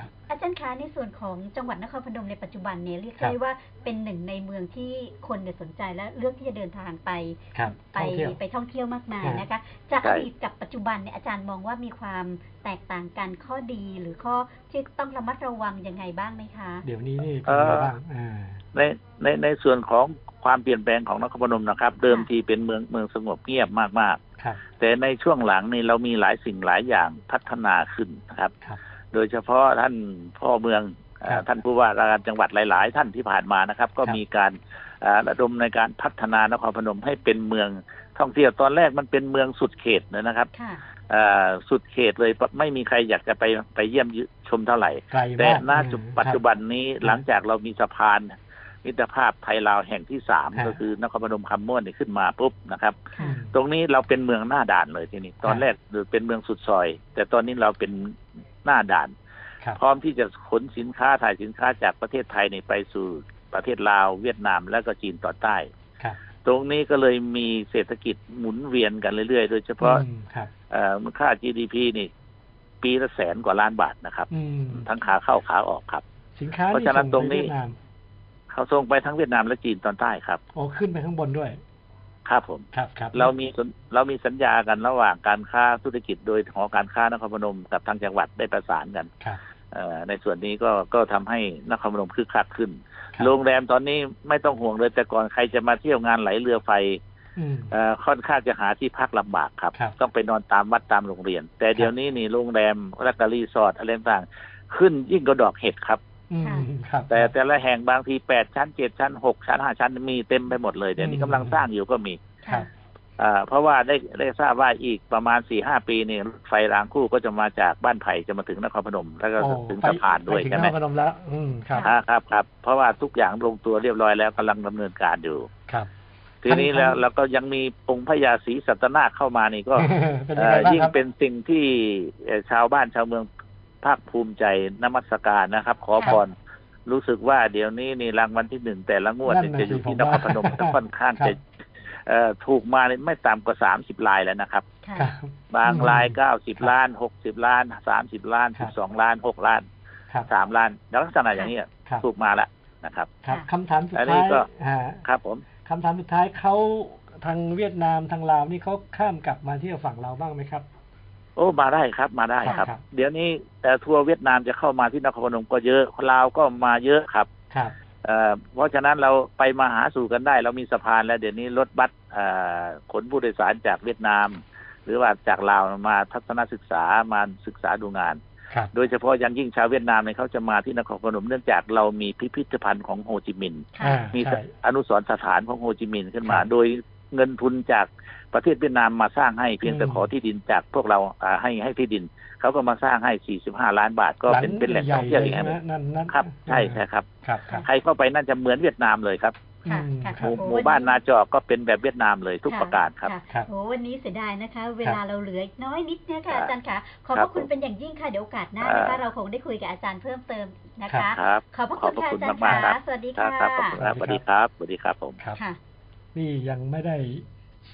C: ค
B: ะ
C: รับ
B: อาจารย์คะในส่วนของจังหวัดนครพนมในปัจจุบันเนี่ยเรียก
C: ครั
B: ได้
C: บ
B: ว่าเป็นหนึ่งในเมืองที่คนเนี่ยสนใจและเลือกที่จะเดินทางไป
C: ครับ
B: ไป
C: ท่องเที่ยว
B: ไปท่องเที่ยวมากมาย
C: ครับ
B: นะคะ จาก
Q: ใช่
B: อดีตกับปัจจุบันเนี่ยอาจารย์มองว่ามีความแตกต่างกันข้อดีหรือข้อที่ต้องระมัดระวังยังไงบ้างไหมคะ
C: เดี๋ยวนี้นี่เป็นยังไงบ้างอ่า
Q: ในในในส่วนของความเปลี่ยนแปลงของนครพนมนะครับ เดิมทีเป็นเมืองเมืองสงบเงียบมาก
C: ครับ
Q: ๆ แต่ในช่วงหลังนี่เรามีหลายสิ่งหลายอย่างพัฒนาขึ้นนะครับ
C: ครับ
Q: โดยเฉพาะท่านพ่อเมืองเอ่อ
C: ครับ
Q: ท่านผู้ว่าราชการจังหวัดหลาย ๆ ท่านที่ผ่านมานะครับ ก็
C: ครับ
Q: มีการเอ่อระดมในการพัฒนานครพนมให้เป็นเมืองท่องเที่ยวตอนแรกมันเป็นเมืองสุดเขตเลยนะครับ
B: ค่ะ
Q: เอ่อสุดเขตเลยปะไม่มีใครอยากจะไปไปเยี่ยมชมเท่าไหร่
C: ไกล
Q: แต่
C: มาก
Q: ณ
C: อืม
Q: ปัจจุบันนี้
C: ครับ
Q: หลังจากเรามีสะพานมิตรภาพไทยลาวแห่งที่สาม
C: ครับ
Q: ก็คือนครพนมคำม่วนนี่ขึ้นมาปุ๊บนะครับ
C: อืม
Q: ตรงนี้เราเป็นเมืองหน้าด่านเลยทีนี้ ตอนแรกเป็นเมืองสุดซอย แต่ตอนนี้เราเป็นหน้าด่าน
C: ครับ
Q: พร้อมที่จะขนสินค้าถ่ายสินค้าจากประเทศไทยนี่ไปสู่ประเทศลาวเวียดนามและก็จีนตอนใต้
C: ครับ
Q: ตรงนี้ก็เลยมีเศรษฐกิจหมุนเวียนกันเรื่อยๆ โดยเฉพาะ
C: อืมครับ
Q: เอ่อมูลค่า GDP นี่ ปีละแสนกว่าล้านบาทนะครับ
C: อืม
Q: ทั้งขาเข้าขาออกครับ
C: สินค้า
Q: เพราะฉะนั้นตรงนี้
C: ส่ไปเวียดาม
Q: เขาส่งไปทั้งเวียดนามและจีนตอนใต้ครับ
C: อ๋อขึ้นไปข้างบนด้วย
Q: ครับผม
C: ครับครับ
Q: เรามีสนเรามีสัญญากันระหว่างการค้าธุรกิจโดยหอการค้านครพนมกับทางจังหวัดได้ประสานกัน
C: ครับ
Q: เอ่อในส่วนนี้ก็ก็ทำให้นครพนมคึกคักขึ้น โรงแรมตอนนี้ไม่ต้องห่วงเลยแต่ก่อนใครจะมาเที่ยวงานไหลเรือไฟ
C: อืม
Q: เอ่อค่อนข้างจะหาที่พักลำบากครับ
C: ครับ
Q: ต้องไปนอนตามวัดตามโรงเรียน แต่เดี๋ยวนี้นี่โรงแรมรักรีสอร์ทอะไรต่างๆขึ้นยิ่งกว่าดอกเห็ดครับ
C: อืมครับ
Q: แต่แต่ละแห่งบางทีแปดชั้นเจ็ดชั้นหกชั้นห้าชั้นมีเต็มไปหมดเลยเดี๋ยวนี้
C: อืม
Q: กำลังสร้างอยู่ก็มี
C: ครับ
Q: อ่าเพราะว่าได้ได้ทราบว่าอีกประมาณสี่ห้าปีนี่รถไฟรางคู่ก็จะมาจากบ้านไผ่จะมาถึงนครพนม แล้วก็
C: โอ้
Q: ถึง
C: ไป
Q: สะพานด้วย
C: ไปถึง
Q: ใช่ไหม
C: นครพนมแล้ว อืมครับ
Q: อ่าครับครับเพราะว่าทุกอย่างลงตัวเรียบร้อยแล้วกำลังดำเนินการอยู่
C: ครับ
Q: ทีนี้แล้ว
C: ท่าน
Q: แล้วก็ยังมีองค์พระยาศรีสัตนาคเข้ามานี่ก็
C: เป็นยังไงบ้า
Q: เอ่อ
C: ง
Q: ยิ่ง
C: ครับ
Q: เป็นสิ่งที่เอ่อชาวบ้านชาวเมืองภาคภูมิใจนมัสการนะครับ ขอพรรู้สึกว่าเดี๋ยวนี้นี่รางวัลที่หนึ่งแต่ละงวดเนี่ย
C: นั่นน่ะ
Q: จะอยู่
C: สิผ
Q: ที่
C: ม
Q: นคร
C: ว่า
Q: พนมจะค่อนข้าง
C: ครับ
Q: จะเอ่อถูกมาเนี่ยไม่ต่ำกว่าสามสิบลายแล้วนะครับ
C: ค่ะ
Q: บางราย
C: อืม
Q: เก้าสิบล้านหกสิบล้านสามสิบล้าน
C: ครั
Q: สิ
C: บบ
Q: สองล้านหกล้าน
C: ครับ
Q: สามล้านแล้วลักษณะอย่างนี้ย
C: ครับ
Q: ถูกมาแล้วนะครับ
C: ครับคำถามสุด
Q: อัน
C: ท้า
Q: นี้
C: ย
Q: ก็
C: อ่า
Q: ครับผม
C: คำถามสุดท้ายเขาทางเวียดนามทางลาวนี่เขาข้ามกลับมาเที่ยวฝั่งเราบ้างไหมครับ
Q: โอ้ มาได้ครับ มาได้ครับ
C: ครับ
Q: เดี๋ยวนี้แต่อทัวร์เวียดนามจะเข้ามาที่นครพนมก็เยอะ ลาวก็มาเยอะครับ
C: ครับ
Q: เอ่อเพราะฉะนั้นเราไปมาหาสู่กันได้ เรามีสะพานแล้วเดี๋ยวนี้รถบัสเอ่อขนผู้โดยสารจากเวียดนาม หรือว่าจากลาวมาทัศนศึกษามาศึกษาดูงาน
C: ครับ
Q: โดยเฉพาะอยังยิ่งชาวเวียดนามเนี่ยเขาจะมาที่นครพนมเนื่องจากเรามีพิพิธภัณฑ์ของโฮจิมินห์
C: อ่า
Q: มี
C: ใช่
Q: อนุสรณ์สถานของโฮจิมินห์ขึ้นมา
C: ครับ
Q: โดยเงินทุนจากประเทศเวียดนามมาสร้างให้เพียงแต่
C: อืม
Q: ขอที่ดินจากพวกเราอ่าให้ให้ที่ดิน เขาก็มาสร้างให้ 45 ล้านบาทก็เป็นเป็นแหล่งท่องเที่ยวอีกแห่งหนึ่ง
C: ใหญ่ๆเลยนะนั่นนั่น
Q: ครับ ใช่
C: อืม
Q: ใช่ครับ
C: ครับครับ
Q: ใครเข้าไปนั่นจะเหมือนเวียดนามเลยครับ
B: ค่ะค่ะ
Q: หมู่
B: โอ้
Q: หมู่บ้าน
B: วั
Q: นาจอกก็เป็นแบบเวียดนามเลยทุก
B: ค่
Q: ประการครับ
B: ะโอ้วันนี้เสียดายนะคะ เวลาเราเหลืออีกน้อยนิดเนย
Q: ครั
B: คะ
Q: บ
B: อาจารย์ค่ะ ขอบพ
Q: ครั
B: ระ
Q: บ
B: คุณเป็นอย่างยิ่งค่ะ เดี๋ยวโอกาสหน้า
Q: อ่า
B: นะคะเราคงได้คุยกับอาจารย์เพิ่มเติมนะคะ
Q: ครับ
B: ขอบพระคุณค่ะอาจารย์
Q: มาก
B: ค่ะ
Q: ๆครับ
B: สวัสดีค่ะ
Q: ครับขอบคุณครับสวัสดีครับสวัสดีครับผม
C: ครับ
B: ค่ะ
C: นี่ยังไม่ได้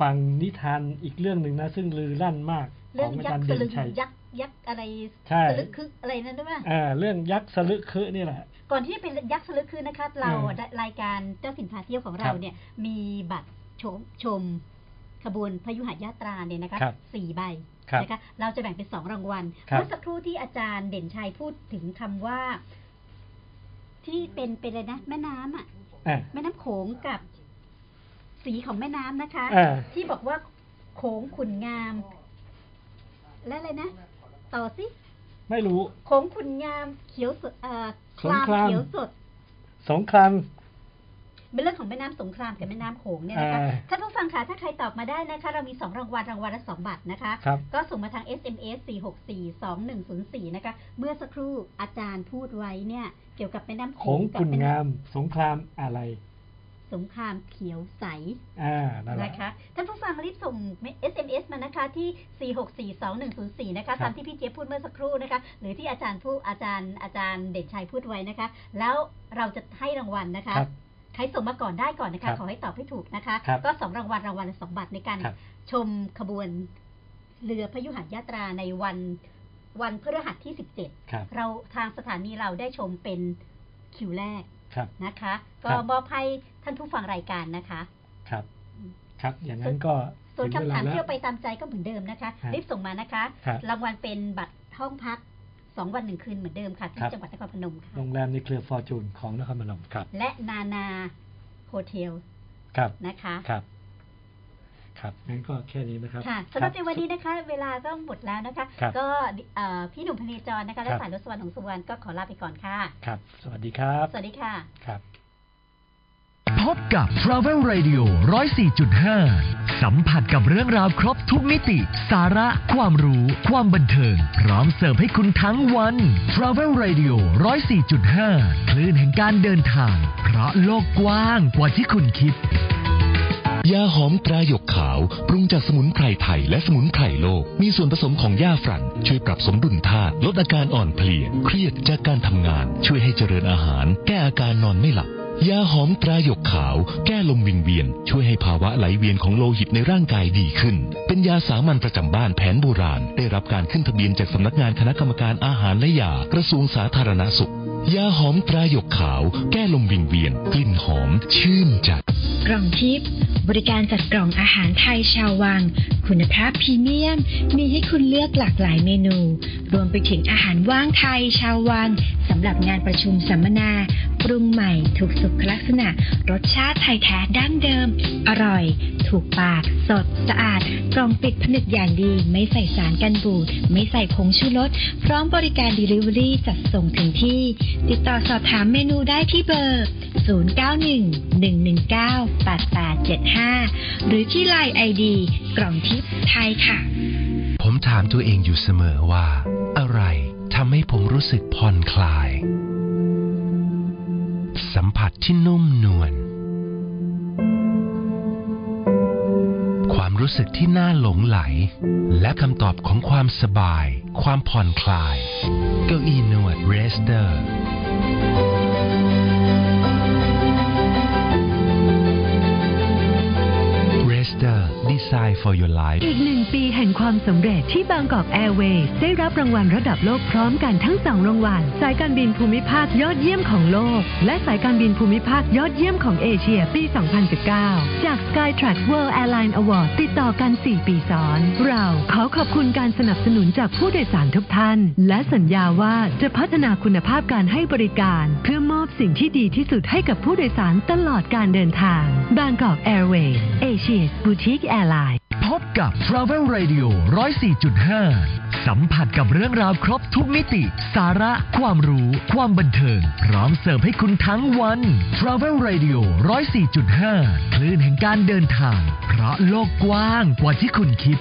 C: ฟังนิทานอีกเรื่องหนึ่งนะ ซึ่งลือลั่นมากข
B: เรื่
C: อ
B: อง ง
C: อา
B: ยั
C: จากรย์
B: ษ์ส
C: เด่น
B: ลึง
C: ชัย
B: ยักษ์ยักษ์อะไร
C: ใช่
B: สลึกคึกอะไรนั่นด้วย
C: อ่า เรื่องยักษ์สลึกคือนี่แหละ
B: ก่อนที่จะเป็นยักษ์สลึกคึกนะคะ เรา
C: เออ
B: ได้รายการเจ้าถิ่นพาเที่ยวของเรา
C: ครับ
B: เนี่ย มีบัตรชมชมขบวนพยุหยาตราเนี่ยนะคะ
C: ครับ
B: สี่ใบ
C: ครับ
B: นะคะ เราจะแบ่งเป็นสองรางวัล
C: ครับ
B: เมื่อสักครู่ที่อาจารย์เด่นชัยพูดถึงคำว่า ที่เป็นเป็นอะไรนะ แม่น้ำอ่ะ
C: อ่า
B: แม่น้ำโขงกับสีของแม่น้ำนะคะ
C: อ่า
B: ที่บอกว่าโขงขุนงาม และอะไรนะ ต่อสิ
C: ไม่รู้
B: โขงขุนงามเขียวสดเอ่อคลาม
C: สงคราม
B: เขียวสด
C: สงคราม
B: เป็นเรื่องของแม่น้ำสงครามกับแม่น้ำโขงเนี่ยนะคะ
C: อ่า
B: ท่านผู้ฟังคะถ้าใครตอบมาได้นะคะ เรามี 2 รางวัลรางวัลละ 2 บัตรนะคะ
C: ครับ
B: ก็ส่งมาทาง SMS 4642104 นะคะ เมื่อสักครู่อาจารย์พูดไว้เนี่ย เกี่ยวกับแม่น้ำ
C: โข
B: โข
C: ง
B: ง
C: คุ
B: กั
C: ณ
B: บแม่
C: งา
B: น้
C: ม สงครามอะไร
B: ำสงครามเขียวใส
C: อ่า นั่นแหละ
B: นะคะท่านผู้ฟังรีบส่ง SMS มานะคะที่ 4642104 นะคะตามที่พี่เจี๊ยบพูดเมื่อสักครู่นะคะ หรือที่อาจารย์ผู้อาจารย์อาจารย์เด่นชัยพูดไว้นะคะ แล้วเราจะให้รางวัลนะคะ
C: ครับ
B: ใครส่งมาก่อนได้ก่อนนะ
C: ครั
B: คะ
C: บ
B: ขอให้ตอบให้ถูกนะคะ
C: ครับ
B: ก็สองรางวัลรางวัลละสองบัตรในการ
C: ครับ
B: ชมขบวนเรือพยุหยาตราในวันวันพฤหัสที่
C: ครับ
B: 17 เราทางสถานีเราได้ชมเป็นคิวแรก
C: ครับ
B: นะคะ ก็
C: ครับ
B: มอบให้ท่านผู้ฟังรายการนะคะ
C: ครับ ครับ อย่างนั้นก็
B: ส่วน
C: ถึงเว
B: คำ
C: ล
B: ถาม
C: แล้
B: เที่ยว วไปตามใจก็เหมือนเดิมนะคะ
C: ฮะ
B: รีบส่งมานะคะ
C: ครับ
B: รางวัลเป็นบัตรห้องพักสองวันหนึ่งคืนเหมือนเดิมค่ะ
C: ครั
B: ที่
C: บ
B: จังหวัดนครพนมค่ะ
C: โรงแรมในเครือฟอร์จูนของนครพนมครับ
B: และนานาโฮเทล
C: ครับ
B: นะคะ
C: ครับ ครับงั้นก็แค่นี้นะครับ
B: ค่ะสำหรับในวันนี้
C: ครับ
B: นะคะ เวลาก็หมดแล้วนะคะ
C: ครับ
B: ก็เอ่อพี่หนุ่มพเนจรนะคะ และ
C: ครับ
B: สายรสวรรณของสุวรรณก็ขอลาไปก่อนค่ะ
C: ครับ สวัสดีครับ
B: สวัสดีค่ะ
C: ครับ
A: พบกับ Travel Radio 104.5 สัมผัสกับเรื่องราวครบทุกมิติ สาระ ความรู้ ความบันเทิง พร้อมเสิร์ฟให้คุณทั้งวัน Travel Radio 104.5 คลื่นแห่งการเดินทาง เพราะโลกกว้างกว่าที่คุณคิด
O: ยาหอมตราหยกขาว ปรุงจากสมุนไพรไทยและสมุนไพรโลก มีส่วนผสมของหญ้าฝรั่น ช่วยปรับสมดุลธาตุลดอาการอ่อนเพลีย เครียดจากการทำงาน ช่วยให้เจริญอาหาร แก้อาการนอนไม่หลับ ยาหอมตราหยกขาว แก้ลมวิงเวียน ช่วยให้ภาวะไหลเวียนของโลหิตในร่างกายดีขึ้น เป็นยาสามัญประจำบ้านแผนโบราณ ได้รับการขึ้นทะเบียนจากสำนักงานคณะกรรมการอาหารและยากระทรวงสาธารณสุข ยาหอมตราหยกขาว แก้ลมวิงเวียน กลิ่นหอม ชื่นใจ
R: กล่องทิพย์บริการจัดกล่องอาหารไทยชาววัง คุณภาพพรีเมียม มีให้คุณเลือกหลากหลายเมนู รวมไปถึงอาหารว่างไทยชาววังสำหรับงานประชุมสัมมนา ปรุงใหม่ถูกสุขลักษณะ รสชาติไทยแท้ดั้งเดิม อร่อย ถูกปาก สด สะอาด กล่องปิดผนึกอย่างดี ไม่ใส่สารกันบูด ไม่ใส่ผงชูรส พร้อมบริการ Delivery จัดส่งถึงที่ ติดต่อสอบถามเมนูได้ที่เบอร์ 0911198875 หรือที่ไลน์ ID กล่องทิพย์ไทยค่ะ
S: ผมถามตัวเองอยู่เสมอว่า อะไรทำให้ผมรู้สึกผ่อนคลาย สัมผัสที่นุ่มนวลความรู้สึกที่น่าหลงไหล และคำตอบของความสบาย ความผ่อนคลาย เก้าอี้นวดเรสเตอร์ เรสเตอร์ดีไซน์ for your life
P: อีกหนึ่งปีแห่งความสำเร็จที่บางกอกแอร์เวย์ได้รับรางวัลระดับโลกพร้อมกันทั้งสองรางวัลสายการบินภูมิภาคยอดเยี่ยมของโลก และสายการบินภูมิภาคยอดเยี่ยมของเอเชียปี 2019 จาก Skytrax World Airline Award ติดต่อกัน 4 ปีซ้อน เราขอขอบคุณการสนับสนุนจากผู้โดยสารทุกท่าน และสัญญาว่าจะพัฒนาคุณภาพการให้บริการ เพื่อมอบสิ่งที่ดีที่สุดให้กับผู้โดยสารตลอดการเดินทางบางกอกแอร์เวย์เอเชียบูติกแอร์ไลน์
A: พบกับ Travel Radio 104.5 สัมผัสกับเรื่องราวครบทุกมิติ สาระ ความรู้ ความบันเทิง พร้อมเสิร์ฟให้คุณทั้งวัน Travel Radio 104.5 คลื่นแห่งการเดินทาง เพราะโลกกว้างกว่าที่คุณคิด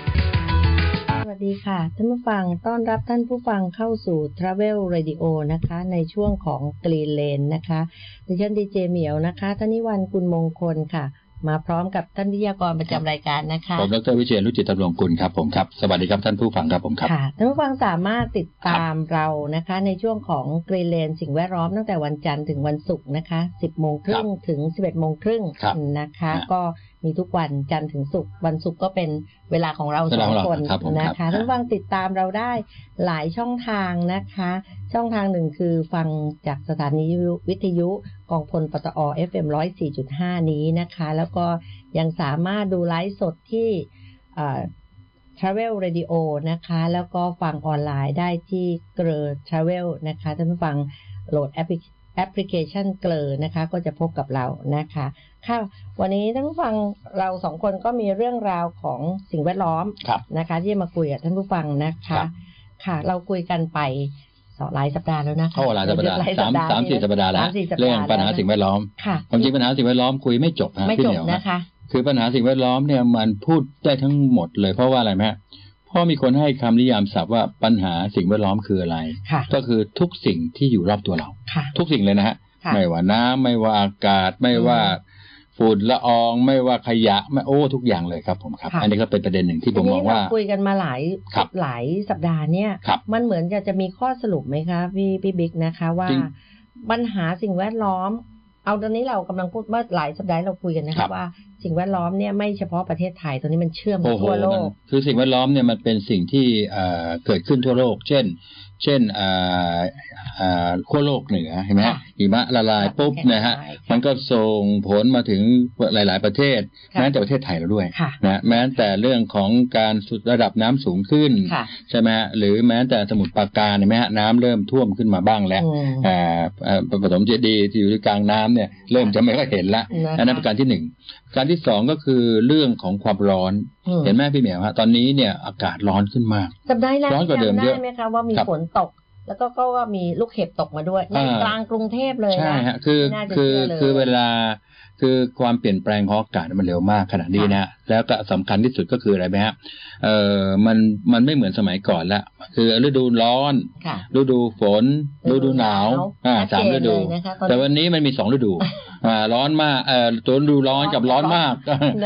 T: สวัสดีค่ะ ท่านผู้ฟังต้อนรับท่านผู้ฟังเข้าสู่ Travel Radio นะคะ ในช่วงของ Green Lane นะคะดิฉันดีเจเหมียวนะคะท่านิวันกุลมงคลค่ะ มาพร้อมกับท่านวิทยากรประจำรายการนะคะ
U: ผมดรวิเชียนรุจิตดำรงกุลครับผมครับ สวัสดีครับท่านผู้ฟังครับผมครับ
T: ค่ะท่านผู้ฟังสามารถติดตามเรานะคะ ในช่วงของเกรเลนสิ่งแวดล้อมตั้งแต่วันจันทร์ถึงวันศุกร์นะคะ 10โมงครึ่งถึง 11โมงครึ่ง
U: ครับ
T: นะคะ
U: ฮะ
T: ก็มีทุกวันจันทร์ถึงศุกร์วันศุกร์ก็เป็นเวลาของเรา
U: เว
T: ส
U: ลา
T: อ
U: ข
T: ง
U: องเรา
T: คน
U: ครับผม
T: นะ
U: ครั
T: คะ
U: บ
T: ท่านผู้ฟังติดตามเราได้หลายช่องทางนะคะ ช่องทางหนึ่งคือฟังจากสถานีวิทยุกองพลปตอ FM 104.5 นี้นะคะ แล้วก็ยังสามารถดูไลฟ์สดที่ Travel Radio นะคะ แล้วก็ฟังออนไลน์ได้ที่เกลอ Travel นะคะท่านผู้ฟังโหลดแอปพลิแอปพลิเคชันเกลอนะคะ ก็จะพบกับเรานะคะค่ะวันนี้ท่านผู้ฟังเราสองคนก็มีเรื่องราวของสิ่งแวดล้อมนะคะ ที่จะมาคุยกับท่านผู้ฟังนะคะ ค่ะ เราคุยกันไปสองหลายสัปดาห์แล้วนะคะ
U: เข้าหลายสัปดาห์
T: หลย
U: สามสามสี่สัปดาห์แล้ว
T: สมสี่สัปดาห์
U: เรื่องปัญหาสิ่งแวดล้อม
T: ค่ะ
U: ความจริงปัญหาสิ่งแวดล้อมคุยไม่จบฮะ
T: ไม่
U: พี่
T: จ
U: เห
T: บ
U: นียวฮ
T: นะคะ
U: คือปัญหาสิ่งแวดล้อมเนี่ยมันพูดได้ทั้งหมดเลยเพราะว่าอะไรไหมฮะเพราะมีคนให้คำนิยามศัพท์ว่าปัญหาสิ่งแวดล้อมคืออะไร
T: ค่ะ
U: ก็คือทุกสิ่งที่อยู่รอบตัวเรา
T: ค่ะ
U: ทุกสิ่งเลยนะฮะ
T: ค่ะ
U: ไม่ว่าน้ำไม่ว่าอากาศ ไม่ว่าฝุ่นละออง ไม่ว่าขยะไม่โอ้ทุกอย่างเลยครับผมครับ
T: ค่ะ
U: อันนี้ก็เป็นประเด็นหนึ่งที่ผมมองว่า
T: ทีนี้เรคุยกันมาหลายหลายสัปดาห์เนี่ย
U: ครับ
T: มันเหมือนจะจะมีข้อสรุปไหมคะพี่พี่บิ๊กนะคะว่า
U: จริง
T: ปัญหาสิ่งแวดล้อม เอาตอนนี้เรากำลังพูดเมื่อหลายสัปดาห์เราคุยกันนะ
U: ครั
T: คะ
U: บ
T: ว่าสิ่งแวดล้อมเนี่ยไม่เฉพาะประเทศไทยตอนนี้มันเชื่อมไป
U: โอ้โห
T: ทั่วโล
U: มัน
T: ก
U: คือสิ่งแวดล้อมเนี่ยมันเป็นสิ่งที่เอ่อเกิดขึ้นทั่วโลก เช่น เช่นเอ่อเอ่อขั้วโลกเหนือเห็นไหมฮะหิมะละลายปุ๊บนะฮะมันก็ส่งผลมาถึงหลาย ๆ ประเทศ
T: ค่ะ
U: แม้แต่ประเทศไทยเราด้วย
T: ค่ะ
U: นะแม้แต่เรื่องของการสุดระดับน้ำสูงขึ้น
T: ค่ะ
U: ใช่ไหมฮะหรือแม้แต่สมุทรปราการเห็นไหมฮะน้ำเริ่มท่วมขึ้นมาบ้างแล้ว
T: อืม
U: เอ่อเอ่อปฐมเจดีย์ที่อยู่กลางน้ำเนี่ยเริ่มจะไม่ค่อยเห็นละ
T: นะคะ
U: อันนั้นประการที่หนึ่ง การที่สองก็คือเรื่องของความร้อน
T: อืม
U: เห็นไหมพี่เหมียวฮะตอนนี้เนี่ยอากาศร้อนขึ้นมาก
T: สัปดาห์ที่แล้ว
U: ร้อนกว่าเดิม
T: จำ
U: เยอะ
T: ได้ไหมคะว่ามี
U: ครับ
T: ฝนตก แล้วก็ก็ว่ามีลูกเห็บตกมาด้วยใน
U: อ่า
T: กลางกรุงเทพเลยนะ
U: ใช่ฮะคือ
T: น่าจะ
U: คือ
T: เชื่ลย
U: คือเวลาคือความเปลี่ยนแปลงของอากาศมันเร็วมากขนาดนี้นะฮะแล้วก็สำคัญที่สุดก็คืออะไรไหมฮะเออมันมันไม่เหมือนสมัยก่อนละคือฤดูร้อน
T: ค่ะ
U: ฤดูฝน ฤดูหนาว
T: หนาว
U: อ่า
T: ชั
U: สา
T: ด
U: ม
T: เจน
U: ฤดู
T: เลยนะคะตอนนี้
U: แต่วันนี้มันมีสองฤดูอ่าร้อนมากเอ่อตัวฤดูร้อนกับร้อนมาก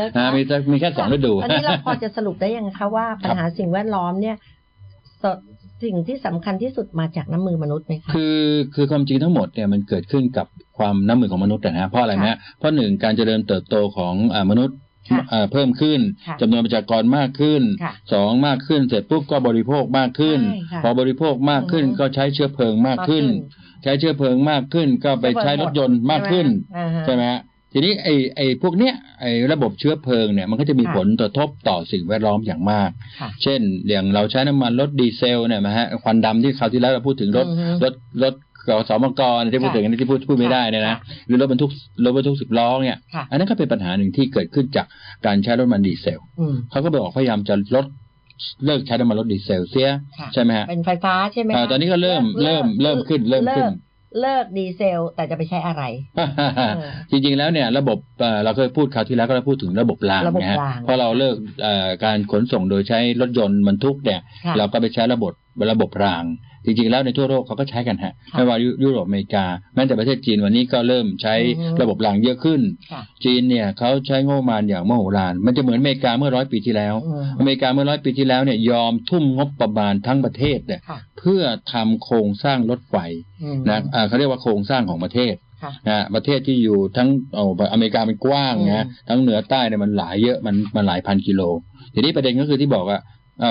T: นะคะ
U: อ่ามีแต่มีแค่สองฤดู
T: อันนี้เรา พอจะสรุปได้ยังคะว่าปัญหาสิ่งแวดล้อมเนี่ยสสิ่งที่สำคัญที่สุดมาจากน้ำมือมนุษย์ไหมคะ
U: คือคือความจริงทั้งหมดเนี่ยมันเกิดขึ้นกับความน้ำมือของมนุษย์นะฮะเพราะอะไรนะฮะเพราะหนึ่งการเจริญเติบโตของอามนุษย์ เพิ่มขึ้น จำนวนประชากรมากขึ้นสองมากขึ้นเสร็จปุ๊บก็บริโภคมากขึ้น พอบริโภคมากขึ้นก็ใช้เชื้อเพลิงมากขึ้น ใช้เชื้อเพลิงมากขึ้น ก็ไปใช้รถยนต์มากขึ้นใช่ไหมฮะทีนี้ไอ้ไอ้พวกเนี้ยไอ้ระบบเชื้อเพลิงเนี่ยมันก็จะมีผลกระทบต่อสิ่งแวดล้อมอย่างมาก เช่นอย่างเราใช้น้ำมันรถดีเซลเนี่ยนะฮะควันดำที่คราวที่แล้วเราพูดถึงรถรถรถกสมกรที่พูดถึงที่พูดพูดไม่ได้เนี่ยนะหรือรถบรรทุกรถบรรทุกสิบล้อเนี่ยอันนั้นก็เป็นปัญหาหนึ่งที่เกิดขึ้นจากการใช้รถมันดีเซลเขาก็บอกพยายามจะลดเลิกใช้น้ำมันรถดีเซลเสียใช่ไหมฮะ
T: เป็นไฟฟ้าใช่ไหม
U: ตอนนี้ก็เริ่มเริ่มเริ่มขึ้นเริ่มขึ้น
T: เลิกดีเซล แต่จะไปใช้อะไร
U: จริงๆแล้วเนี่ย ระบบเราเคยพูดคราวที่แล้วก็เราพูดถึงระบบรางนะฮะพอเราเลิกการขนส่งโดยใช้รถยนต์บรรทุกเนี่ย เราก็ไปใช้ระบบระบบราง จริงๆแล้วในทั่วโลกเขาก็ใช้กันฮะไม่ว่ายุโรปอเมริกาแม้แต่ประเทศจีนวันนี้ก็เริ่มใช้ระบบรางเยอะขึ้น จีนเนี่ยเขาใช้งบประมาณอย่างมโหฬารมันจะเหมือนอเมริกาเมื่อร้อยปีที่แล้ว อเมริกาเมื่อร้อยปีที่แล้วเนี่ยยอมทุ่มงบประมาณทั้งประเทศเนี่ยเพื่อทำโครงสร้างรถไฟนะเขาเรียกว่าโครงสร้างของประเทศนะประเทศที่อยู่ทั้งออเมริกามันกว้างนะทั้งเหนือใต้เนี่ยมันหลายเยอะมันมันหลายพันกิโลทีนี้ประเด็นก็คือที่บอกว่า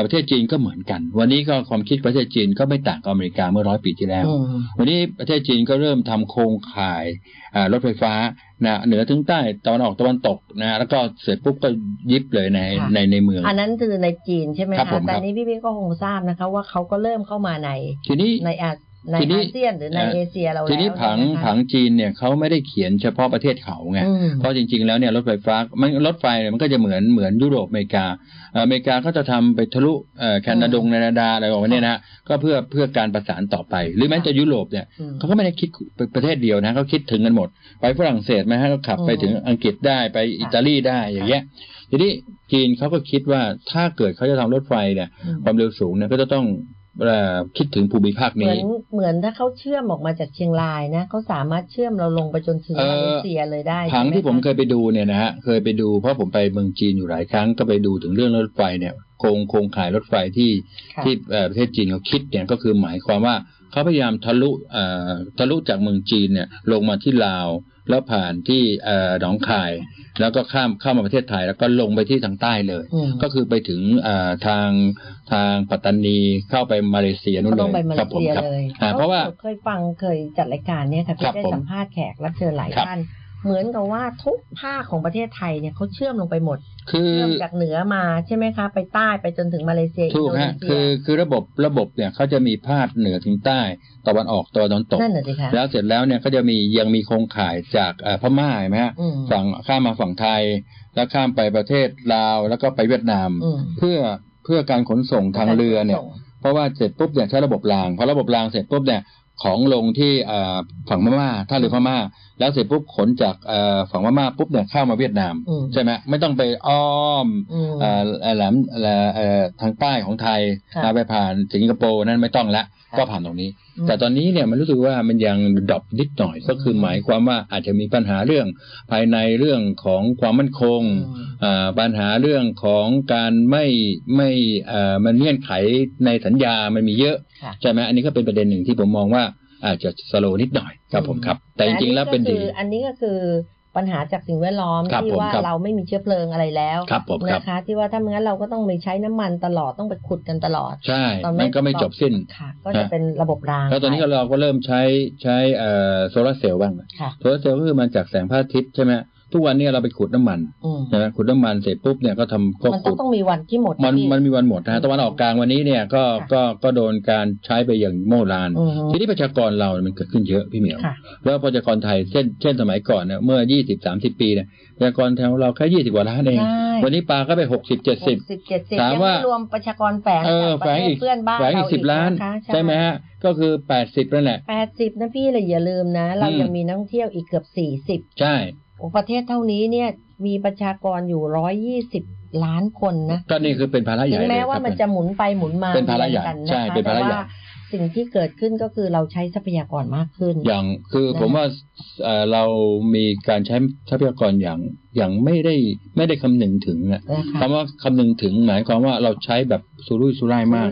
U: ประเทศจีนก็เหมือนกัน วันนี้ก็ความคิดประเทศจีนก็ไม่ต่างกับอเมริกาเมื่อร้อยปีที่แล้ว วันนี้ประเทศจีนก็เริ่มทำโครงข่ายรถไฟฟ้านะเหนือถึงใต้ตะวันออกตะวันตกนะแล้วก็เสร็จปุ๊บก็ยิบเลยในในในเมือง
T: อันนั้นคือในจีนใช่ไหมคะแต่นี้พี่พี่ก็คงทราบนะคะว่าเขาก็เริ่มเข้ามาใน
U: ทีนี้
T: ในอาในอาเซียนหรือในเอเชียเรา
U: ทีนี้ผังผังจีนเนี่ยเขาไม่ได้เขียนเฉพาะประเทศเขาไงเพราะจริงๆแล้วเนี่ยรถไฟฟ้ามันรถไฟเนี่ยมันก็จะเหมือนเหมือนยุโรปอเมริกาอเมริกาก็จะทำไปทะลุแคนาดงแคนาดาอะไรออกมาเนี่ยนะก็เพื่อเพื่อการประสานต่อไป หรือแม้แต่ยุโรปเนี่ยเขาก็ไม่ได้คิดประเทศเดียวนะเขาคิดถึงกันหมด ไปฝรั่งเศสไหมฮะก็ขับไปถึงอังกฤษได้ไปอิตาลีได้อย่างเงี้ยทีนี้จีนเขาก็คิดว่าถ้าเกิดเขาจะทำรถไฟเนี่ยความเร็วสูงเนี่ยก็จะต้องคิดถึงภูมิภาคนี้
T: เหมือนเหมือนถ้าเขาเชื่อมออกมาจากเชียงรายนะเขาสามารถเชื่อมเราลงไปจนถึงมาเลเซียเลยได้
U: ผังที่ผมเคยไปดูเนี่ยนะฮะเคยไปดูเพราะผมไปเมืองจีนอยู่หลายครั้งก็ไปดูถึงเรื่องรถไฟเนี่ยโครงโครงข่ายรถไฟที่ที่ประเทศจีนเขาคิดเนี่ยก็คือหมายความว่าเขาพยายามทะลุทะลุจากเมืองจีนเนี่ยลงมาที่ลาวแล้วผ่านที่หนองคาย แล้วก็ข้ามเข้ามาประเทศไทย แล้วก็ลงไปที่ทางใต้เลย ก็คือไปถึงทางทางปัตตานีเข้าไปมาเลเซียนู่นเลย
T: ครับ ผมครับ
U: เพราะว่า
T: เคยฟังเคยจัดรายการเนี่ยค่ะได้สัมภาษณ์แขกรับเชิญหลายท่านเหมือนกับว่าทุกภาคของประเทศไทยเนี่ยเขาเชื่อมลงไปหมด
U: คือ
T: เชื่อมจากเหนือมาใช่ไหมคะ ไปใต้ไปจนถึงมาเลเซีย
U: ถูกฮะคือคือระบบระบบเนี่ยเขาจะมีพาดเหนือถึงใต้ตะวันออกตะวันตก
T: นั่นแหละสิคะแล้ว
U: เสร็จแล้วเนี่ยก็จะมียังมีโครงข่ายจากพม่าใช่ไหมฮะฝั่งข้ามมาฝั่งไทย แล้วข้ามไปประเทศลาวแล้วก็ไปเวียดนาม เพื่อเพื่อการขนส่งทางเรือเนี่ย เพราะว่าเสร็จปุ๊บเนี่ยใช้ระบบรางพอระบบรางเสร็จปุ๊บเนี่ยของลงที่ฝั่งพม่าท่าเรือพม่า แล้วเสร็จปุ๊บขนจากฝั่งพม่าปุ๊บเนี่ยเข้ามาเวียดนาม ใช่ไหมไม่ต้องไปอ้อมแหลมทางใต้ของไทยไปผ่านสิงคโปร์นั่นไม่ต้องละก็ผ่านตรงนี้ แต่ตอนนี้เนี่ยมันรู้สึกว่ามันยังดรอปนิดหน่อยก็คือหมายความว่าอาจจะมีปัญหาเรื่องภายในเรื่องของความมั่นคงปัญหาเรื่องของการไม่ไม่มันเงื่อนไขในสัญญามันมีเยอะใช่ไหมอันนี้ก็เป็นประเด็นหนึ่งที่ผมมองว่าอาจจะสโลนิดหน่อยครับผมครับ แต่จริงๆแล้วเป็นดี
T: อันนี้ก็คือปัญหาจากสิ่งแวดล้อมที่ว่าเราไม่มีเชื้อเพลิงอะไรแล้วนะคะ ที่ว่าถ้าไม่งั้นเราก็ต้องไปใช้น้ำมันตลอดต้องไปขุดกันตลอด
U: ใช่มันก็ไม่จบสิ้น
T: ก็จะเป็นระบบราง
U: แล้วตอนนี้เราก็เริ่มใช้ใช้โซลาร์เซลล์บ้างโซลาร์เซลล์ก็คือมาจากแสงพระอาทิตย์ใช่ไหมทุกวันนี้เราไปขุดน้ำมันนะขุดน้ำมันเสร็จปุ๊บเนี่ยก็ทำก็
T: ขุดมันต้องมีวันที่หมด
U: มันมันมีวันหมดนะตะวันออกกลางวันนี้เนี่ยก็ก็ก็โดนการใช้ไปอย่างโมลาน ทีนี้ประชากรเรามันเกิดขึ้นเยอะพี่เหมียว แล้วประชากรไทยเช่นเช่นสมัยก่อนเนี่ยเมื่อยี่สิบสามสิบปีเนี่ยประชากรแถวเราแค่ยี่สิบกว่าล้านเอง วันนี้ปลาก็ไปหกสิบเจ็ดสิบ
T: ถามว่ารวมประชากรแฝง
U: แฝงอีก
T: เพื่อนบ้าน
U: แฝงอีกสิบล้านใช่ไหมฮะก็คือ 80นั่นแหละ
T: 80นะพี่เลยอย่าลืมนะ เรายังมีนักท่องเที่ยวอีกเกือบ
U: 40ใช่
T: ประเทศเท่านี้เนี่ยมีประชากรอยู่ร้อยยี่สิบล้านคนนะ
U: ก็นี่คือเป็นภาระใหญ่ถึ
T: งแม้ว่ามันจะหมุนไปหมุนมา
U: เป็นภาระใหญ่ใช่เป็นภาระใหญ่
T: สิ่งที่เกิดขึ้นก็คือเราใช้ทรัพยากรมากขึ้น
U: อย่างคือผมว่าเรามีการใช้ทรัพยากรอย่างอย่างไม่ได้ไม่ได้คำนึงถึงนะคำว่าคำนึงถึงหมายความว่าเราใช้แบบสุรุ่ยสุร่ายมาก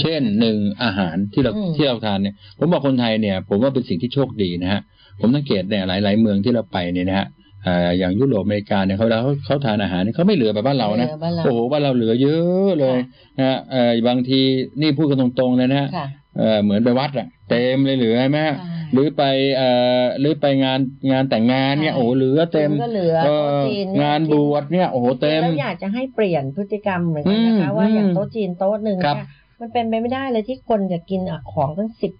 U: เช่นหนึ่งอาหารที่เราที่เราทานเนี่ยผมบอกคนไทยเนี่ย ผมว่าเป็นสิ่งที่โชคดีนะฮะผมสังเกตเนี่ยหลาย ๆ เมืองที่เราไปเนี่ยนะฮะ อ่าอย่างยุโรปอเมริกาเนี่ยเขาแล้วเขาเขาทานอาหารเนี่ยเขาไม่เหลือแบบบ้านเรานะ
T: เหลือบ้านเรา
U: โอ้โหบ้านเราเหลือเยอะเลยนะฮะเอ่อบางทีนี่พูดกันตรงๆเลยนะฮะ
T: ค่ะ
U: เอ่อเหมือนไปวัดอะเต็มเลยเหลือใช่ไหมฮะหรือไปเอ่อหรือไปงานงานแต่งงานเนี่ย
T: ใช่
U: โอ้โหเหลือเต็ม
T: มันก็เหลือ
U: เอ
T: โต๊ะจีนเนี่ย
U: งานบวชเนี่ยโอ้โหเต็ม
T: แล้วอยากจะให้เปลี่ยนพฤติกรรมเหมือนกันนะคะ
U: อืม
T: ว่าอย่าง
U: อืม
T: โต๊ะจีนโต๊ะหนึ่ง
U: ครับ
T: เนี่ยมันเป็นไปไม่ได้เลยที่คนจะกินอ่ะของตั้งสิบ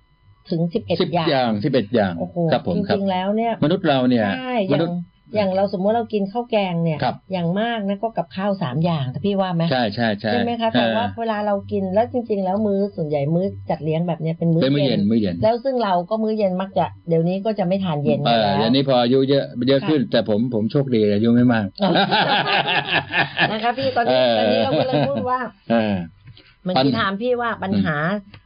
T: ถึงสิบเอ็ด
U: สิบ
T: อย่าง
U: อย่างสิบเอ็ดอย่าง
T: โอ้โห
U: ครับผม
T: จ
U: ครับ
T: ริงๆแล้วเนี่ย
U: มนุษย์เราเนี่ย
T: ใช่
U: ม
T: อย่า
U: นุ
T: ง
U: ษย์
T: อย่างเราสมมติเรากินข้าวแกงเนี่ย
U: ครับ
T: อย่างมากนะก็กับข้าวสามอย่างแต่พี่ว่าไหม
U: ใช่ใช่ใช่
T: ไหมคะแต่ว่า
U: เอ
T: เวลาเรากินแล้วจริง ๆ แล้วมื้อส่วนใหญ่มื้อจัดเลี้ยงแบบเนี้ยเป็น
U: อ
T: มื้
U: เป็นมื้อเย็นมื้อเย็น
T: แล้วซึ่งเราก็มื้อเย็นมักจะเดี๋ยวนี้ก็จะไม่ทานเย็น
U: เอ
T: กัน
U: อ
T: แล้ว
U: เดี๋ยวนี้พออายุเยอะเยอะขึ้น แต่ผมผมโชคดีอายุไม่มาก
T: นะคะพี่ตอนนี้
U: เออ
T: ตอนนี้เรากำลังพูดว่า
U: เออ
T: เหมัน
U: ปัญ
T: ที่ถามพี่ว่าปัญหา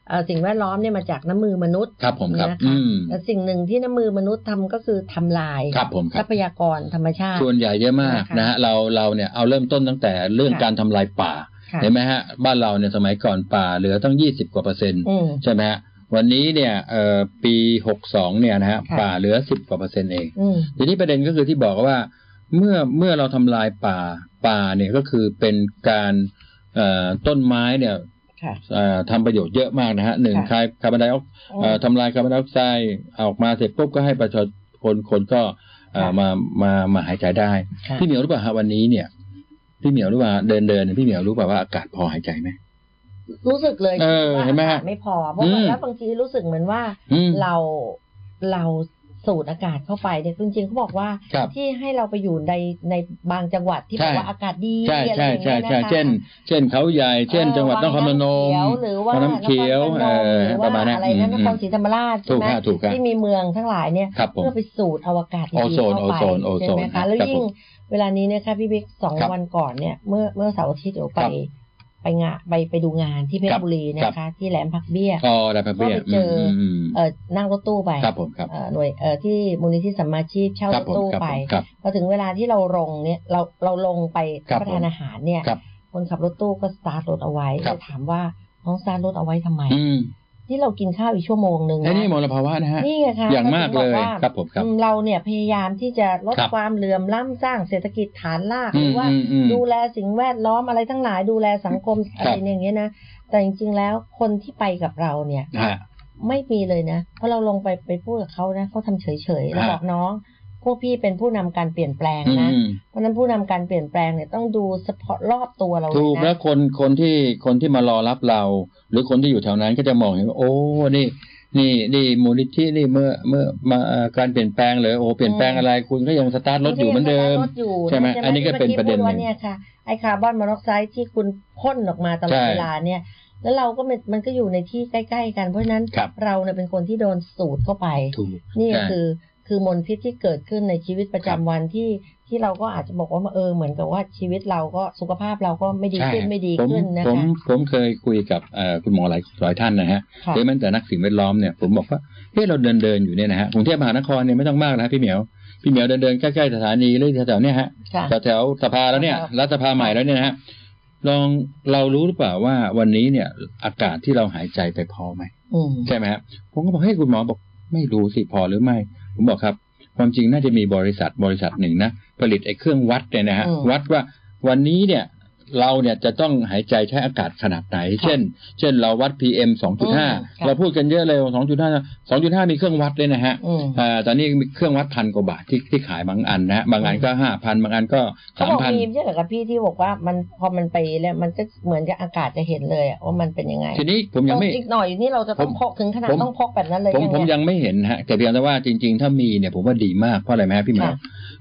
T: เอ่อสิ่งแวดล้อมเนี่ยมาจากน้ำมือมนุษย์
U: ครับผมครับ
T: นะ
U: อื
T: คะ
U: ม
T: แต่สิ่งหนึ่งที่น้ำมือมนุษย์ทำก็คือทำลาย
U: ครับผมครับ
T: ทรัพยากรธรรมชาติ
U: ส่วนใหญ่เยอะมากนะฮะเราเราเนี่ยเอาเริ่มต้นตั้งแต่เรื่อง
T: ค่ะ
U: การทำลายป่า
T: ค่ะ
U: เห็นไหมฮะบ้านเราเนี่ยสมัยก่อนป่าเหลือตั้งยี่สิบกว่าเปอร์เซ็นต์
T: อืม
U: ใช่ไหมฮะวันนี้เนี่ยเอ่อปีหกสองเนี่ยนะฮะ
T: ค่ะ
U: ป่าเหลือสิบกว่าเปอร์เซ็นต์เอง
T: อืม
U: ทีนี้ประเด็นก็คือที่บอกว่าเมื่อเมื่อเราทำลายป่าป่าเนี่ยก็คือเป็นการเอ่อต้นไม้เนี่ย
T: ค่ะ
U: เอ่อทำประโยชน์เยอะมากนะฮะหนึ่ง
T: ค่ะ
U: คายคาร์บอนไดออกเอ่อทำลายคาร์บอนไดออกไซด์ออกมาเสร็จปุ๊บก็ให้ประชาชนคนก็เอ่อ
T: ค่ะ
U: มามามาหายใจได้
T: ค่ะ
U: พี่เหมียวรู้ป่ะฮะวันนี้เนี่ย พี่เหมียวรู้ป่ะเดินเดินยพี่เหมียวรู้ป่ะว่าอากาศพอหายใจไหม
T: รู้สึกเลย
U: เออ
T: ว่า
U: เห็นไหมฮะ
T: อากาศไม่พอเพราะ
U: อื
T: ว่าม แล้วบางทีรู้สึกเหมือนว่า
U: อืม
T: เราเราสูดอากาศเข้าไปเนี่ยจริงๆเขาบอกว่า
U: ครับ
T: ที่ให้เราไปอยู่ในในบางจังหวัดที่
U: ใช่
T: แบบว่าอากาศดี
U: ใช่
T: อะไร
U: ใช่
T: อย่าง
U: ใช่
T: เงี้ยนะคะ
U: ใช่เช่น เช่นเขาใหญ่ เช่น จังหวัดนครพนม
T: เขียวหรือว่า
U: น้ำเขียวน
T: ค
U: เออ
T: พนมหรือ
U: ป
T: ว่า
U: ระมาณนั้
T: อะไรนะนครศรีธรรมราช
U: ถูก
T: ใช่ไหม
U: ฮะถูกฮะ
T: ที่มีเมืองทั้งหลายเนี่ย
U: ครับผม
T: เพื่อไปสูดเอาอากาศดี
U: โอ
T: ๆ
U: โซน
T: เข้าไป
U: โอโซนโอโซน
T: ใช่ไหม
U: ครั
T: คะ
U: บ
T: แล้ว
U: ครับ
T: ยิ่ง
U: ผม
T: เวลานี้นะคะพี่บิ๊กสอง
U: ครับ
T: วันก่อนเนี่ย เมื่อเมื่อเสาร์อาทิตย์เดี๋ยวไป
U: ครับ
T: ไปงานไปไปดูงานที่เพช
U: ครั
T: ร
U: บ
T: บุรี
U: ครับ
T: นะคะ ที่แหลมผักเบี้ย
U: อ๋อได้พับเบี้ย
T: ก็ไปเจออื
U: มอืม
T: เออนั่งรถตู้ไป
U: ครับผมครับ
T: เอ่อหน่วยเอ่อที่มูลนิธิสัมมาชีพเช่าร
U: ครับ
T: ถ
U: ผม
T: ตู้
U: ครับ
T: ไป
U: ผมครับ
T: พอถึงเวลาที่เราลงเนี่ยเราเราลงไป
U: ครั
T: รับบ ประทาน
U: ผม
T: อาหารเนี่ย
U: ครับ
T: คนขับรถตู้ก็สตาร์ทรถเอาไว้
U: ครับ
T: แล้วถามว่าน้องสตาร์ทรถเอาไว้ทำไม
U: อืม
T: ที่เรากินข้าวอีกชั่วโมงหนึ่ง
U: ไอ้
T: นะ
U: นี่มลภาวะนะฮะ
T: นี่ไงคะ
U: อย่างมากเลย
T: รถึงบอว่า
U: ครับผมครับ
T: อืเราเนี่ยพยายามที่จะลด
U: ครับ
T: ความเหลื่อมล้ำสร้างเศรษฐกิจฐานรากหรือว่า
U: อืมอืมอืม
T: ดูแลสิ่งแวดล้อมอะไรทั้งหลายดูแลสังคม
U: ครับ
T: อะไรอย่างเงี้ยนะแต่จริงๆแล้วคนที่ไปกับเราเนี่ย
U: ฮะ
T: ไม่มีเลยนะเพราะเราลงไปไปพูดกับเขานะเขาทำเฉยๆเรา
U: ฮะ
T: บอกน้อง พวกพี่เป็นผู้นำการเปลี่ยนแปลง
U: อืม
T: นะ
U: อืม
T: เพราะฉะนั้นผู้นำการเปลี่ยนแปลงเนี่ยต้องดูเฉพาะรอบตัวเราเลยนะ
U: ถูกแล้วคนคนที่คนที่มารอรับเรา หรือคนที่อยู่แถวนั้นก็จะมองเห็นว่าโอ้นี่ นี่นี่มูลนิธินี่เมื่อเมื่อมาเอ่อการเปลี่ยนแปลงเลยโอ้เปลี่ยนแปลงอะไรคุณก็ยังสตาร์ทรถอยู่เหมือนเดิม
T: รถอยู่
U: ใช่ไหมอันนี้ก็เป็นประเด็น
T: ที่
U: ห
T: มื่อ
U: นึ่ง
T: กี้พูดว่าเนี่ยค่ะไอคาร์บอนมอนอกไซด์ที่คุณพ่นออกมาตลอด
U: ใช่
T: เวลาเนี่ย แล้วเราก็มันมันก็อยู่ในที่ใกล้ ๆ กันเพราะฉะนั้น
U: ครับ
T: เราเนี่ยเป็นคนที่โดนสูดเข้าไป
U: ถูก
T: นี่
U: ใช่
T: คือคือมลพิษที่เกิดขึ้นในชีวิตประจำ
U: ครับ
T: วันที่ที่เราก็อาจจะบอกว่าเออเหมือนกับว่าชีวิตเราก็สุขภาพเราก็ไม่ดี
U: ใช่
T: ขึ้นไม่ดี
U: ผม
T: ขึ้นนะ
U: ผม
T: คะ
U: ผมเคยคุยกับเอ่อคุณหมอหลายหลายท่านนะฮะ
T: ค่ะ
U: หรือแม้แต่นักสิ่งแวดล้อมเนี่ยผมบอกว่าเฮ้ยเราเดินเดินอยู่เนี่ยนะฮะกรุงเทพมหานครเนี่ยไม่ต้องมากนะฮะพี่เหมียวพี่เหมียวเดินเดินใกล้ๆสถานีหรือแถวๆเนี่ยฮะ
T: ค่ะ
U: แถวๆสภาแล้วเนี่ย
T: ครับ
U: รัฐสภาใหม่แล้วเนี่ยนะฮะลองเรารู้หรือเปล่าว่าวันนี้เนี่ย อากาศที่เราหายใจไปพอไหม
T: อืม
U: ใช่ไหมฮะผมก็บอกให้ยคุณหมอบอกไม่รู้สิพอหรือไม่ ผมบอกครับ ความจริงน่าจะมีบริษัทบริษัทหนึ่งนะผลิตไอ้เครื่องวัดเนี่ยนะฮะ
T: อืม
U: วัดว่าวันนี้เนี่ย เราเนี่ยจะต้องหายใจใช้อากาศขนาดไหน เช่น เช่นเราวัด PM
T: มค่ะ
U: 2.5 เราพูดกันเยอะเลย2.5 2.5 มีเครื่องวัดเลยนะฮะ
T: อืม
U: อ่าตอนนี้มีเครื่องวัดพันกว่าบาทที่ที่ขายบางอันนะฮะบางอันก็ห้าพันบางอันก็
T: เขา
U: สาม
T: บอก
U: พัน
T: มีไม่ใช่เหรอครับพี่ที่บอกว่ามันพอมันไปแล้วมันก็เหมือนกับอากาศจะเห็นเลยอะว่ามันเป็นยังไง
U: ทีนี้ผมยังไม่
T: เอออีกหน่อยนี่เราจะต้อง
U: ผม
T: พกถึงขนาด
U: ผม
T: ต้องพกแบบนั้นเลย
U: ผม
T: เนี่
U: ผมยังไม่เห็นฮะแต่เพียงแต่ว่าจริง ๆ ถ้ามีเนี่ยผมว่าดีมากเพราะอะไรไหมฮะพี่เหมียว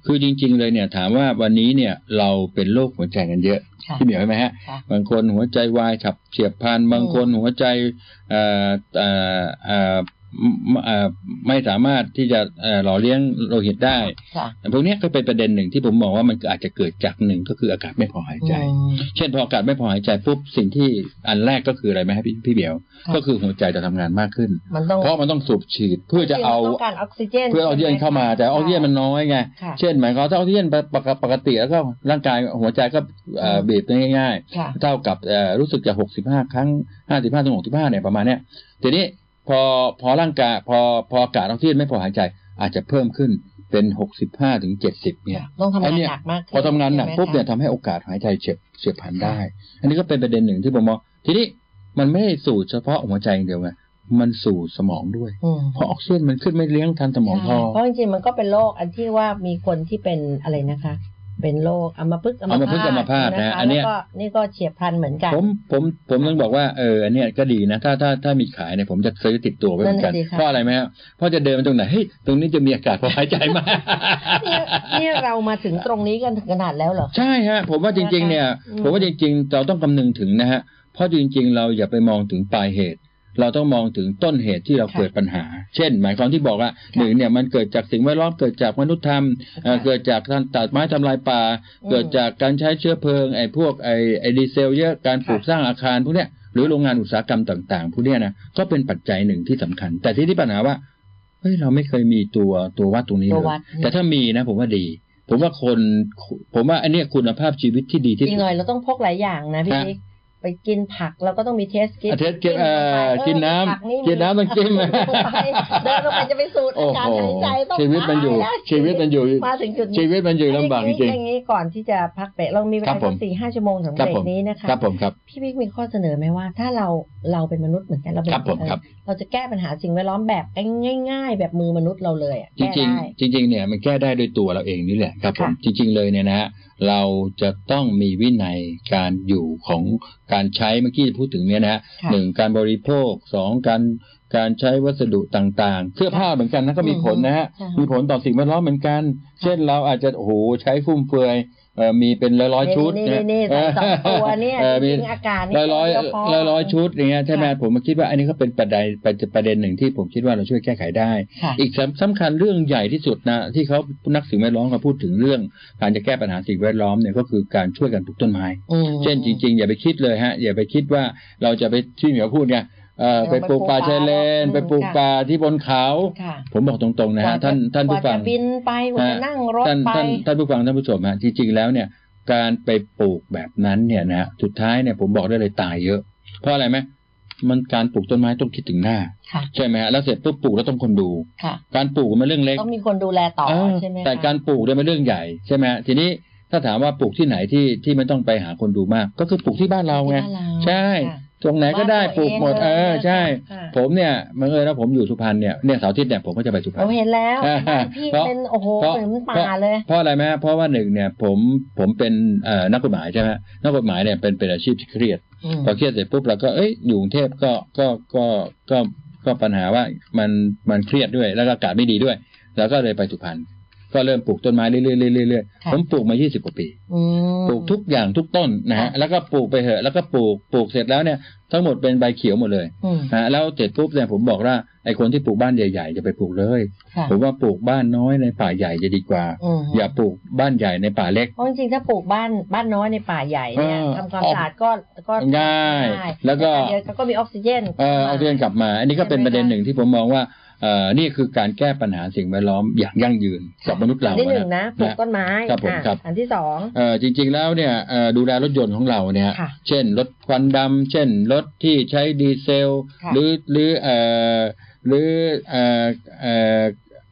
U: คือจริง ๆ เลยเนี่ยถามว่าวันนี้เนี่ยเราเป็นโรคหัวใจกันเยอะ
T: ค่ะ
U: พี่เหมียวใช่ไหมฮะ
T: ค่ะ
U: บางคนหัวใจวายฉับเฉียบพลันบางคนหัวใจเอ่อเอ่อเอ่อเอ่อไม่สามารถที่จะเอ่อหล่อเลี้ยงโลหิตได้
T: ค่ะ
U: พวกเนี้ยก็เป็นประเด็นหนึ่งที่ผมมองว่ามันอาจจะเกิดจากหนึ่งก็คืออากาศไม่พอหายใจ
T: อืม
U: เช่นพออากาศไม่พอหายใจปุ๊บสิ่งที่อันแรกก็คืออะไรไหมครับพี่พี่เบียว
T: ครับ
U: ก็คือหัวใจจะทำงานมากขึ้น
T: มันต้อง
U: เพราะมันต้องสูบฉีดเพื่อจะเอา
T: จริงๆมันต้องการออกซิเจน
U: เพื่อเอาออกซิเจนเข้ามาแต่ออกซิเจนมันน้อยไง
T: ค่ะ
U: เช่นหมายความว่าถ้าออกซิเจนปกปกติแล้วก็ร่างกายหัวใจก็เอ่อ
T: อืม
U: บีบได้ง่าย
T: ค่ะ
U: ๆ เท่ากับเอ่อรู้สึกจะ 65 ครั้ง 55ถึง65เนี่ยประมาณเนี้ยทีนี้พอพอร่างกายพอพออากาศออกซิเจนไม่พอหายใจอาจจะเพิ่มขึ้น เป็นหกสิบห้าถึงเจ็ดสิบเนี่ย
T: ต้องทำงานหนักมาก
U: พอทำงานหนัก
T: ใช่ไม
U: ปุ๊บเนี่ย
T: คะ
U: ทำให้โอกาสหายใจเฉียบเฉียบพลันได้ อันนี้ก็เป็นประเด็นหนึ่งที่ผมมองทีนี้มันไม่ได้สูดเฉพาะหัวใจอย่างเดียวไงมันสูดสมองด้วย
T: อืม
U: เพราะออกซิเจนมันขึ้นไม่เลี้ยงทันสมองพอ
T: เพราะจริงๆมันก็เป็นโรคอันที่ว่ามีคนที่เป็นอะไรนะคะ เป็นโรคอัมพฤกษ์
U: อัมพฤกษ์อัมพาต
T: นะคะ
U: นะอันเนี้ย
T: แล้วก็นี่ก็เฉียบพลันเหมือนกัน
U: ผมผมผมต้องบอกว่าเอออันเนี้ยก็ดีนะ ถ้าถ้าถ้ามีขายเนี่ยผมจะซื้อติดตัวไว้เหมือนกัน
T: นั่นน่ะสิคะ
U: เพราะอะไรไหมครับเพราะจะเดินไปตรงไหนเฮ้ยตรงนี้จะมีอากาศพอหายใจมา
T: เนี่ยเนี่ยเรามาถึงตรงนี้กันถึงขนาดแล้วเหรอ
U: ใช่ฮะผมว่าจริง ๆ เนี่ย
T: อืม
U: ผมว่าจริง ๆ เราต้องคำนึงถึงนะฮะเพราะจริง ๆ เราอย่าไปมองถึงปลายเหตุ เราต้องมองถึงต้นเหตุที่เราเกิดปัญหา เช่น หมายความที่บอกว่าหนึ่งเนี่ยมันเกิดจากสิ่งแวดล้อมเกิดจากมนุษยธรรมเอ่อเกิดจากการตัดไม้ทำลายป่า
T: อืม
U: เกิดจากการใช้เชื้อเพลิงไอ้พวกไอ้ไอ้ดีเซลเยอะการปลูกสร้างอาคารพวกเนี้ยหรือโรงงานอุตสาหกรรมต่าง ๆ พวกเนี้ยนะก็เป็นปัจจัยหนึ่งที่สำคัญ แต่ที่ที่ปัญหาว่าเฮ้ยเราไม่เคยมีตัวตัววัดตรงนี้เล
T: ตั
U: ยว
T: วัด
U: แต่ถ้ามีนะ ผมว่าดี ผมว่าคนผมว่าอันเนี้ยคุณภาพชีวิตที่ดี
T: จ
U: ที่
T: ริ
U: สุ
T: ง
U: ด
T: เลยเราต้องพกหลายอย่างนะพี่
U: ฮะ
T: นิกไปกินผักเราก็ต้องมีเทสกิน
U: อาเทศกินเอ่อกินน้ำ
T: ผัก
U: กินน้ำต้องจิ้ม
T: เดินลงไปจะไปสูด
U: โอ้
T: อา
K: โห
T: กาศหายใจต้อง
U: ชีวิตมันอยู่
T: ตาะ
U: ชีวิตมันอยู่
T: มาถึงจุดนี้
U: ชีวิตมันอยู่ลำบาก
T: อันนี้
U: จริง
T: อย่างนี้ก่อนที่จะพักเบรกเรามีเว
U: ครั
T: ลา
K: บผม
T: สี่ห้าชั่วโมงถึง
U: ค
T: เบ
U: รับ
T: ร
U: ผ
T: ก
U: ม
T: นี้นะคะ
U: ครับผมครับ
T: พี่บิ๊กมีข้อเสนอไหมว่า ถ้าเราเราเป็นมนุษย์เหมือนกันเราเป็น
U: ครับผม
T: เออ
U: ครับ
T: เราจะแก้ปัญหาสิ่งแวดล้อมแบบง่ายๆ แบบมือมนุษย์เราเลยอะ
U: จ
T: แก้
U: ริง
T: ได้
U: ๆจริงๆเนี่ยมันแก้ได้ด้วยตัวเราเองนี่แหละครับผม
T: ค่ะ
U: จริง ๆเลยเนี่ยนะฮะเราจะต้องมีวินัยการอยู่ของการใช้เมื่อกี้พูดถึงเนี่ยนะฮะ
D: ค่ะ
U: หนึ่งการบริโภคสองการการใช้วัสดุต่างๆ เสื้อผ้าเหมือนกันนะก็มีผลนะฮะ
D: อืม
U: มีผลต่อสิ่งแวดล้อมเหมือนกัน เช่นเราอาจจะโอ้โหใช้ฟุ่มเฟือยเอ่อมีเป็นร้อยๆชุด
T: นี่นี่
U: เ
T: นี่สองตัวเนี่ย
U: เอ่อ
T: จ
U: มี
T: ริงๆอากาศนี่
U: ร้อยร้อย
T: เดีวพ
U: ร้อยร้อยชุดอย่างเงี้ยใช่ไหมผมมาคิดว่าอันนี้ก็เป็นประเด็นประเด็นหนึ่งที่ผมคิดว่าเราช่วยแก้ไขได้
T: ค่ะ
U: อีกสำสำคัญเรื่องใหญ่ที่สุดนะที่เขานักสิ่งแวดล้อมเขาพูดถึงเรื่อง การจะแก้ปัญหาสิ่งแวดล้อมเนี่ยก็คือการช่วยกันปลูกต้นไม้
T: อืม
U: เช่นจริง ๆ อย่าไปคิดเลยฮะอย่าไปคิดว่าเราจะไปที่เหมียวพูดไงเอ่อ
T: เออ
U: ไปปลูกป่าชายเลน
T: ไป
U: ไป
T: ป
U: ป
T: ลู
U: ลูก
T: กป่า
U: ป่าที่บนเขา
T: ค่ะ
U: ผมบอกตรงๆนะฮะ
T: กว่
U: ท่าน
T: จะ
U: ท่านผู้ฟัง
T: กว่จะบินไปกว่าจะนั่งรถ
U: ท่าน
T: ไป
U: ท่านท่านผู้ฟังท่านผู้ชมฮะจริงๆแล้วเนี่ย การไปปลูกแบบนั้นเนี่ยนะฮะสุดท้ายเนี่ยผมบอกได้เลยตายเยอะ เพราะอะไรไหมมันการปลูกต้นไม้ต้องคิดถึงหน้า
T: ค่ะ
U: ใช่ไหมฮะแล้วเสร็จปุ๊บปลูกแล้วต้องคนดู
T: ค่ะ
U: การปลูกมันเรื่องเล็ก
T: ต้องมีคนดูแลต่อ
U: เออ
T: ใช่ไหมคะ
U: แต่การปลูกเนี่ยเป็นเรื่องใหญ่ใช่ไหมฮะทีนี้ถ้าถามว่าปลูกที่ไหนที่ที่ไม่ต้องไปหาคนดูมาก ก็คือปลูกที่บ้านเราไง
T: ที่บ้านเรา
U: ใช่ ตรงไหนก็ได้
T: บ้านตั
U: ปลู
T: ว
U: กหมด
T: เอง
U: เออ ใช่
T: ค่ะ
U: ผมเนี่ยบังเออแล้วผมอยู่สุพรรณเนี่ยเนี่ยเสาร์อาทิตย์เนี่ยผมก็จะไปสุพรรณ
T: เราเห็นแล้วบ้านพี่
U: เพราะ
T: เป็นโอ้โหเหมือนป่าเลย
U: เพราะอะไรไหมฮะเพราะว่าหนึ่งเนี่ยผมผมเป็นเอ่อนักกฎหมายใช่ไหมนักกฎหมายเนี่ยเป็นเป็นอาชีพที่เครียด
T: อืม
U: พอเครียดเสร็จปุ๊บเราก็เอ้ยอยู่กรุงเทพก็ก็ก็ก็ก็ปัญหาว่ามันมันเครียดด้วยแล้วก็อากาศไม่ดีด้วย แล้วก็เลยไปสุพรรณก็เริ่มปลูกต้นไม้เรื่อยๆเรื่อยๆเรื่อยๆผมปลูกมา 20 กว่าปี
T: อืม
U: ปลูกทุกอย่างทุกต้นนะฮะแล้วก็ปลูกไปเหอะแล้วก็ปลูกปลูกเสร็จแล้วเนี่ยทั้งหมดเป็นใบเขียวหมดเลย
T: อืม
U: นะฮะแล้วเสร็จปุ๊บเนี่ยผมบอกว่าไอ้คนที่ปลูกบ้านใหญ่ๆจะไปปลูกเลย
T: ค่ะ
U: ผมว่าปลูกบ้านน้อยในป่าใหญ่จะดีกว่า
T: อืม
U: อย่าปลูกบ้านใหญ่ในป่าเล็ก
T: เพราะจริงๆถ้าปลูกบ้านบ้านน้อยในป่าใหญ่เนี่ย
U: เออ
T: ทำความสะอาดก็ก็
U: ง่ายแล้วก็
T: เดี๋ยวก็มีออกซิเจน
U: เออเอาเรื่องกลับมา อันนี้ก็เป็นประเด็นหนึ่งที่ผมมองว่าเอ่อนี่คือการแก้ปัญหาสิ่งแวดล้อมอย่างยั่งยืนกับมนุษย์เรา
T: อันที่หนึ่งนะปลูกต้นไม้
U: ครับผม
T: อ่ะ
U: ครับ
T: อันที่สอง
U: เอ่อจริง ๆแล้วเนี่ยเอ่อดูแลรถยนต์ของเราเนี่ยเช่นรถควันดำเช่นรถที่ใช้ดีเซล
T: ค่ะ
U: หรือหรือเอ่อหรือเอ่อเอ่อ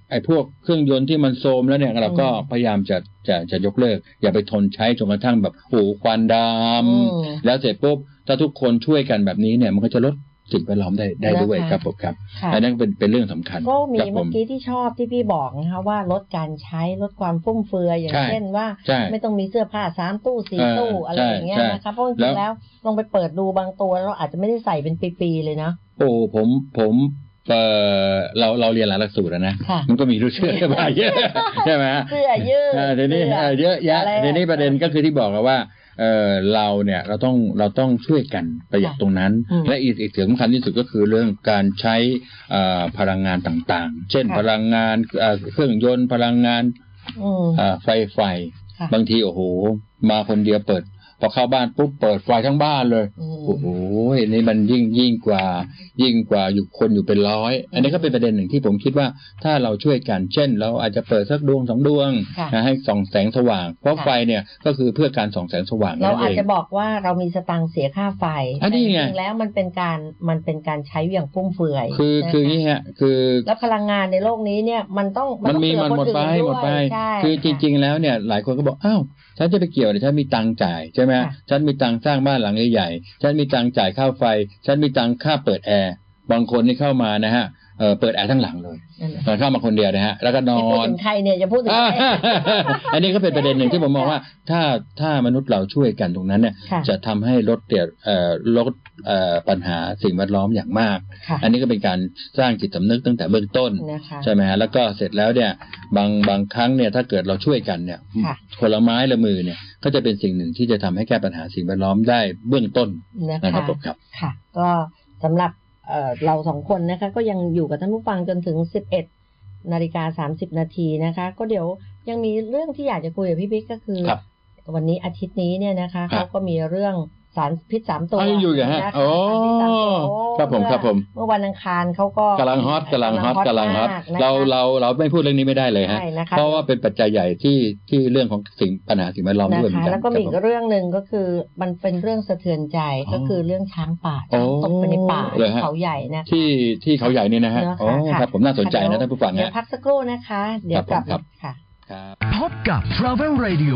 U: ไอ้พวกเครื่องยนต์ที่มันโทรมแล้วเนี่ยเราก็
T: อืม
U: พยายามจะจะจะยกเลิก อย่าไปทนใช้จนกระทั่งแบบโอ้โหควันด
T: อืม
U: ำแล้วเสร็จปุ๊บถ้าทุกคนช่วยกันแบบนี้เนี่ยมันก็จะลดสิ่งแวดล้อมได้ได้ด้วย
T: นะคะ
U: ครับผมครับ
T: ค่ะ
U: อันนั้นเป็นเป็นเรื่องสำคัญ
T: ก็มี
U: ครับผ
T: เมื่อกี้ที่ชอบที่พี่บอกนะคะว่าลดการใช้ลดความฟุ่มเฟือยอย่าง
U: ใช่
T: เช่นว่า
U: ใช่
T: ไม่ต้องมีเสื้อผ้าสามตู้สี่
U: เออ
T: ตู้อะไร
U: ใช่
T: อย่างเงี้ย
U: ใช่
T: นะคะเพราะจริงๆ
U: แล้
T: แล้ว
U: ว
T: ลองไปเปิดดูบางตัวแล้วเราอาจจะไม่ได้ใส่เป็นปีๆเลยนะ
U: โอ้ผมผมเอ่อเราเราเรียนหลายหลักสูตรอะนะ
T: ค่ะ
U: มันก็มีรู้เชื่อมาเยอะ ใช่ไหมฮะ
T: เสื้อยืด
U: าทีนี้
T: เสื้อ
U: เอ่อเยอะแยะ
T: อะไร
U: ทีนี้ประเด็นก็คือที่บอกอะว่าเออเราเนี่ยเราต้องเราต้องช่วยกันประหยัดตรงนั้น
D: อืม
U: และอีกอีกสำคัญที่สุดก็คือเรื่องการใช้เอ่อพลังงานต่างๆ เช่น
D: ค่ะ
U: พลังงานเอ่อเครื่องยนต์พลังงาน
T: อืม
U: อ่าไฟไฟ
T: ค่ะ
U: บางทีโอ้โห มาคนเดียวเปิด พอเข้าบ้านปุ๊บเปิดไฟทั้งบ้านเลยโอ้โหนี่มันยิ่งยิ่งกว่า ยิ่งกว่าอยู่คนอยู่เป็นร้อย อันนี้ก็เป็นประเด็นหนึ่งที่ผมคิดว่าถ้าเราช่วยกันเช่น เราอาจจะเปิดสักดวงสองดวง
T: ค่ะ
U: นะให้ส่องแสงสว่าง เพราะ
T: ค่ะ
U: ไฟเนี่ยก็คือเพื่อการส่องแสงสว่าง
T: เรา
U: นั่นเอ
T: อาจ
U: ง
T: จะบอกว่าเรามีสตังค์เสียค่าไฟ
U: อันนี้
T: แต่จ
U: ไง
T: ริงๆแล้วมันเป็นการมันเป็นการใช้อย่างฟุ่มเฟือย
U: คือ
T: นะ
U: คืออย่างนี้ฮะคือ
T: แล้วพลังงานในโลกนี้เนี่ยมันต้อง
U: มัน
T: ต้อง
U: มี
T: เผื่
U: มัน
T: อ
U: หมด
T: ค
U: ไป
T: อื่นวย
U: หมดไป
T: ใช่
U: คือจริง ๆ แล้วเนี่ยหลายคนก็บอกอ้าวฉันจะไปเกี่ยวเนี่ยฉันมีตังค์จ่ายใช่ไหม
T: ค่ะ
U: ฉันมีตังค์สร้างบ้านหลังใหญ่ๆฉันมีตังค์จ่ายค่าไฟ ฉันมีตังค่าเปิดแอร์บางคนนี่เข้ามานะฮะเอ่อเปิดแอร์ทั้งหลังเลย
T: นั่นแหละ
U: เออเข้ามาคนเดียวนะฮะแล้วก็น
T: ที่
U: อ
T: พูด
U: น
T: ถึงใครเนี่ยจะพูดถึง
U: อ่า
T: ใคร
U: อันนี้ก็เป็นประเด็นหนึ่งที่ผมมองว่าถ้าถ้ามนุษย์เราช่วยกันตรงนั้นเนี่ย
T: ค่ะ
U: จะทำให้ลดเตี่ยเอ่อลดเอ่อปัญหาสิ่งแวดล้อมอย่างมาก
T: ค่ะ
U: อันนี้ก็เป็นการสร้างจิตสำนึกตั้งแต่เบื้องต้น
T: นะคะ
U: ใช่ไหมฮะแล้วก็เสร็จแล้วเนี่ยบางบางครั้งเนี่ยถ้าเกิดเราช่วยกันเนี่ย
T: ค่ะ
U: คนละไม้ละมือเนี่ยก็จะเป็นสิ่งหนึ่งที่จะทำให้แก้ปัญหาสิ่งแวดล้อมได้เบื้องต้น
T: นะ
U: นะครั
T: คะ
U: บผมครับ
T: ค่ะ ก็สำหรับเอ่อเราสองคนนะคะ ก็ยังอยู่กับท่านผู้ฟังจนถึง 11นาฬิกา30นาทีนะคะ ก็เดี๋ยวยังมีเรื่องที่อยากจะคุยกับพี่บิ๊กก็คือ
U: ครับ
T: วันนี้อาทิตย์นี้เนี่ยนะคะ
U: ครับ
T: เขาก็มีเรื่องสารพิษสามตัว
U: เอ้ยอยู่กันฮะ
T: นะคะ
U: โอ้
T: สารพิษสามตัว
U: ครับผมครับผม
T: เมื่อวันอังคารเขาก็
U: กำลังฮอตกำลังฮอตกำลังฮอต
T: มนะคะ
U: เราเราเราไม่พูดเรื่องนี้ไม่ได้เลยฮะ
T: ใช่นะคะ
U: เพราะว่าเป็นปัจจัยใหญ่ที่ที่เรื่องของสิ่งปัญหาสิ่งแวดล้อม
T: นะ
U: ด้วยเหมือน
T: คะ
U: กัน
T: แล้วก็มีอี
U: ค
T: ก
U: รับผ
T: เรื่องหนึ่งก็คือมันเป็นเรื่องสะเทือนใจ
U: อ๋อ
T: ก็คือเรื่องช้างป่า
U: โอ้
T: ช้างตกไปในป่า
U: เหรอฮะ
T: เขาใหญ่นะคะ
U: ที่ที่เขาใหญ่นี่นะฮะ
T: เนอ
U: อ๋อ
T: ค่ะ
U: ครับผมน่าสนใจนะท่านผู้ฟัง
T: เดี๋ย
U: ฮะ
T: วพักสักครู่นะคะ เดี๋ยวกลับมาค่ะ
A: พบกับ Travel Radio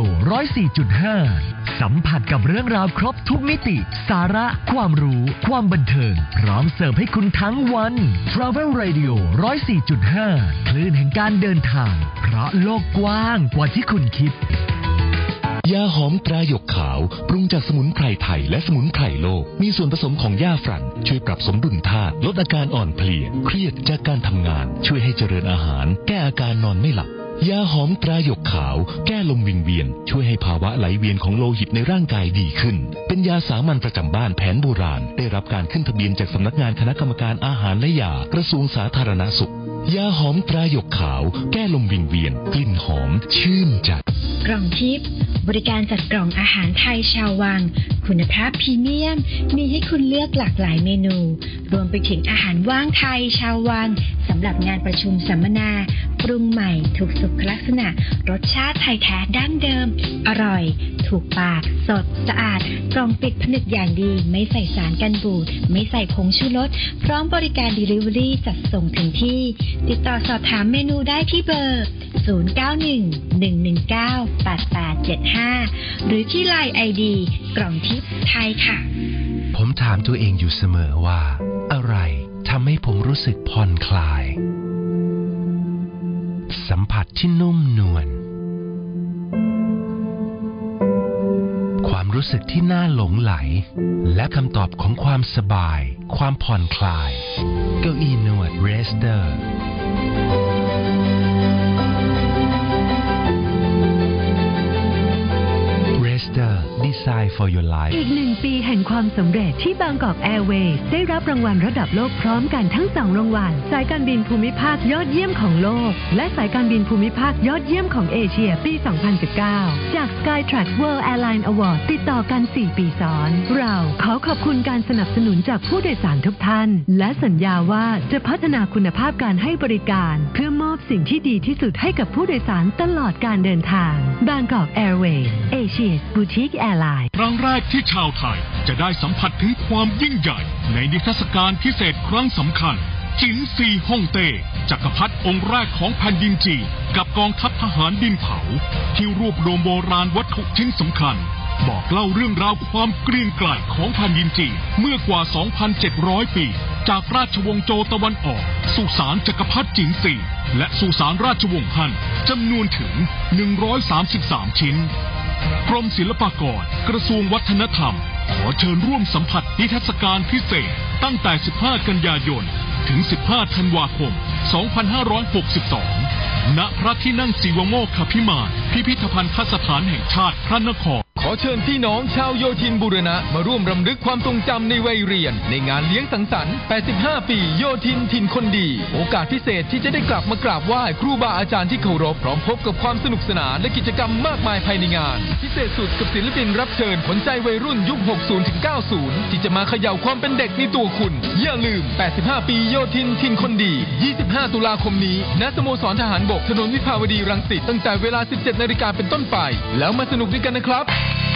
A: 104.5 สัมผัสกับเรื่องราวครบทุกมิติ สาระ ความรู้ ความบันเทิง พร้อมเสิร์ฟให้คุณทั้งวัน Travel Radio 104.5 คลื่นแห่งการเดินทาง เพราะโลกกว้างกว่าที่คุณคิด
O: ยาหอมตราหยกขาวปรุงจากสมุนไพรไทยและสมุนไพรโลก มีส่วนผสมของยาฝรั่นช่วยปรับสมดุลธาตุลดอาการอ่อนเพลีย เครียดจากการทำงาน ช่วยให้เจริญอาหาร แก้อาการนอนไม่หลับ ยาหอมตราหยกขาว แก้ลมวิงเวียน ช่วยให้ภาวะไหลเวียนของโลหิตในร่างกายดีขึ้น เป็นยาสามัญประจำบ้านแผนโบราณ ได้รับการขึ้นทะเบียนจากสำนักงานคณะกรรมการอาหารและยากระทรวงสาธารณสุข ยาหอมตราหยกขาว แก้ลมวิงเวียน กลิ่นหอม ชื่นใจ
R: กล่องทิพย์บริการจัดกล่องอาหารไทยชาววัง คุณภาพพรีเมียม มีให้คุณเลือกหลากหลายเมนู รวมไปถึงอาหารว่างไทยชาววังสำหรับงานประชุมสัมมนา ปรุงใหม่ถูกสุขลักษณะ รสชาติไทยแท้ดั้งเดิม อร่อย ถูกปาก สด สะอาดกล่องปิดผนึกอย่างดี ไม่ใส่สารกันบูด ไม่ใส่ผงชูรสพร้อมบริการ Delivery จัดส่งถึงที่ ติดต่อสอบถามเมนูได้ที่เบอร์ 0911198875 หรือที่ Line ID กล่องทิพย์ไทยค่ะ
S: ผมถามตัวเองอยู่เสมอว่า อะไรทำให้ผมรู้สึกผ่อนคลาย สัมผัสที่นุ่มนวลความรู้สึกที่น่าหลงไหล และคำตอบของความสบาย ความผ่อนคลาย เก้าอี้นวดเรสเตอร์ เรสเตอร์ดีไซน์ for your life
P: อีกหนึ่งปีแห่งความสำเร็จที่บางกอกแอร์เวย์ได้รับรางวัลระดับโลกพร้อมกันทั้งสองรางวัลสายการบินภูมิภาคยอดเยี่ยมของโลก และสายการบินภูมิภาคยอดเยี่ยมของเอเชียปี 2019 จาก Skytrax World Airline Award ติดต่อกัน 4 ปีซ้อน เราขอขอบคุณการสนับสนุนจากผู้โดยสารทุกท่าน และสัญญาว่าจะพัฒนาคุณภาพการให้บริการ เพื่อมอบสิ่งที่ดีที่สุดให้กับผู้โดยสารตลอดการเดินทางบางกอกแอร์เวย์เอเชียบูติกแอร์ไลน์
D: ครั้งแรกที่ชาวไทยจะได้สัมผัสถึงความยิ่งใหญ่ ในนิทรรศการพิเศษครั้งสำคัญ จินซีฮ่องเต้จักรพรรดิองค์แรกของแผ่นดินจีนกับกองทัพทหารดินเผา ที่รวบรวมโบราณวัตถุชิ้นสำคัญ บอกเล่าเรื่องราวความเกรียงไกร่ของแผ่นดินจีนเมื่อกว่า 2,700 ปี จากราชวงศ์โจวตะวันออก สุสานจักรพรรดิจินซีและสุสานราชวงศ์ฮั่นจำนวนถึง 133 ชิ้น กรมศิลปากร กระทรวงวัฒนธรรม ขอเชิญร่วมสัมผัสนิทรรศการพิเศษ ตั้งแต่ 15 กันยายน ถึง 15 ธันวาคม 2562 ณ พระที่นั่งศิวโมกขพิมาน
O: พิพิธภัณฑสถานแห่งชาติพระนคร
G: ขอเชิญพี่น้องชาวโยธินบุรณะ มาร่วมรำลึกความทรงจำในวัยเรียน ในงานเลี้ยงสังสรรค์ 85 ปีโยธินถิ่นคนดี โอกาสพิเศษที่จะได้กลับมากราบไหว้ครูบาอาจารย์ที่เคารพ พร้อมพบกับความสนุกสนานและกิจกรรมมากมายภายในงาน พิเศษสุดกับศิลปินรับเชิญขวัญใจวัยรุ่นยุค 60 ถึง 90 ที่จะมาเขย่าความเป็นเด็กในตัวคุณ อย่าลืม 85 ปีโยธินถิ่นคนดี 25 ตุลาคมนี้ ณ สโมสรทหารบกถนนวิภาวดีรังสิตตั้งแต่เวลา 17 นาฬิกาเป็นต้นไป แล้วมาสนุกด้วยกันนะครับ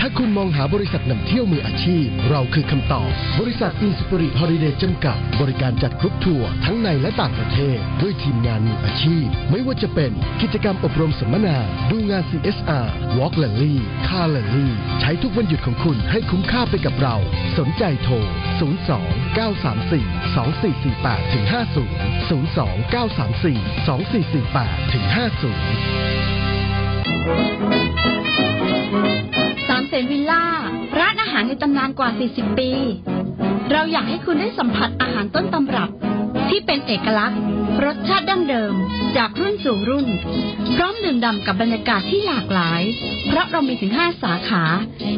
V: ถ้าคุณมองหาบริษัทนำเที่ยวมืออาชีพ เราคือคำตอบ บริษัทอินสปิริตฮอลิเดย์จำกัด บริการจัดกรุ๊ปทัวร์ทั้งในและต่างประเทศ ด้วยทีมงานมืออาชีพ ไม่ว่าจะเป็นกิจกรรมอบรมสัมมนา ดูงาน CSR Walk l a l l y Car l a l l y ใช้ทุกวันหยุดของคุณให้คุ้มค่าไปกับเรา สนใจโทร 02 934 2448ถึง50 02 934 2448ถึง50
W: สามเสนวิลล่า ร้านอาหารในตำนานกว่า 40 ปี เราอยากให้คุณได้สัมผัสอาหารต้นตำรับ ที่เป็นเอกลักษณ์ รสชาติดั้งเดิม จากรุ่นสู่รุ่น พร้อมดื่มด่ำกับบรรยากาศที่หลากหลาย เพราะเรามีถึง 5 สาขา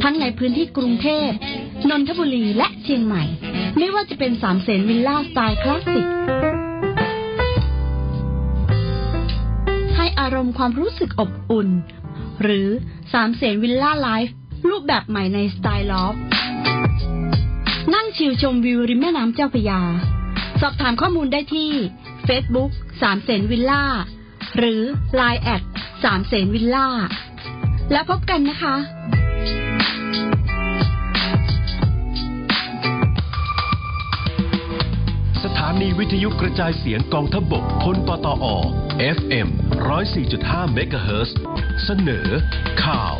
W: ทั้งในพื้นที่กรุงเทพ นนทบุรีและเชียงใหม่ ไม่ว่าจะเป็นสามเสนวิลล่าสไตล์คลาสสิก ให้อารมณ์ความรู้สึกอบอุ่น หรือสามเสนวิลล่าไลฟ์รูปแบบใหม่ในสไตล์ลอฟนั่งชิลชมวิวริมแม่น้ำเจ้าพระยา สอบถามข้อมูลได้ที่ Facebook สามเสนวิลล่า หรือ Line แอดสามเสนวิลล่า แล้วพบกันนะคะ
O: สถานีวิทยุกระจายเสียงกองทัพบบกพลปตอ FM 104.5เมกะเฮิรตซ์เสนอ ข่าว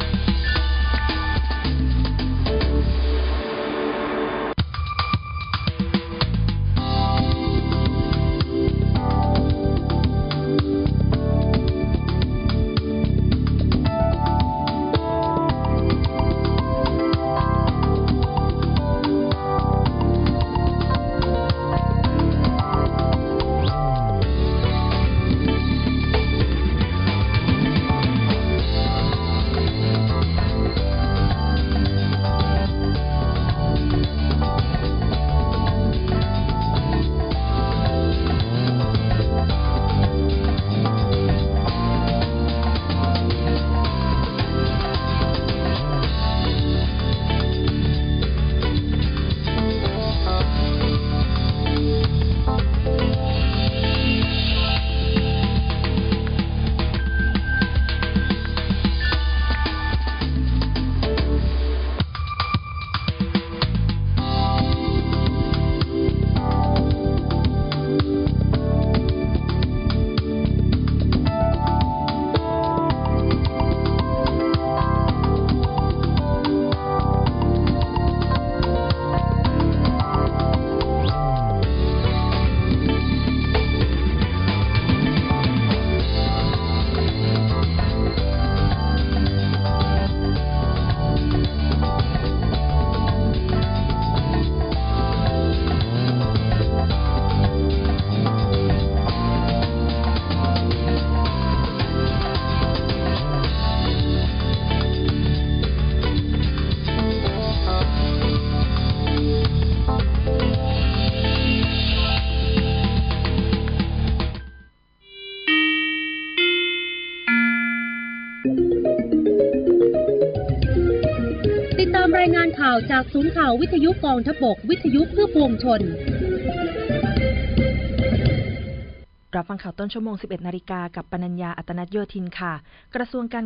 X: ติดตามรายงานข่าวจากศูนย์ข่าววิทยุกองทพบก วิทยุเพื่อปวงชน
K: รับฟังข่าวต้นชั่วโมง 11 นาฬิกากับปนัญญาอัตนัทโยธินค่ะ กระทรวงการ